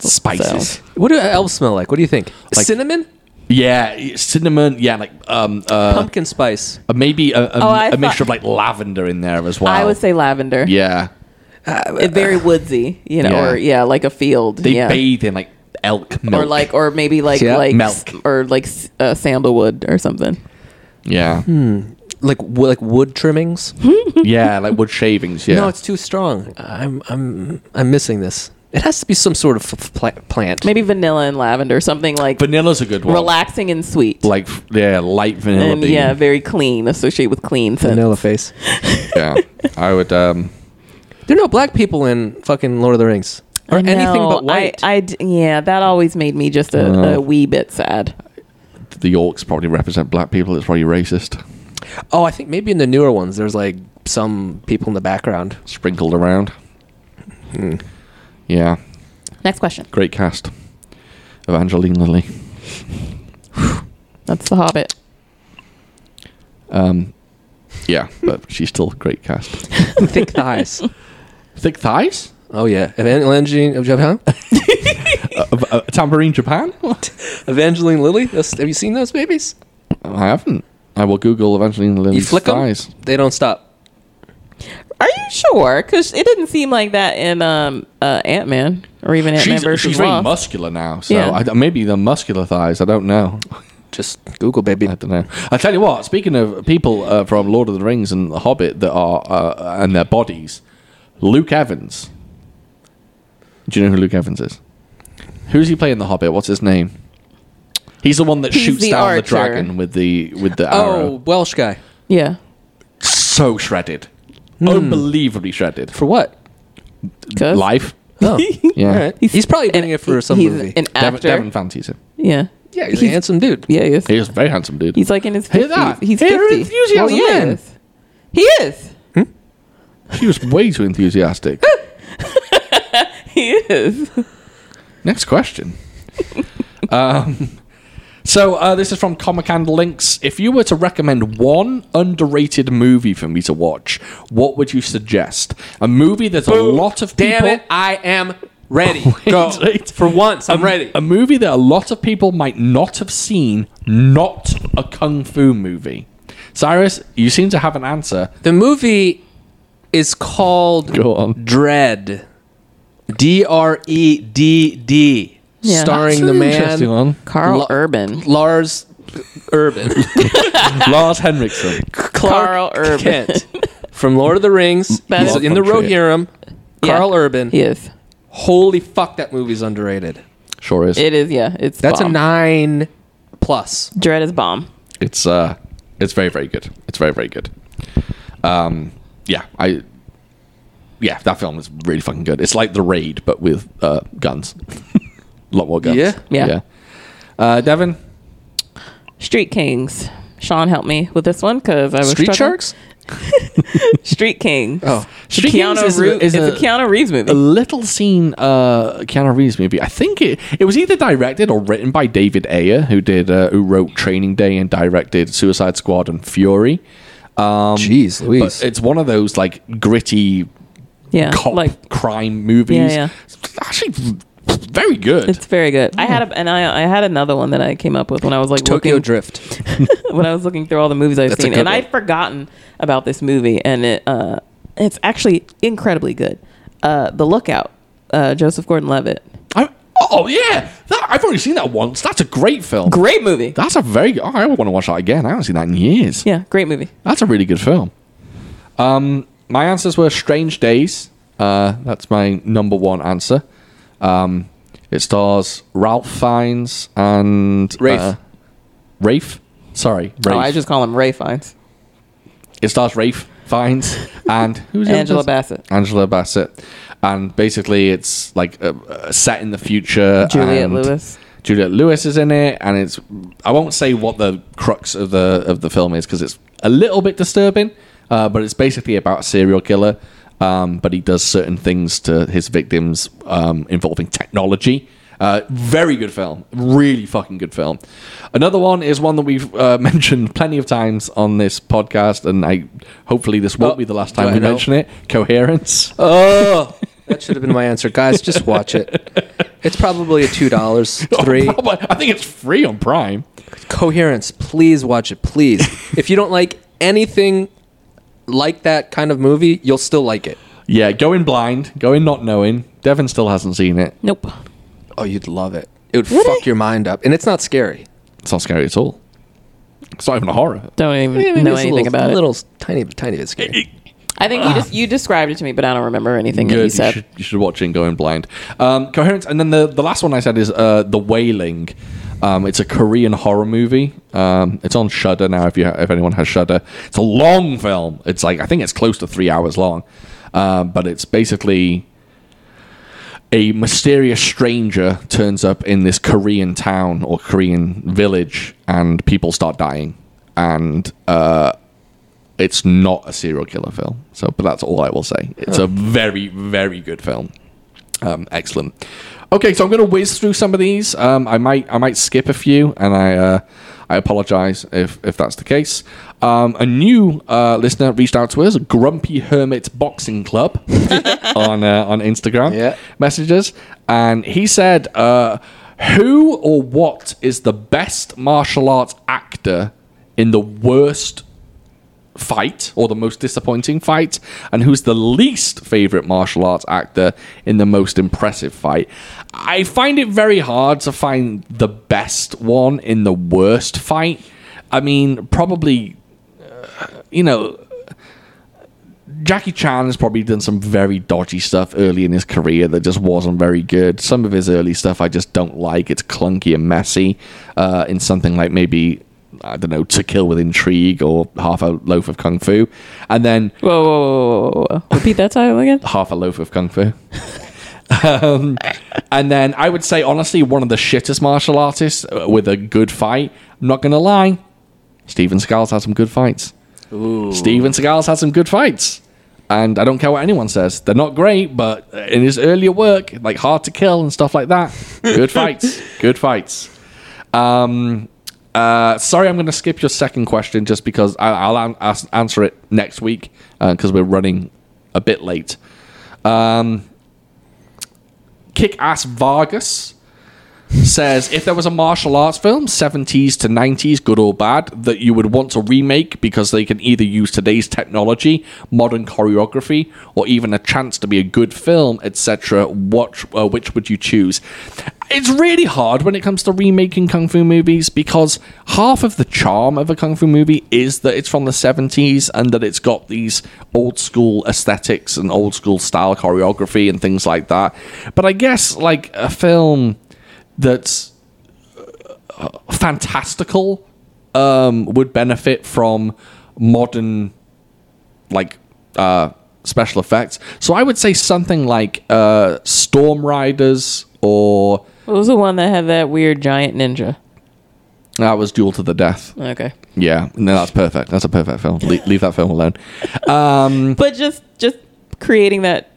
spices.
What do elves smell like? What do you think?
Like-
Cinnamon?
Yeah, cinnamon. Yeah, like um, uh,
Pumpkin spice.
maybe a, a,
Oh, I
a
thought-
mixture of like lavender in there as well.
I would say lavender.
Yeah,
uh,
It- very woodsy, you know,
Yeah.
or yeah, like a field.
they
yeah.
bathe in like elk milk.
Or like, or maybe like,
Yeah.
like,
Milk.
s- or like s- uh, sandalwood or something.
yeah,
Hmm.
Like wo- like wood trimmings?
yeah, like wood shavings. Yeah,
No, it's too strong. I'm I'm I'm missing this. It has to be some sort of f- pla- plant.
Maybe vanilla and lavender, something like
vanilla's a good one.
relaxing and sweet.
Like f- yeah, light vanilla.
and
bean.
yeah, very clean, associated with clean scents.
Vanilla face.
yeah. I would. Um,
There are no black people in fucking Lord of the Rings, or
I
anything
know,
but white.
I, I d- yeah, that always made me just a,
Uh-huh.
a wee bit sad.
the Yorks probably represent black people. It's probably racist
oh, I think maybe in the newer ones, there's like some people in the background.
sprinkled around. Yeah,
Next question.
great cast. Evangeline Lilly.
That's The Hobbit.
Um, yeah, but she's still great cast.
Thick thighs.
Thick thighs.
Oh yeah, Evangeline of Japan.
Uh, uh, tambourine Japan.
Evangeline Lilly. That's, have you seen those babies?
I haven't. I will Google Evangeline Lilly's
You flick them,
thighs.
they don't stop.
Are you sure? Because it didn't seem like that in um, uh, Ant Man or even Ant Man
She's,
versus
she's very
Wasp.
muscular now, so
Yeah.
I, maybe the muscular thighs. I don't know.
Just Google, baby.
I don't know. I tell you what. Speaking of people uh, from Lord of the Rings and The Hobbit that are uh, and their bodies, Luke Evans. Do you know who Luke Evans is? Who's he playing in The Hobbit? What's his name? He's the one that
He's
shoots
the
down
archer.
the dragon with the with the
Oh,
arrow.
Welsh guy.
yeah.
So shredded,
Hmm.
unbelievably shredded.
For what?
'Cause-
Life.
Oh,
Yeah.
all right. He's, probably doing
an-
it for some
he's
movie.
An actor.
Devin, Devin fancies him.
Yeah.
yeah, he's, a handsome dude.
Yeah, he is.
He is a very handsome dude.
He's like in his 50s.
Hear that?
He's
Hear
50.
enthusiasm,
Oh,
man.
is. He is.
she was way too enthusiastic.
He is.
Next question. um, so uh, this is from Comic and Links. If you were to recommend one underrated movie for me to watch, what would you suggest? A movie that's a lot of people.
Damn it, I am ready. Go.
wait.
For once, I'm ready.
A movie that a lot of people might not have seen, not a kung fu movie. Cyrus, you seem to have an answer.
The movie is called
Go on.
Dread. D R E D D.
Yeah.
Starring the
That's an
man
interesting one.
Carl
La-
Urban.
Lars Urban.
Lars Henriksen.
Clark
Carl Urban.
Kent from Lord of the Rings.
That
He's
is-
in the
Love
Rohirrim.
Yeah.
Carl Urban.
He is.
Holy fuck, that movie's underrated.
Sure is.
It is, yeah. It's
That's
bomb.
a nine plus.
Dread is bomb.
it's uh it's very very good it's very very good um yeah i yeah that film is really fucking good it's like the raid but with uh guns a lot more guns
Yeah.
Yeah.
uh devin
Street Kings. Sean helped me with this one because I was
Street
struggling.
Sharks?
Street Kings.
Oh.
It's a Keanu
is,
Roo-
a, is
it's a, Keanu Reeves movie.
a little seen uh keanu reeves movie i think it it was either directed or written by david ayer who did uh, who wrote training day and directed suicide squad and fury
Jeez,
Um, but it's one of those like gritty
yeah,
cop
like
crime movies.
Yeah, yeah.
It's actually very good.
it's very good. I had a, and I I had another one that I came up with when I was like
Tokyo
looking,
Drift.
when I was looking through all the movies I've
That's a
seen,
good
and
one.
I'd forgotten about this movie, and it uh, it's actually incredibly good. Uh, the Lookout, uh, Joseph Gordon-Levitt,
I, oh yeah, that, I've only seen that once. That's a great film.
great movie.
That's a very. Oh, I want to watch that again. I haven't seen that in years.
Yeah, great movie.
That's a really good film. Um, my answers were Strange Days. Uh, that's my number one answer. Um, It stars Ralph Fiennes and uh,
Rafe.
Rafe, sorry, Rafe.
Oh, I just call him Ray Fiennes.
it stars Rafe Fiennes and who's the other
Angela
person?
Bassett.
Angela Bassett. And basically, it's like uh, uh, set in the future.
Juliet
and
Lewis.
Juliet Lewis is in it, and it's. I won't say what the crux of the of the film is because it's a little bit disturbing, uh, but it's basically about a serial killer. Um, but he does certain things to his victims um, involving technology. Uh, very good film, really fucking good film. Another one is one that we've uh, mentioned plenty of times on this podcast, and I hopefully this won't
Oh,
be the last
do
time
I
we
know?
mention it. Coherence.
Oh, that should have been my answer, guys. Just watch it. It's probably a two dollars three.
I think it's free on Prime.
Coherence. Please watch it. Please. If you don't like anything like that kind of movie, you'll still like it.
Yeah, go in blind, go in not knowing. Devin still hasn't seen it.
Nope.
Oh, you'd love it. It would
Really?
fuck your mind up, and it's not scary.
It's not scary at all. It's not even a horror.
Don't even
I mean,
know
it's a
anything
little-
about
a
it.
Little tiny, tiny bit scary.
I think you just you described it to me, but I don't remember anything that
Good.
Ah. you
You
said.
should, you should watch it and go in blind. Um, Coherence, and then the, the last one I said is uh, The Wailing. Um, it's a Korean horror movie. Um, it's on Shudder now. If you ha- if anyone has Shudder, it's a long film. It's like I think it's close to three hours long, um, but it's basically a mysterious stranger turns up in this Korean town or Korean village, and people start dying. And uh, it's not a serial killer film. So, but that's all I will say. It's a very, very good film. Um, excellent. Okay, so I'm going to whiz through some of these. Um, I might, I might skip a few, and I, uh, I apologize if if that's the case. Um, a new uh, listener reached out to us, Grumpy Hermit Boxing Club, on uh, on Instagram
Yeah.
messages, and he said, uh, "Who or what is the best martial arts actor in the worst fight or the most disappointing fight and who's the least favorite martial arts actor in the most impressive fight i find it very hard to find the best one in the worst fight i mean probably uh, you know Jackie Chan has probably done some very dodgy stuff early in his career that just wasn't very good. Some of his early stuff I just don't like. It's clunky and messy. Uh, in something like maybe I don't know, To Kill with Intrigue or Half a Loaf of Kung Fu, and then
Whoa, whoa, whoa, whoa, whoa, whoa. Repeat that title again.
Half a Loaf of Kung Fu. um, and then I would say honestly, one of the shittest martial artists uh, with a good fight. I'm not gonna lie, Steven Seagal's had some good fights. Steven Seagal's had some good fights. And I don't care what anyone says. They're not great, but in his earlier work, like Hard to Kill and stuff like that, good fights. Good fights. Um, uh, sorry, I'm going to skip your second question just because I, I'll an- as- answer it next week because we're running a bit late. Um, Kick Ass Vargas says if there was a martial arts film 70s to 90s good or bad that you would want to remake because they can either use today's technology modern choreography or even a chance to be a good film etc what uh, which would you choose it's really hard when it comes to remaking kung fu movies because half of the charm of a kung fu movie is that it's from the 70s and that it's got these old school aesthetics and old school style choreography and things like that but i guess like a film that's uh, fantastical um, would benefit from modern like uh, special effects. So I would say something like uh, Storm Riders or
What was the one that had that weird giant ninja?
that was Duel to the Death.
Okay,
Yeah, no, that's perfect. That's a perfect film. Le- leave that film alone.
but just just creating that,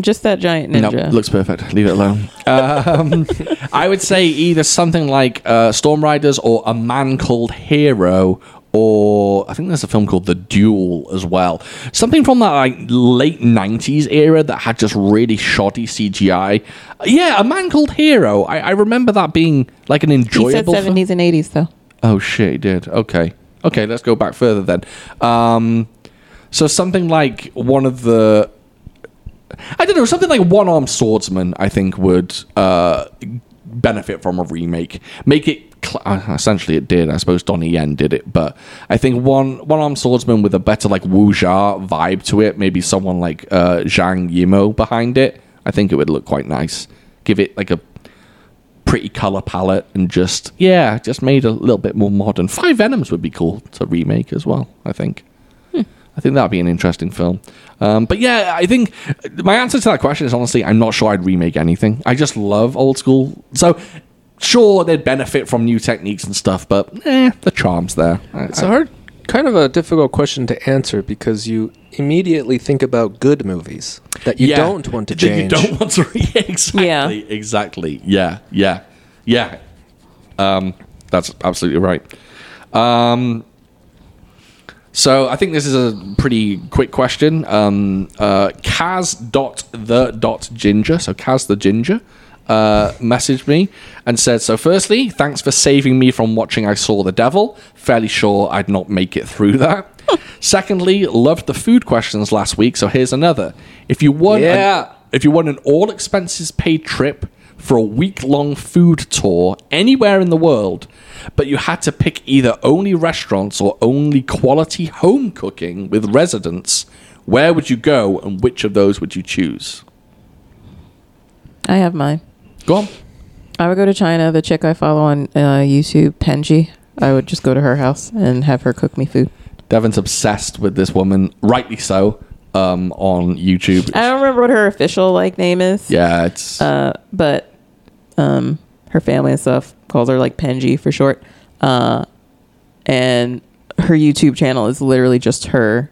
just that giant
No,
ninja.
looks perfect. Leave it alone. um, I would say either something like uh, Storm Riders or A Man Called Hero, or I think there's a film called The Duel as well. Something from that like late '90s era that had just really shoddy CGI. Yeah, A Man Called Hero. I, I remember that being like an
he said
enjoyable. film.
seventies and eighties though.
Oh shit, he did. Okay. Okay, let's go back further then. Um so something like one of the I don't know, something like one armed swordsman I think would uh benefit from a remake. Make it cl- uh, essentially it did. I suppose Donnie Yen did it, but I think one one armed swordsman with a better like wuxia vibe to it, maybe someone like uh Zhang Yimou behind it, I think it would look quite nice. Give it like a pretty color palette and just yeah, just made a little bit more modern. Five Venoms would be cool to remake as well. I think.
Hmm.
I think that'd be an interesting film. Um, but yeah, I think my answer to that question is honestly, I'm not sure I'd remake anything. I just love old school. So sure, they'd benefit from new techniques and stuff, but eh, the charm's there. I-
It's
I-
a hard, kind of a difficult question to answer because you immediately think about good movies that you
Yeah.
don't want to
That
change.
You don't want to re- exactly,
Yeah.
exactly. Yeah, yeah, yeah. Um, that's absolutely right. Um, so I think this is a pretty quick question. Um, uh, Kaz dot the dot ginger. So Kaz the ginger. Uh, messaged me and said, So, firstly, thanks for saving me from watching I Saw the Devil. Fairly sure I'd not make it through that. Secondly, loved the food questions last week, so here's another. If you won, an-
Yeah.
if you won an all expenses paid trip for a week long food tour anywhere in the world, but you had to pick either only restaurants or only quality home cooking with residents, where would you go and which of those would you choose?
I have mine.
Go on.
I would go to China. The chick I follow on uh, YouTube, Penji. I would just go to her house and have her cook me food.
Devin's obsessed with this woman, rightly so, um, on YouTube.
I don't remember what her official like name is.
yeah, it's
Oh. Uh, but um, her family and stuff calls her like Penji for short. Uh, and her YouTube channel is literally just her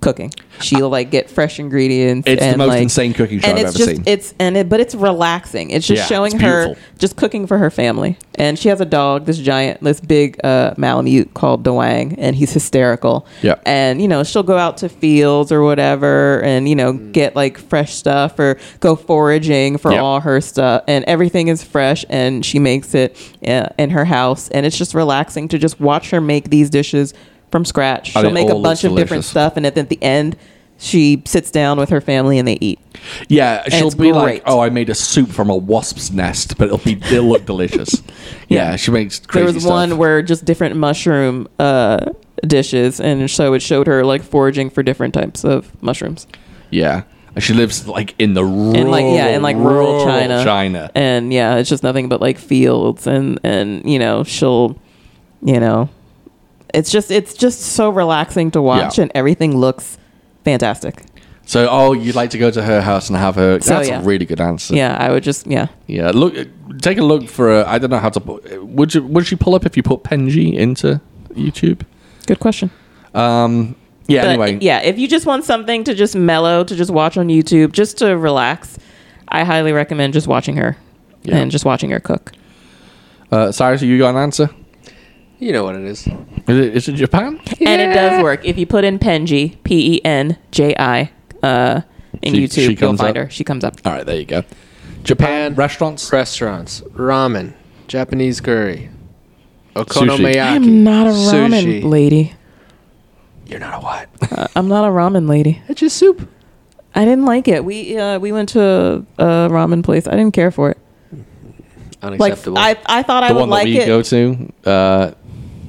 cooking. She'll like get fresh ingredients.
It's the
and,
most
like-
insane cooking show
and
I've
it's
ever
just,
seen.
It's and it, but it's relaxing. It's just
Yeah,
showing
it's
her
beautiful.
just cooking for her family. And she has a dog, this giant, this big uh, Malamute called Dewang, and he's hysterical.
Yeah.
And you know, she'll go out to fields or whatever, and you know,
Mm.
get like fresh stuff or go foraging for
Yeah.
all her stuff, and everything is fresh, and she makes it uh, in her house, and it's just relaxing to just watch her make these dishes from scratch.
And
She'll
it
make a
all looks
bunch of different
delicious.
stuff, and at the- at the end. She sits down with her family and they eat.
Yeah, she'll
it's
be like,
great.
"Oh, I made a soup from a wasp's nest, but it'll be it'll look delicious." yeah,
Yeah.
she makes
there
crazy
was
stuff.
one where just different mushroom uh, dishes, and so it showed her like foraging for different types of mushrooms,
yeah, And she lives like in the rural,
and like yeah, in like rural, China,
China.
and yeah, it's just nothing but like fields, and and you know she'll, you know, it's just it's just so relaxing to watch,
Yeah.
and everything looks fantastic.
So, oh, you'd like to go to her house and have her?
So,
That's
yeah.
a really good answer.
Yeah, I would just yeah,
yeah. Look, take a look for. I I don't know how to. pu- Would you? Would she pull up if you put Penji into YouTube?
good question.
Um. Yeah.
But,
anyway.
yeah, if you just want something to just mellow, to just watch on YouTube, just to relax, I highly recommend just watching her
Yeah.
and just watching her cook.
Uh, Cyrus, you got an answer?
You know what it is.
Is it, is it Japan?
And it does work. If you put in Penji, P E N J I, uh, in
She-
YouTube,
she
you'll
comes
find
up?
her. She comes up.
All right, there you go. Japan
Japan.
restaurants.
Restaurants, ramen, Japanese curry,
I
okonomiyaki.
am not a ramen
sushi.
lady.
You're not a what?
I'm not a ramen lady.
It's just soup.
I didn't like it. We uh, we went to a, a ramen place. I didn't care for it. Like
Unacceptable.
I, I thought I
the
would
one
like
that we
it.
go to. Uh,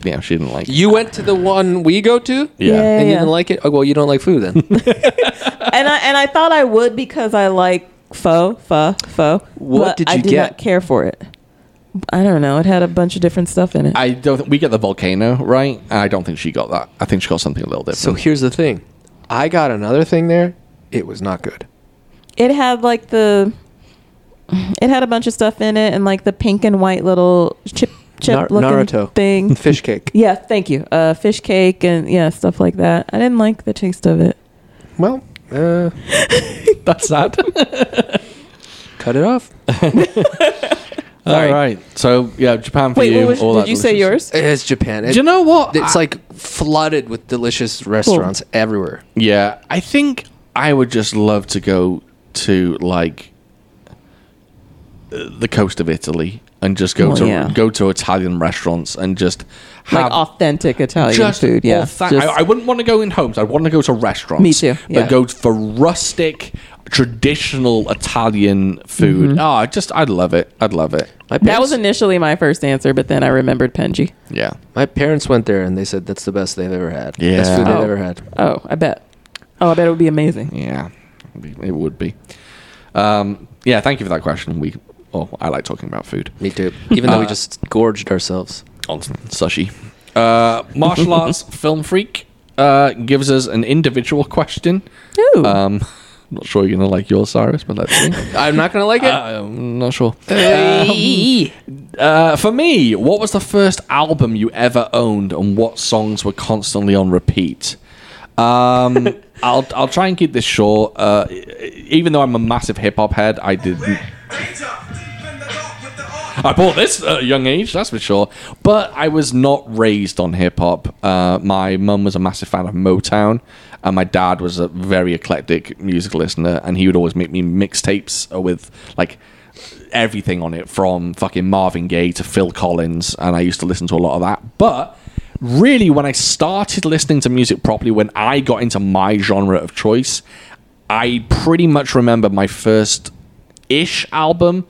yeah, she didn't like. it.
you went to the one we go to.
Yeah.
Yeah.
And you didn't like it? Oh, well, you don't like food then.
and I and I thought I would because I like pho, pho, pho.
What
but
did
I
you
did
get?
not care for it. I don't know. It had a bunch of different stuff in it.
I don't. think we get the volcano right. I don't think she got that. I think she got something a little different.
so here's the thing. I got another thing there. It was not good.
it had like the it had a bunch of stuff in it and like the pink and white little chip chip
Nar-
looking
Naruto.
thing.
Fish cake.
yeah, thank you. Uh, fish cake and yeah, stuff like that. I didn't like the taste of it.
Well, uh,
That's sad.
cut it off.
All right. So yeah, Japan for
Wait,
you.
what was,
all
did
that
you say
delicious-
It
yours?
is Japan. It-
Do you know what?
It's like flooded with delicious restaurants everywhere.
Yeah, I think I would just love to go to like uh, the coast of Italy and just go
Well,
to
Oh, yeah.
go to Italian restaurants and just have
Like authentic Italian
just
food. Yeah,
authen-
Just-
I, I wouldn't want to go in homes. I want to go to restaurants.
Me too, yeah.
But go for rustic, traditional Italian food.
Mm-hmm.
Oh, I just I'd love it. I'd love it.
My
that was
parents-
initially my first answer, but then I remembered Penji.
Yeah.
My parents went there and they said that's the best they've ever had.
Yeah.
Best food they've
Oh.
ever had.
Oh, I bet. Oh, I bet it would be amazing.
Yeah, it would be. Um, yeah, thank you for that question. We Oh, I like talking about food
Me too. Even though we
Uh,
just gorged ourselves.
on sushi. Uh, martial arts film freak uh, gives us an individual question.
Ooh.
Uh,
Um, I'm not sure you're gonna like yours, Cyrus, but let's see.
I'm not gonna like it.
Uh, I'm not sure. Uh, for me, what was the first album you ever owned, and what songs were constantly on repeat? Um, I'll I'll try and keep this short. Uh, e- even though I'm a massive hip hop head, I did I bought this at a young age, that's for sure. But I was not raised on hip hop. Uh, my mum was a massive fan of Motown, and my dad was a very eclectic music listener, and he would always make me mixtapes with like everything on it, from fucking Marvin Gaye to Phil Collins, and I used to listen to a lot of that. But really, when I started listening to music properly, when I got into my genre of choice, I pretty much remember my first ish album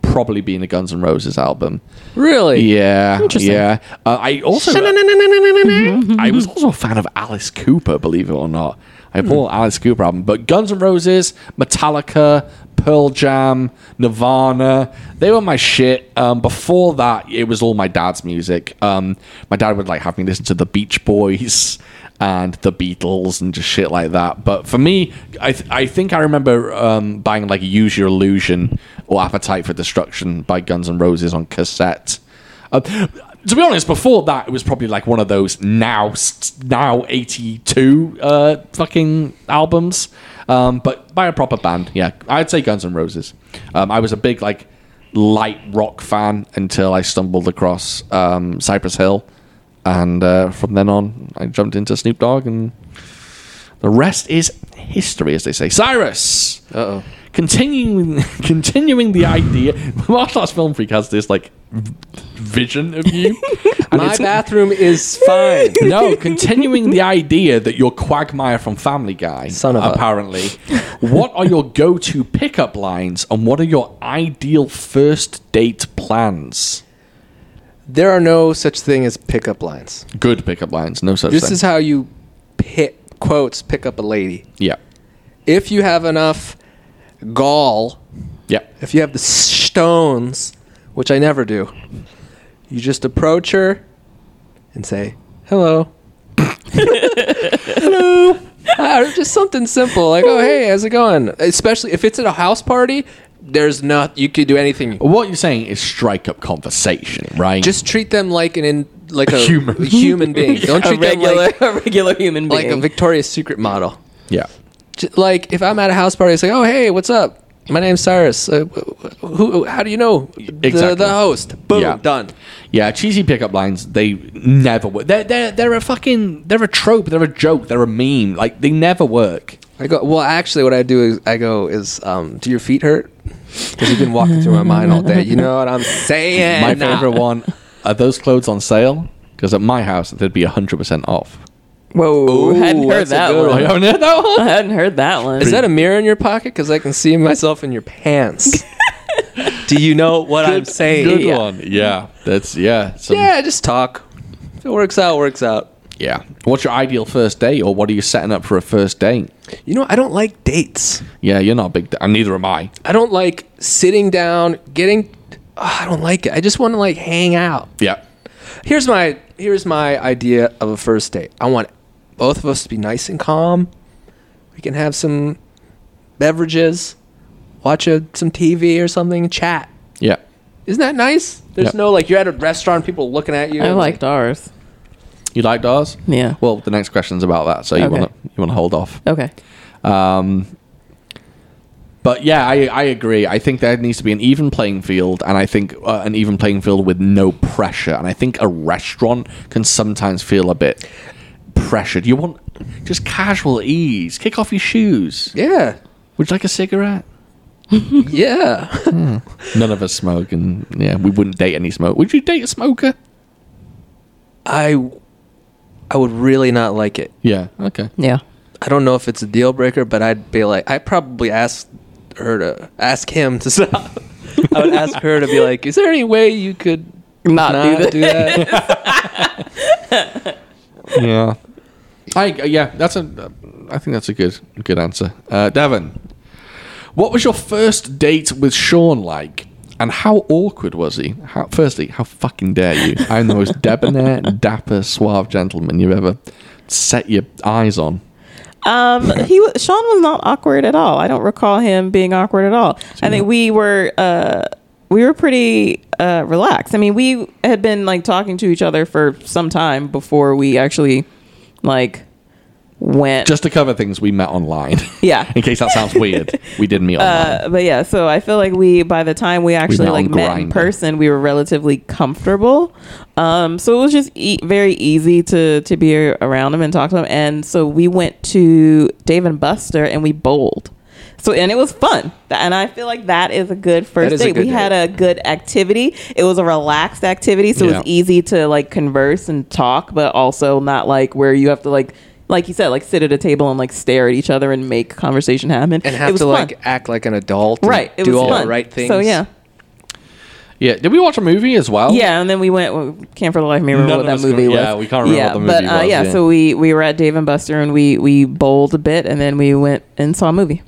probably being a Guns N' Roses album.
Really?
Yeah, yeah. Uh, I also I was also a fan of Alice Cooper, believe it or not. I have all Alice Cooper album, but Guns N' Roses, Metallica, Pearl Jam, Nirvana, they were my shit. Um, before that, it was all my dad's music. Um, my dad would like have me listen to the Beach Boys and the Beatles and just shit like that. But for me, I th- I think I remember um, buying like Use Your Illusion or Appetite for Destruction by Guns N' Roses on cassette. Uh, to be honest, before that, it was probably like one of those now now eighty two uh, fucking albums, um, but by a proper band. Yeah, I'd say Guns N' Roses. Um, I was a big like light rock fan until I stumbled across um, Cypress Hill, and uh, from then on, I jumped into Snoop Dogg, and the rest is history, as they say. Cyrus.
Uh oh.
Continuing, continuing the idea, Martial Arts Film Freak has this like v- vision of you. and
My
it's-
bathroom is fine.
no, continuing the idea that you're Quagmire from Family Guy.
Son of a-
apparently. what are your go-to pickup lines, and what are your ideal first date plans?
There are no such thing as pickup lines.
Good pickup lines, no such
This
thing.
is how you pick quotes pick up a lady.
yeah,
If you have enough gall,
yeah.
if you have the stones, which I never do, you just approach her and say, "Hello." Hello. Or just something simple like, "Oh, hey, how's it going?" Especially if it's at a house party, there's not you could do anything.
What you're saying is strike up conversation, right?
Just treat them like an in, like a,
Human.
human being. Don't
a
treat
regular,
them like
a regular human
like
being.
a Victoria's Secret model.
yeah.
J- Like if I'm at a house party, it's like, "Oh, hey, what's up? My name's Cyrus. Uh, wh- wh- who? How do you know
Exactly.
the, the host?" Boom,
Yeah.
done.
Yeah, cheesy pickup lines, they never work. They're, they're, they're a fucking, they're a trope, they're a joke, they're a meme. Like, they never work.
I go. Well, actually, what I do is I go is, um, "Do your feet hurt?" Because you've been walking through my mind all day. You know what I'm saying?
my favorite one, are those clothes on sale? Because at my house, they'd be 100% off.
Whoa,
Ooh,
hadn't heard
that's a
that
good
one.
haven't heard
one.
that
I
one?
hadn't heard that one.
Is that a mirror in your pocket? Because I can see myself in your pants. do you know what I'm saying?
Good
Yeah.
one. Yeah. That's, yeah. some-
Yeah, just talk. If it works out, works out.
yeah. What's your ideal first date, or what are you setting up for a first date?
You know, I don't like dates.
Yeah, you're not a big, and neither am I.
I don't like sitting down, getting. Ah, I don't like it. I just want to like hang out.
Yeah.
Here's my here's my idea of a first date. I want both of us to be nice and calm. We can have some beverages, watch a, some TV or something, chat.
Yeah.
Isn't that nice? There's
Yep.
no like you're at a restaurant, people looking at you.
I
and,
liked ours.
You liked ours?
Yeah.
Well, the next question's about that, so you
Okay.
want to you want to hold off.
Okay.
Um, but yeah, I, I agree. I think there needs to be an even playing field, and I think uh, an even playing field with no pressure. And I think a restaurant can sometimes feel a bit pressured. You want just casual ease. Kick off your shoes.
Yeah,
Would you like a cigarette?
yeah.
None of us smoke, and yeah, we wouldn't date any smoke. Would you date a smoker?
I I would really not like it.
Yeah. Okay.
Yeah.
I don't know if it's a deal breaker, but I'd be like, I probably ask her to ask him to stop. I would ask her to be like, is there any way you could
Not,
not
do that.
do that?
Yeah. I uh, yeah, that's a. I think that's a good good answer. Uh, Devon, what was your first date with Sean like? And how awkward was he? How, firstly, how fucking dare you? I'm the most debonair, dapper, suave gentleman you've ever set your eyes on.
Um, he was, Sean was not awkward at all. I don't recall him being awkward at all. I think we were uh, we were pretty uh, relaxed. I mean, we had been like talking to each other for some time before we actually like went.
Just to cover things, we met online.
yeah.
In case that sounds weird, we did meet online.
Uh, but yeah, so I feel like we by the time we actually
met on
like met in
Grindr.
person, we were relatively comfortable. Um, so it was just e- very easy to to be a- around him and talk to him. And so we went to Dave and Buster and we bowled. So and it was fun, Th- and I feel like that is a good
That
first
is a
date.
good
We had
date.
a good activity. It was a relaxed activity, so it
Yeah.
was easy to like converse and talk, but also not like where you have to like. Like you said, like sit at a table and like stare at each other and make conversation happen.
and
It
have
was
to
fun
like act like an adult, and
right it
do
was
all
fun.
the right things.
so yeah
Yeah. Did we watch a movie as well?
yeah and then we went well, can't for the life of me remember
Oh. None
what
of
that
us can-
movie was
yeah, we can't remember
yeah,
what the
but
movie
uh,
was,
yeah
yeah.
so we we were at dave and buster and we we bowled a bit and then we went and saw a movie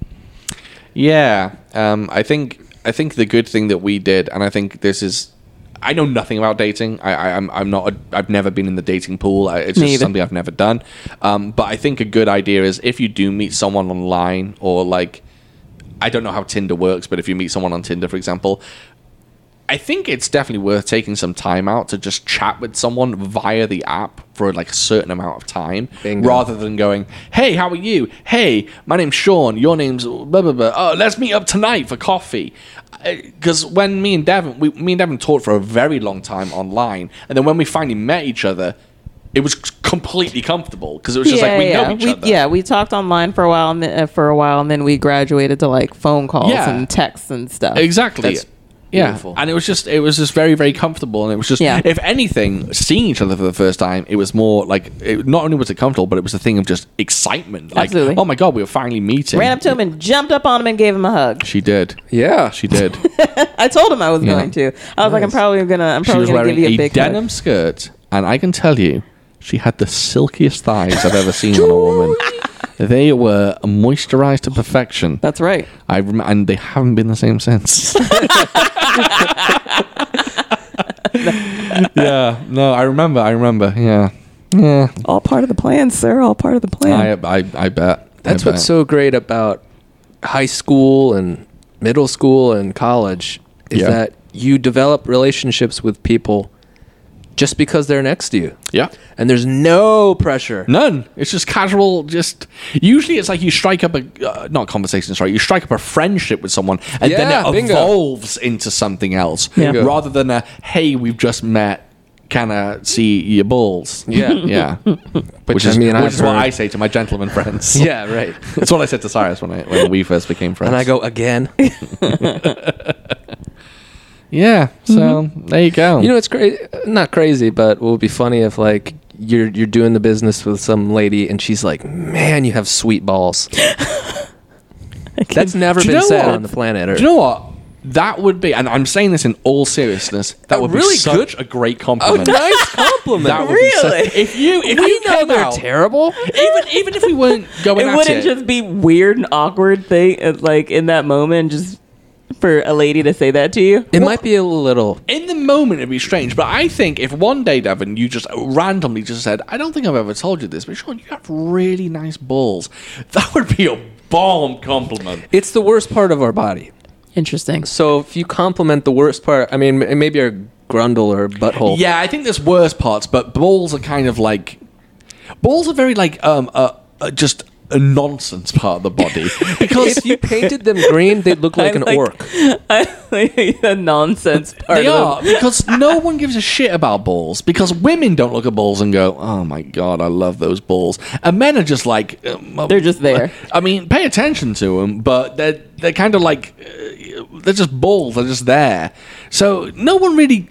Yeah, um, I think I think the good thing that we did, and I think this is, I know nothing about dating. I, I I'm I'm not. A, I've never been in the dating pool. I, it's
Me
just
either.
something I've never done. Um, but I think a good idea is if you do meet someone online or like, I don't know how Tinder works, but if you meet someone on Tinder, for example. I think it's definitely worth taking some time out to just chat with someone via the app for like a certain amount of time
Bingo.
rather rather than going, "Hey, how are you? Hey, my name's Sean. Your name's blah blah blah. Oh, let's meet up tonight for coffee." Because when me and Devin, we, me and Devin talked for a very long time online, and then when we finally met each other, it was completely comfortable because it was just
yeah
like we
yeah
know each
we,
other.
yeah we talked online for a while and then, uh, for a while and then we graduated to like phone calls
Yeah.
and texts and stuff
exactly.
That's
yeah,
beautiful.
and it was just it was just very very comfortable, and it was just
Yeah.
if anything, seeing each other for the first time, it was more like it, not only was it comfortable, but it was a thing of just excitement. Like,
Absolutely.
oh my god, we were finally meeting.
ran up to him and jumped up on him and gave him a hug
She did.
yeah.
She did.
i told him i was going to i was like i'm probably gonna i'm
She
probably
was
gonna give
wearing
you
a,
a big hug.
denim skirt, and I can tell you, she had the silkiest thighs I've ever seen on a woman. They were moisturized to perfection.
that's right
I rem- and they haven't been the same since. yeah, no, I remember. I remember. Yeah, yeah.
all part of the plan sir all part of the plan
I, I, I bet.
That's
I
what's
bet.
so great about high school and middle school and college is
Yeah.
that you develop relationships with people just because they're next to you.
Yeah.
And there's no pressure.
None. It's just casual. Just usually, it's like you strike up a uh, not conversation. Sorry, you strike up a friendship with someone, and then
Yeah,
it
bingo.
evolves into something else,
Yeah. Bingo.
rather than a "Hey, we've just met. Can I see your balls?"
Yeah.
yeah. which
I
is,
mean,
which
I've
is what
heard-
I say to my gentleman friends.
Yeah, right.
that's what I said to Cyrus when I when we first became friends.
And I go again.
"Yeah." So there Mm-hmm. you go.
You know, it's crazy. Not crazy, but it would be funny if like you're you're doing the business with some lady and she's like, "Man, you have sweet balls." That's never
Do you
been
know
said
what?
on the planet Earth.
Do you know what? That would be, and I'm saying this in all seriousness. That
A
would
really
be such a great compliment.
nice compliment.
That would be such, if you if you
know
came
they're
out,
terrible.
even even if we weren't going
it
at
wouldn't
it,
just be weird and awkward thing uh, like in that moment just for a lady to say that to you
It might be a little.
in the moment it'd be strange. But I think if one day, Devin, you just randomly just said, "I don't think I've ever told you this, but Sean, you have really nice balls," that would be a bomb compliment.
It's the worst part of our body.
interesting
So if you compliment the worst part, I mean, m- maybe our grundle or butthole.
Yeah, I think there's worse parts, but balls are kind of like balls are very like um uh, uh just a nonsense part of the body because
If you painted them green, they'd look like
I'm
an
like-
orc.
the nonsense part
They
of
are because no one gives a shit about balls because women don't look at balls and go, "Oh my god, I love those balls," and men are just like um, uh,
They're just there.
I mean, pay attention to them, but they're they're kind of like uh, they're just balls. They're just there. So no one really,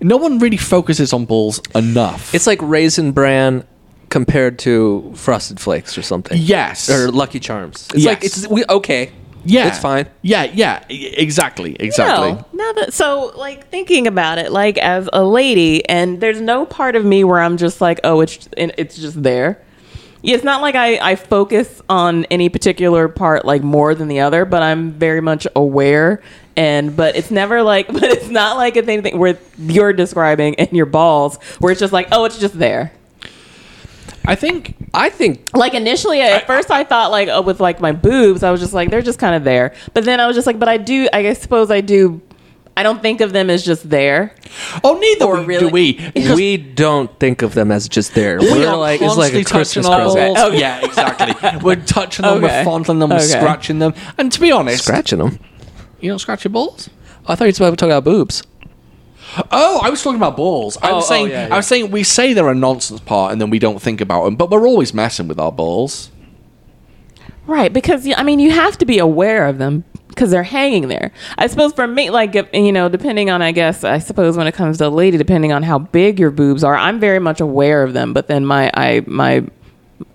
no one really focuses on balls enough.
It's like raisin bran compared to frosted flakes or something.
yes,
Or Lucky Charms. It's like
Yes.
it's we, okay.
yeah,
it's fine.
Yeah, yeah, e- exactly, exactly.
No, no. That, so, like thinking about it, like as a lady, and there's no part of me where I'm just like, oh, it's and it's just there. Yeah, it's not like I, I focus on any particular part like more than the other, but I'm very much aware and but it's never like but it's not like it's anything where you're describing and your balls where it's just like, oh, it's just there.
I think
I think
Like initially at first I thought like oh, with like my boobs, I was just like they're just kind of there. But then I was just like, but I do I guess suppose I do I don't think of them as just there.
Oh, neither
Or
we-
really-
do we.
we don't think of them as just there.
We
We're
are
like it's like
constantly
a
touching
Christmas
our
present.
balls. Yeah, exactly. we're touching them,
Okay.
we're fondling them, we're
Okay.
scratching them. And to be honest,
Scratching them.
you don't scratch your balls.
I thought you were talking about boobs.
Oh, I was talking about balls. I
Oh,
was
oh,
saying,
yeah,
I was saying, we say they're a nonsense part, and then we don't think about them, but we're always messing with our balls.
Right, because I mean, you have to be aware of them because they're hanging there. I suppose for me, like if- you know, depending on I guess I suppose when it comes to a lady, depending on how big your boobs are, I'm very much aware of them. But then my I my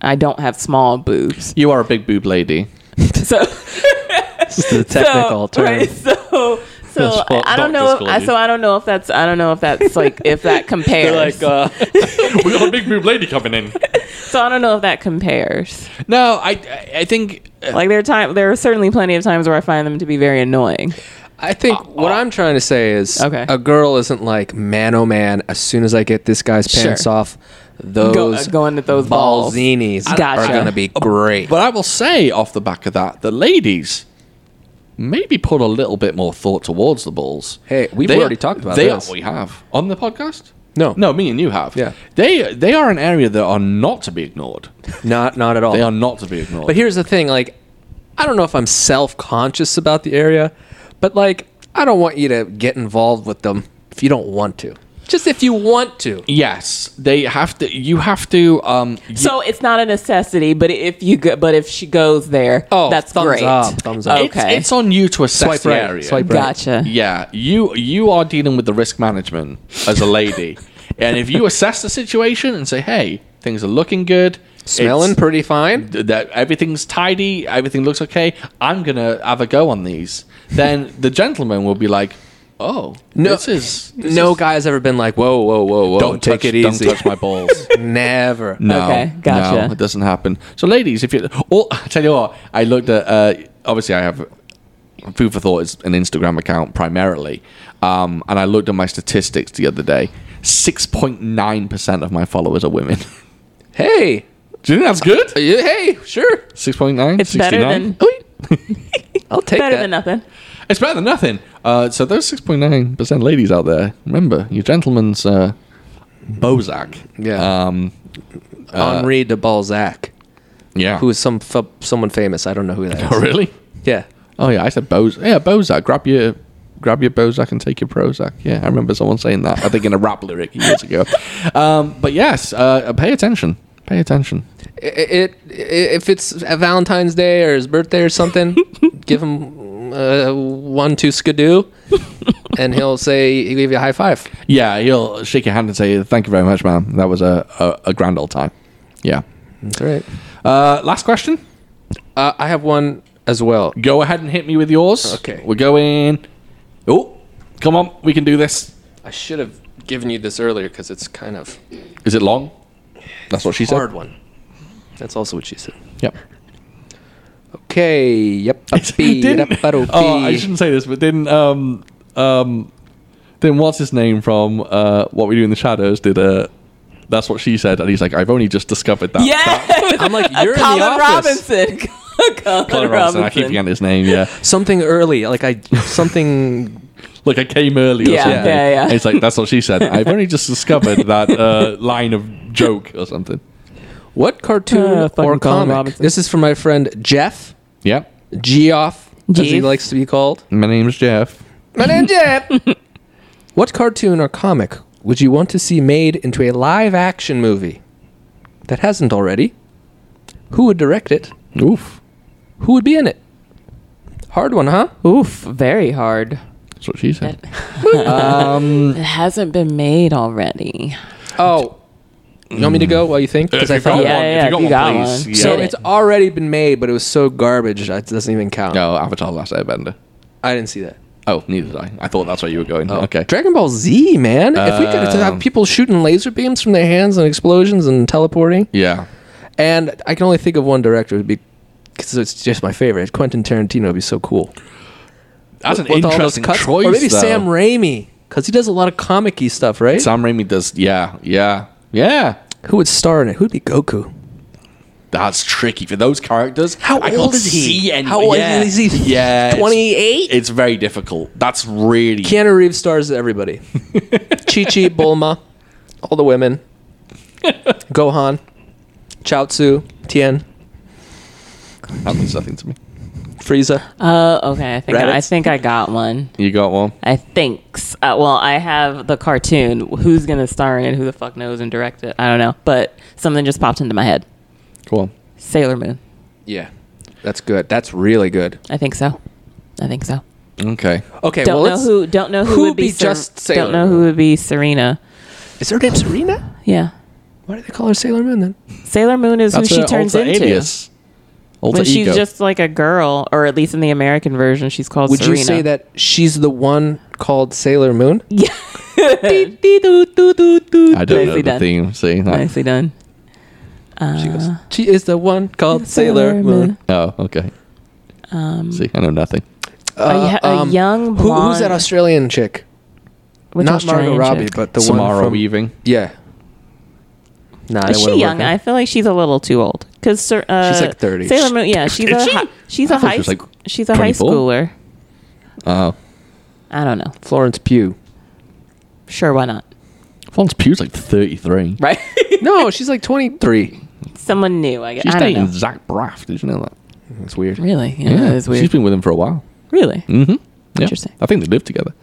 I don't have small boobs,
You are a big boob lady.
so
It's the technical
so,
term.
right, so. So
That's what
I don't know.
doctors
If,
call
I-
you.
so I don't know if that's I don't know if that's like if that compares.
uh,
we got a big boob lady coming in.
so I don't know if that compares.
No, I, I- I think,
Like there are time there are certainly plenty of times where I find them to be very annoying.
I think what I'm trying to say is
Okay.
a girl isn't like man oh man. As soon as I get this guy's pants
Sure.
off, those
going at those balls.
ballsinis
Gotcha. Oh,
are gonna be great.
but I will say off the back of that, the ladies maybe put a little bit more thought towards the balls.
Hey, we've already talked about
they
this.
Are, we have on the podcast.
No.
no, me and you have.
Yeah.
they they are an area that are not to be ignored.
not not at all.
They are not to be ignored.
But here's the thing, like, I don't know if I'm self conscious about the area, but like, I don't want you to get involved with them if you don't want to. Just if you want to.
yes, they have to. You have to. Um,
So it's not a necessity, but if you go, but if she goes there,
Oh,
that's
thumbs
great.
up, thumbs up.
it's,
Okay,
it's on you to assess
Swipe
the
right,
area.
swipe right.
gotcha.
Yeah, you you are dealing with the risk management as a lady, and if you assess the situation and say, "Hey, things are looking good,
Smelling
it's-
pretty fine.
th- that everything's tidy, everything looks okay," I'm gonna have a go on these. Then the gentleman will be like, "Oh,
No,
this is this
no
is-
guy's ever been like, whoa, whoa, whoa, whoa.
don't
take
touch,
it easy.
Don't touch my balls."
Never.
No,
Okay, gotcha.
No, it doesn't happen. So, ladies, if you, oh, I tell you what, I looked at. Uh, obviously, I have food for thought is an Instagram account primarily, um, and I looked at my statistics the other day. Six point nine percent of my followers are women.
Hey.
Do you think that's good?
Uh, Yeah, Hey, sure.
Six point nine.
It's better than-
I'll take
better
that.
than nothing.
It's better than nothing. Uh, so those six point nine percent ladies out there, remember your gentleman's uh, Bozak.
Yeah.
Um, Uh,
Henri de Balzac,
yeah.
who is some f- someone famous. I don't know who that is.
Oh, really?
Yeah.
Oh yeah, I said Bozak. Yeah, Bozak. Grab your grab your Bozak and take your Prozac. Yeah, I remember someone saying that. I think in a rap lyric years ago. Um, but yes, uh, pay attention. Pay attention.
it, it if it's a Valentine's Day or his birthday or something, give him uh, one two skidoo, and he'll say he'll give you a high five.
Yeah, he'll shake your hand and say thank you very much, man. That was a a, a grand old time. Yeah.
That's right.
Uh, last question.
Uh, I have one as well.
Go ahead and hit me with yours.
Okay.
We're going. Oh, come on, we can do this.
I should have given you this earlier because it's kind of
Is it long? That's what she said.
hard one. That's also what she said.
Yep.
Okay. Yep.
didn't, oh, I shouldn't say this, but didn't um um didn't what's his name from uh what we do in the shadows did uh that's what she said and he's like I've only just discovered that.
Yeah,
I'm like you're in the
Colin
office.
Robinson. Colin,
Colin Robinson, I keep forgetting his name. Yeah,
Something early, like I something.
like I came early. Or
Yeah,
something.
yeah, yeah.
And it's like that's what she said. I've only just discovered that uh, line of joke or something.
What cartoon
Uh, fucking
or
Colin
comic?
Robinson.
This is from my friend Jeff.
Yeah,
Geoff, as he
Geoff.
likes to be called.
my name's Jeff.
My name's Jeff. what cartoon or comic would you want to see made into a live action movie that hasn't already? Who would direct it?
Oof,
Who would be in it? Hard one, huh?
Oof, very hard.
that's what she said.
It hasn't been made already.
Oh, you want me to go while you think? Because I
If you've got
thought.
Yeah,
one-
yeah,
if
yeah,
you've got
you got
one, please.
one.
Yeah.
So
Get
it's already been made, but it was so garbage that it doesn't even count.
no, Oh, Avatar: Last Airbender.
I didn't see that.
Oh, neither did I. I thought that's where you were going.
Oh.
Okay. Um,
Dragon Ball Z, man. if we could have people shooting laser beams from their hands and explosions and teleporting.
Yeah.
And I can only think of one director would be because it's just my favorite. Quentin Tarantino would be so cool.
That's an
With all those
interesting
cuts.
choice.
Or maybe
though.
Sam Raimi because he does a lot of comic-y stuff, right?
Sam Raimi does. Yeah, yeah, yeah.
Who would star in it? Who'd be Goku?
That's tricky for those characters.
How
I
old
can't
is he?
see any-
How old
yeah.
is he?
Yeah, it's-
28?
It's, very difficult. That's really
Keanu Reeves stars everybody. Chi Chi, Bulma, all the women, Gohan, Chaozu, Tien,
that means nothing to me.
Frieza.
Uh, okay, I think I,
Reddit?
think I got one.
You got one.
I think. s- Uh, well, I have the cartoon. Who's gonna star in it? Who the fuck knows and direct it? I don't know. But something just popped into my head.
Cool.
Sailor Moon.
Yeah, that's good. That's really good.
I think so. I think so.
Okay.
Okay,
Don't
well,
know
let's-
who. Don't know who,
who
would be,
be
Ser-
just Sailor
Don't know who
Moon?
would be Serena.
is her name Serena?
Yeah,
Why do they call her Sailor Moon then?
Sailor Moon is who she
her
turns
alter
into.
alias. Alter
When she's
ego.
just like a girl, or at least in the American version, she's called.
Would
Serena.
you say that she's the one called Sailor Moon?
Yeah.
I don't know the
done.
theme. See, that-
Nicely done.
She goes, she is the one called Sailor, Moon.
Oh, okay. Um, see, I know nothing.
y- a
Uh,
young
um, who- who's that
blonde-
Australian chick?
Which
Not
Australian
Margot Robbie,
chick?
but the one
Samara
from
Weaving.
Yeah. Nah,
Is she young? I feel like she's a little too old. Cause Sir- uh,
She's like 30.
Sailor Moon, yeah, she's
Is
a
she?
hi- she's
I
a
thought she
high
was, like,
sch- she's a high
24.
schooler.
Oh,
I don't know.
Florence Pugh.
Sure, why not?
Florence Pugh's like thirty-three.
Right?
No, she's like 23.
Someone new. I guess.
She's
I don't
dating
know.
Zach Braff. Did you know that?
That's weird.
Really? Yeah, that is weird.
She's been with him for a while.
really?
Mm-hmm.
Interesting.
I think they live together.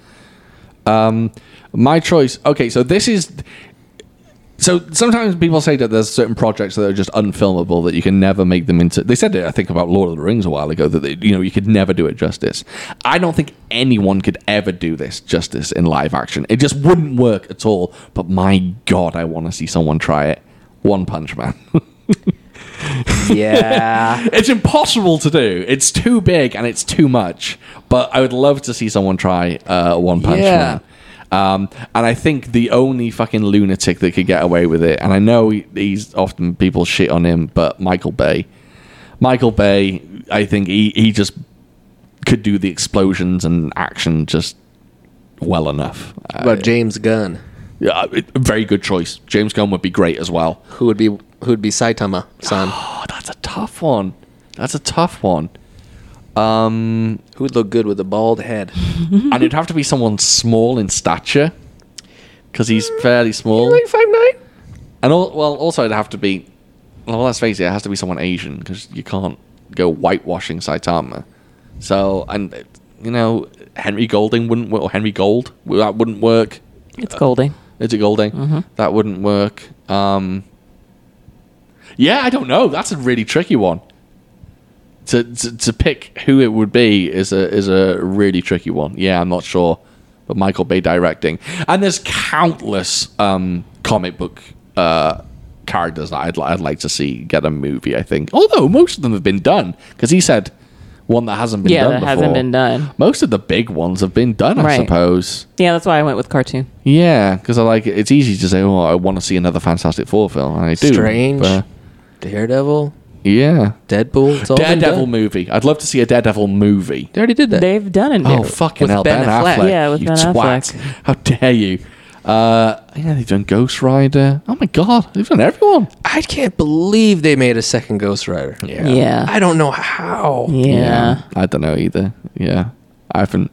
Um, my choice. Okay, so this is. So sometimes people say that there's certain projects that are just unfilmable that you can never make them into. They said it, I think, about Lord of the Rings a while ago that they, you know you could never do it justice. I don't think anyone could ever do this justice in live action. It just wouldn't work at all. But my god, I want to see someone try it. One Punch Man.
Yeah.
it's impossible to do. It's too big and it's too much. But I would love to see someone try uh, One Punch
Yeah.
Man. Um, and I think the only fucking lunatic that could get away with it, and I know he, he's often people shit on him, but Michael Bay. Michael Bay, I think he, he just could do the explosions and action just well enough. Uh,
about James Gunn,
yeah, it- very good choice. James Gunn would be great as well.
who would be who would be Saitama son.
Oh, that's a tough one. That's a tough one.
who would look good with a bald head?
and it'd have to be someone small in stature because he's fairly small.
five nine.
And all, well, also it'd have to be. Well, let's face it, it has to be someone Asian because you can't go whitewashing Saitama. So, and uh, you know, Henry Golding wouldn't work, or Henry Gold that wouldn't work.
It's Goldie.
Is it Golding? That wouldn't work. Um, yeah, I don't know. That's a really tricky one. To, to to pick who it would be is a is a really tricky one. Yeah, I'm not sure, but Michael Bay directing, and there's countless um, comic book uh, characters that I'd li- I'd like to see get a movie. I think, although most of them have been done, because he said one that hasn't been
Yeah,
done
that
before.
hasn't been done.
Most of the big ones have been done, I
Right.
suppose.
Yeah, that's why I went with cartoon.
Yeah, because I like it's easy to say, "Oh, I want to see another Fantastic Four film," and I do.
Strange.
but-
Daredevil,
yeah,
Deadpool. It's all been
Daredevil
done.
movie. I'd love to see a Daredevil movie.
They already did that.
They've done it.
Oh fucking
with
hell,
Ben
Ben,
Affleck.
Affleck.
Yeah, with
you
Ben
twat.
Affleck.
How dare you? Uh, yeah, they've done Ghost Rider. Oh my god, they've done everyone.
I can't believe they made a second Ghost Rider.
Yeah. Yeah.
I don't know how.
yeah.
I don't know either. Yeah, I haven't.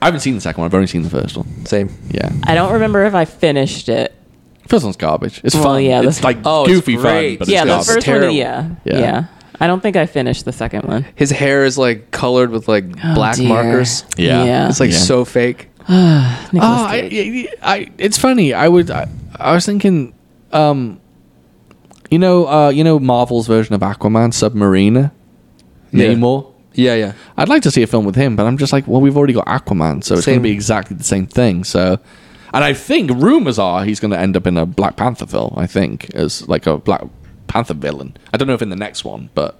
I haven't seen the second one. I've only seen the first one.
Same.
Yeah,
I don't remember if I finished it.
first one's garbage. It's
Well,
fun.
yeah, the-
it's like
Oh, it's
goofy fun,
great.
but
yeah,
it's
the
garbage.
just
first one.
terrible.
Yeah,
Yeah.
yeah, I don't think I finished the second one.
His hair is like colored with like
Oh,
black
dear.
markers.
Yeah.
yeah.
It's like
Yeah.
so fake.
Nicolas
Oh,
Cage.
I, I, I- it's funny. I would, I, I was thinking, um, you know, uh, you know, Marvel's version of Aquaman, Submariner,
Yeah.
Namor.
Yeah, yeah.
I'd like to see a film with him, but I'm just like, well, we've already got Aquaman, so it's going
Same.
to be exactly the same thing. So, and I think rumors are he's going to end up in a Black Panther film. I think as like a Black Panther villain. I don't know if in the next one, but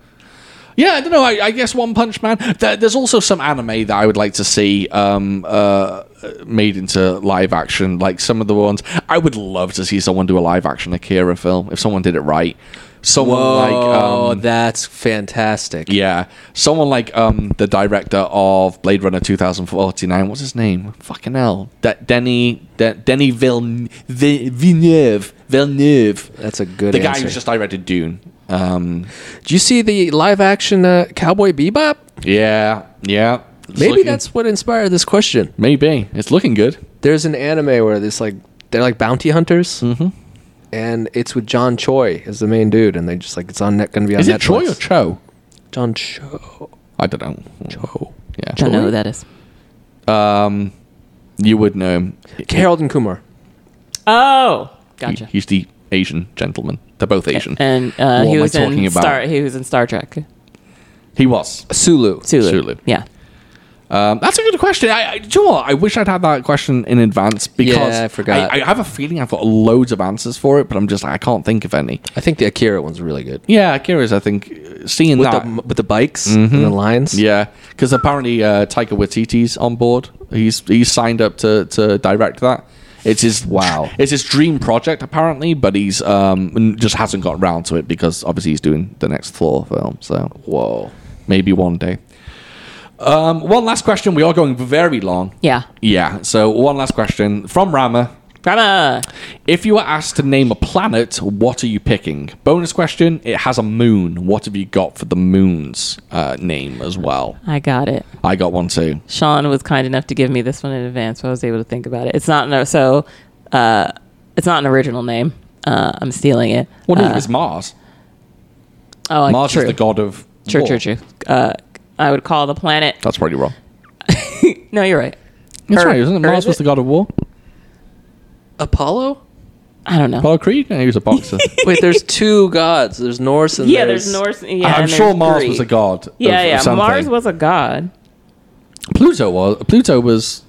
yeah, I don't know. I, I guess One Punch Man. There, there's also some anime that I would like to see um, uh, made into live action. Like some of the ones I would love to see someone do a live action Akira film if someone did it right. Someone
Whoa,
like um,
Oh, that's fantastic.
yeah, someone like um the director of Blade Runner 2049. What's his name? Fucking hell, De- Denny De- Denny Villeneuve Villeneuve Villeneuve.
That's a good
the guy
answer.
who's just directed Dune. Um,
Did you see the live action uh, Cowboy Bebop?
yeah, yeah. It's
Maybe
looking-
that's what inspired this question.
maybe it's looking good.
There's an anime where this like they're like bounty hunters, mm-hmm. and it's with John Choi as the main dude, and they just like it's on net going to be on
Is
Netflix.
it Troy or Cho?
John Cho?
I don't know.
Cho.
Yeah,
I don't know who that is.
Um, you would know him.
Harold and Kumar.
Oh,
He-
gotcha.
He's the Asian gentleman. They're both Asian.
and uh,
What
he
am I
was in
talking about?
Star. He was in Star Trek.
He was.
Sulu.
Sulu.
Sulu.
Yeah.
Um, that's a good question. I, I, do you know what? I wish I'd had that question in advance because
Yeah, I forgot.
I, I have a feeling I've got loads of answers for it, but I'm just I can't think of any.
I think the Akira one's really good.
Yeah, curious. I think uh, seeing
With
that.
the with the bikes and the lines.
Mm-hmm. yeah, because apparently uh, Taika Waititi's on board. He's he's signed up to to direct that. It's his
Wow.
It's his dream project apparently, but he's um n- just hasn't got round to it because obviously he's doing the next Thor film. So
Whoa.
maybe one day. Um, one last question. We are going very long.
Yeah.
Yeah. So one last question from Rama.
Drama.
If you were asked to name a planet, what are you picking? Bonus question: It has a moon. What have you got for the moon's uh, name as well?
I got it.
I got one too.
Sean was kind enough to give me this one in advance, so I was able to think about it. It's not no, so uh, it's not an original name. Uh, I'm stealing it.
What is
Uh,
it's Mars?
Oh,
Mars
true.
is the god of
True,
war.
true, true. Uh, I would call the planet.
That's probably wrong.
No, you're right.
That's
Earth-
right, isn't it? Mars
Earth-
was the god of war.
Apollo?
I don't know.
Apollo Creed. No, he was a boxer.
Wait, there's two gods. There's Norse and
Yeah, there's Norse. Yeah,
I'm
and
sure
there's
Mars
Greek.
was a god. of-
Yeah,
of
yeah.
something.
Mars was a god.
Pluto was. Pluto was.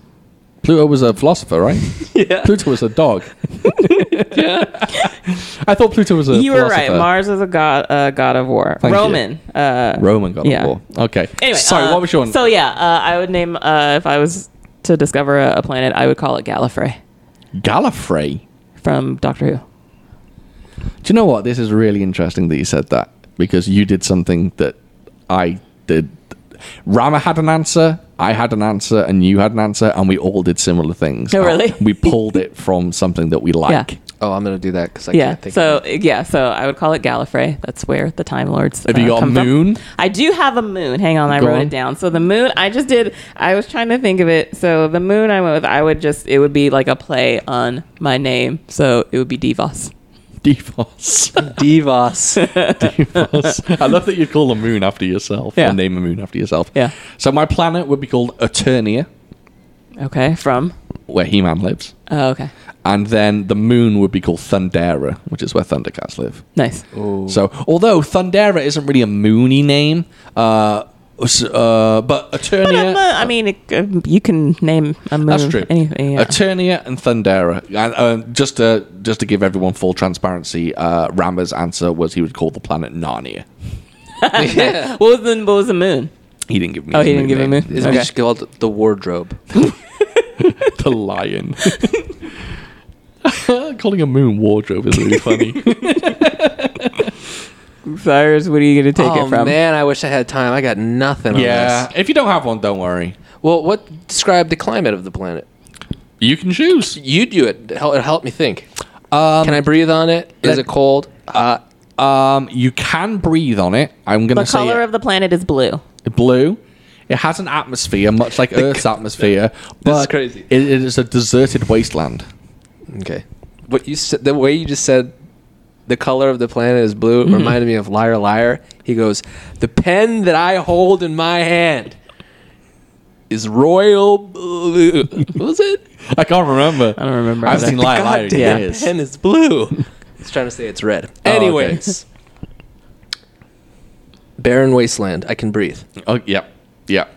Pluto was a philosopher, right?
Yeah.
Pluto was a dog. I thought Pluto was a.
you were right.
philosopher.
Mars was a god. Uh, god of war.
Thank you.
Roman. Uh,
Roman god
Yeah.
of war. Okay.
anyway,
Sorry,
uh,
what was your?
So yeah, uh, I would name uh, if I was to discover a, a planet, I would call it Gallifrey
Gallifrey.
from Doctor Who.
Do you know what? This is really interesting that you said that because you did something that I did. Rama had an answer, I had an answer, and you had an answer, and we all did similar things.
Oh, really?
we pulled it from something that we like.
Yeah.
Oh, I'm gonna do that because I
yeah.
can't think.
So
of
yeah, so I would call it Gallifrey. That's where the Time Lords.
Have you got a
Uh, come from.
moon?
I do have a moon. Hang on, I
Go
wrote
on.
it down. So the moon, I just did. I was trying to think of it. So the moon I went with, I would just it would be like a play on my name. So it would be Devos.
Devos.
it. Devos.
Devos. I love that you call a moon after yourself.
Yeah.
Or name a moon after yourself.
Yeah.
So my planet would be called Eternia,
Okay, from
where He Man lives.
oh, okay,
And then the moon would be called Thundera, which is where Thundercats live.
nice.
So, although Thundera isn't really a moony name, uh, s- uh, but
But I'm,
Eternia.
uh, I mean, it, uh, you can name a moon.
that's true.
Anything. Yeah.
Eternia and Thundera. And, uh, just to just to give everyone full transparency, uh, Rama's answer was he would call the planet Narnia.
yeah.
what was the What was the moon?
He didn't give me.
Oh,
his
he didn't give a
name.
moon?
It's
Okay.
just called the wardrobe.
the lion. Calling a moon wardrobe is really funny. Oh,
Cyrus, what are you going to take
oh
it from?
man, I wish I had time. I got nothing.
yeah,
on this.
if you don't have one, don't worry.
Well, what described the climate of the planet?
You can choose.
You do it. It hel- it helped me think.
Um,
Can I breathe on it? Is
let-
it cold? Uh,
um, you can breathe on it. I'm gonna
The
say
color
it-
of the planet is blue.
blue. It has an atmosphere, much like Earth's atmosphere, but
crazy.
It, it is a deserted wasteland.
okay. What you said, the way you just said, the color of the planet is blue,
Mm-hmm.
reminded me of Liar Liar. He goes, the pen that I hold in my hand is royal blue. what was it?
I can't remember. I
don't remember
I haven't
either.
seen Liar Liar in
Goddamn
years.
pen is blue. He's trying to say it's red.
Oh, okay.
Anyways, barren wasteland. I can breathe.
Oh, yeah, yeah.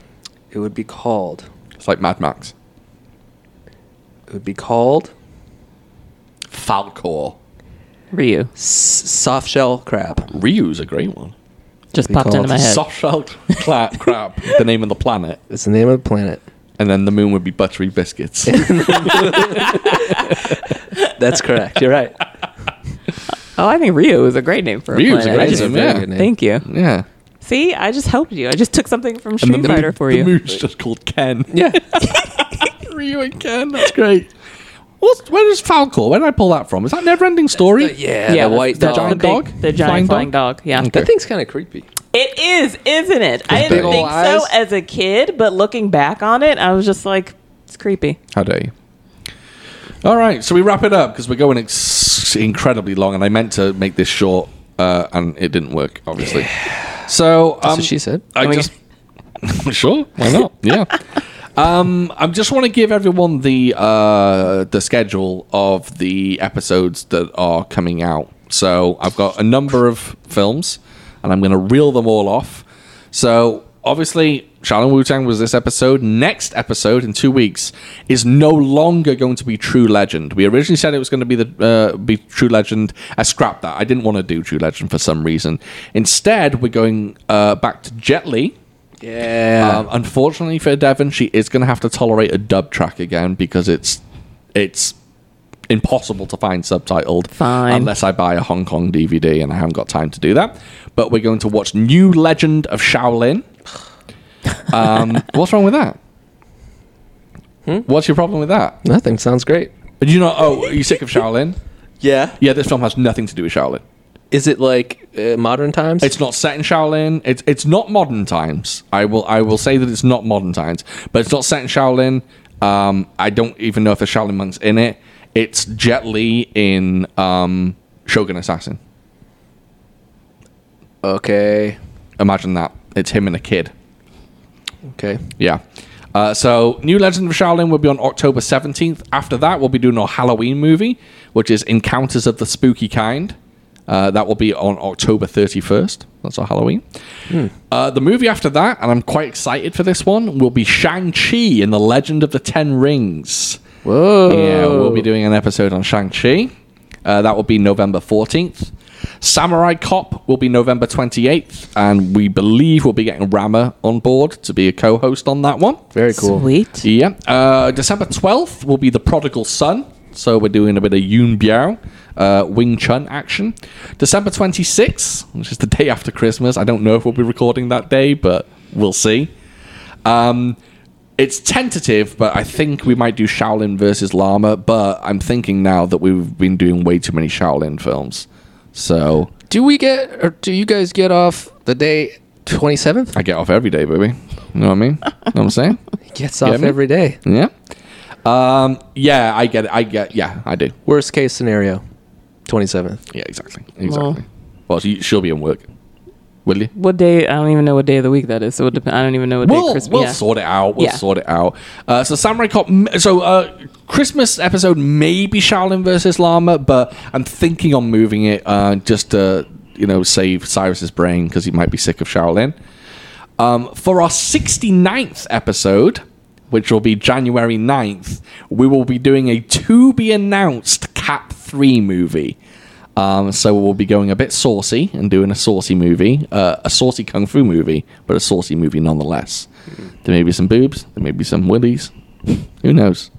It would be called.
It's like Mad Max.
It would be called
Falcor.
Ryu
s- soft shell crab.
Ryu's a great one.
just
We
popped
call
into
it
my head.
Softshell cla- crab. The name of the planet,
It's the name of the planet.
and then the moon would be buttery biscuits.
That's correct. You're right.
Oh, I think Rio is a great name for a
Ryu's a
planet.
great
I just-
name,
very
yeah.
good name.
Thank you.
Yeah.
See, I just helped you. I just took something from Street Fighter for you.
moon's just called Ken.
Yeah.
Ryu and Ken. That's great. What's, where is Falcor? Where did I pull that from? Is that Never Ending Story?
yeah,
yeah,
the white
the,
dog.
giant
the big-
dog?
the giant
Flying
flying,
dog?
dog. Yeah,
Okay.
That thing's kind of creepy.
it is, isn't it? I
With big
didn't
ol'
think
eyes?
so as a kid, but looking back on it, I was just like, it's creepy.
How dare you? All right, so we wrap it up because we're going ex- incredibly long, and I meant to make this short, uh, and it didn't work, obviously. So um,
what she said.
I,
I mean-
just sure, why not? Yeah. Um, I just want to give everyone the uh, the schedule of the episodes that are coming out. So I've got a number of films, and I'm going to reel them all off. So obviously, Shaolin Wu Tang was this episode. Next episode in two weeks is no longer going to be True Legend. We originally said it was going to be the uh, be True Legend. I scrapped that. I didn't want to do True Legend for some reason. Instead, we're going uh, back to Jet Li.
Yeah.
Um, unfortunately for Devon, she is going to have to tolerate a dub track again because it's it's impossible to find subtitled.
Fine.
Unless I buy a Hong Kong DVD, and I haven't got time to do that. But we're going to watch New Legend of Shaolin. Um, what's wrong with that? What's your problem with that?
Nothing sounds great.
Do you know? Oh, are you sick of Shaolin?
Yeah.
Yeah, this film has nothing to do with Shaolin.
Is it like uh, modern times?
It's not set in Shaolin. It's it's not modern times. I will I will say that it's not modern times, but it's not set in Shaolin. Um, I don't even know if the Shaolin monks in it. It's Jet Li in um, Shogun Assassin.
okay.
Imagine that. It's him and a kid.
Okay.
Yeah. Uh, so, New Legend of Shaolin will be on October 17th. After that, we'll be doing our Halloween movie, which is Encounters of the Spooky Kind. Uh, that will be on October 31st. That's our Halloween. Uh, the movie after that, and I'm quite excited for this one, will be Shang-Chi in The Legend of the Ten Rings.
Whoa.
Yeah, we'll be doing an episode on Shang-Chi. Uh, that will be November 14th. Samurai Cop will be November 28th. And we believe we'll be getting Rama on board to be a co host on that one.
Very cool.
Sweet.
Yeah. Uh, December 12th will be The Prodigal Son. So we're doing a bit of Yun Biao, uh, Wing Chun action. December 26th, which is the day after Christmas. I don't know if we'll be recording that day, but we'll see. Um, it's tentative, but I think we might do Shaolin versus Llama. But I'm thinking now that we've been doing way too many Shaolin films. So
Do we get or do you guys get off the day 27th?
I get off every day, baby. You know what I mean? know what I'm saying?
Gets off
Get me?
every day.
Yeah. Um, yeah, I get it. I get Yeah, I do.
Worst case scenario, 27th.
Yeah, exactly. Exactly. Well, so you, she'll be in work, will you?
What day? I don't even know what day of the week that is. So it depends. I don't even know what day
We'll,
Christmas.
we'll
yeah.
sort it out. We'll
Yeah.
sort it out. Uh, so Samurai Cop. m- So uh, Christmas episode maybe Shaolin versus Llama, but I'm thinking on moving it uh, just to you know save Cyrus's brain because he might be sick of Shaolin. Um, for our 69th episode, which will be January 9th, we will be doing a to be announced Cap 3 movie. Um, so we'll be going a bit saucy and doing a saucy movie, uh, a saucy kung fu movie, but a saucy movie nonetheless. There may be some boobs, there may be some willies. Who knows?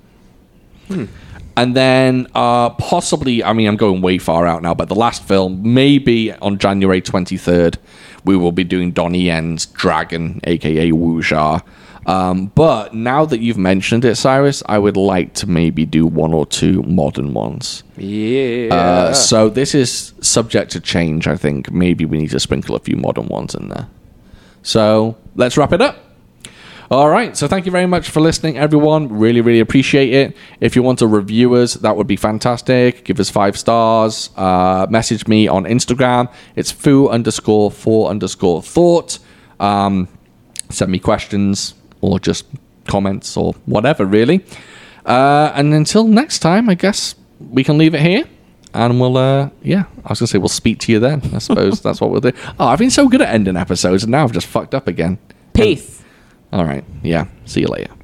And then uh, possibly, I mean, I'm going way far out now, but the last film, maybe on January 23rd, we will be doing Donnie Yen's Dragon, aka Wuxia. Um, but now that you've mentioned it, Cyrus, I would like to maybe do one or two modern ones.
Yeah.
Uh, so this is subject to change, I think. Maybe we need to sprinkle a few modern ones in there. So let's wrap it up. All right. So thank you very much for listening, everyone. Really, really appreciate it. If you want to review us, that would be fantastic. Give us five stars. Uh, message me on Instagram. It's foo underscore four underscore thought. Um, send me questions or just comments or whatever, really. Uh, and until next time, I guess we can leave it here. And we'll, uh, yeah, I was going to say we'll speak to you then. I suppose that's what we'll do. Oh, I've been so good at ending episodes, and now I've just fucked up again.
Peace.
All right. Yeah. See you later.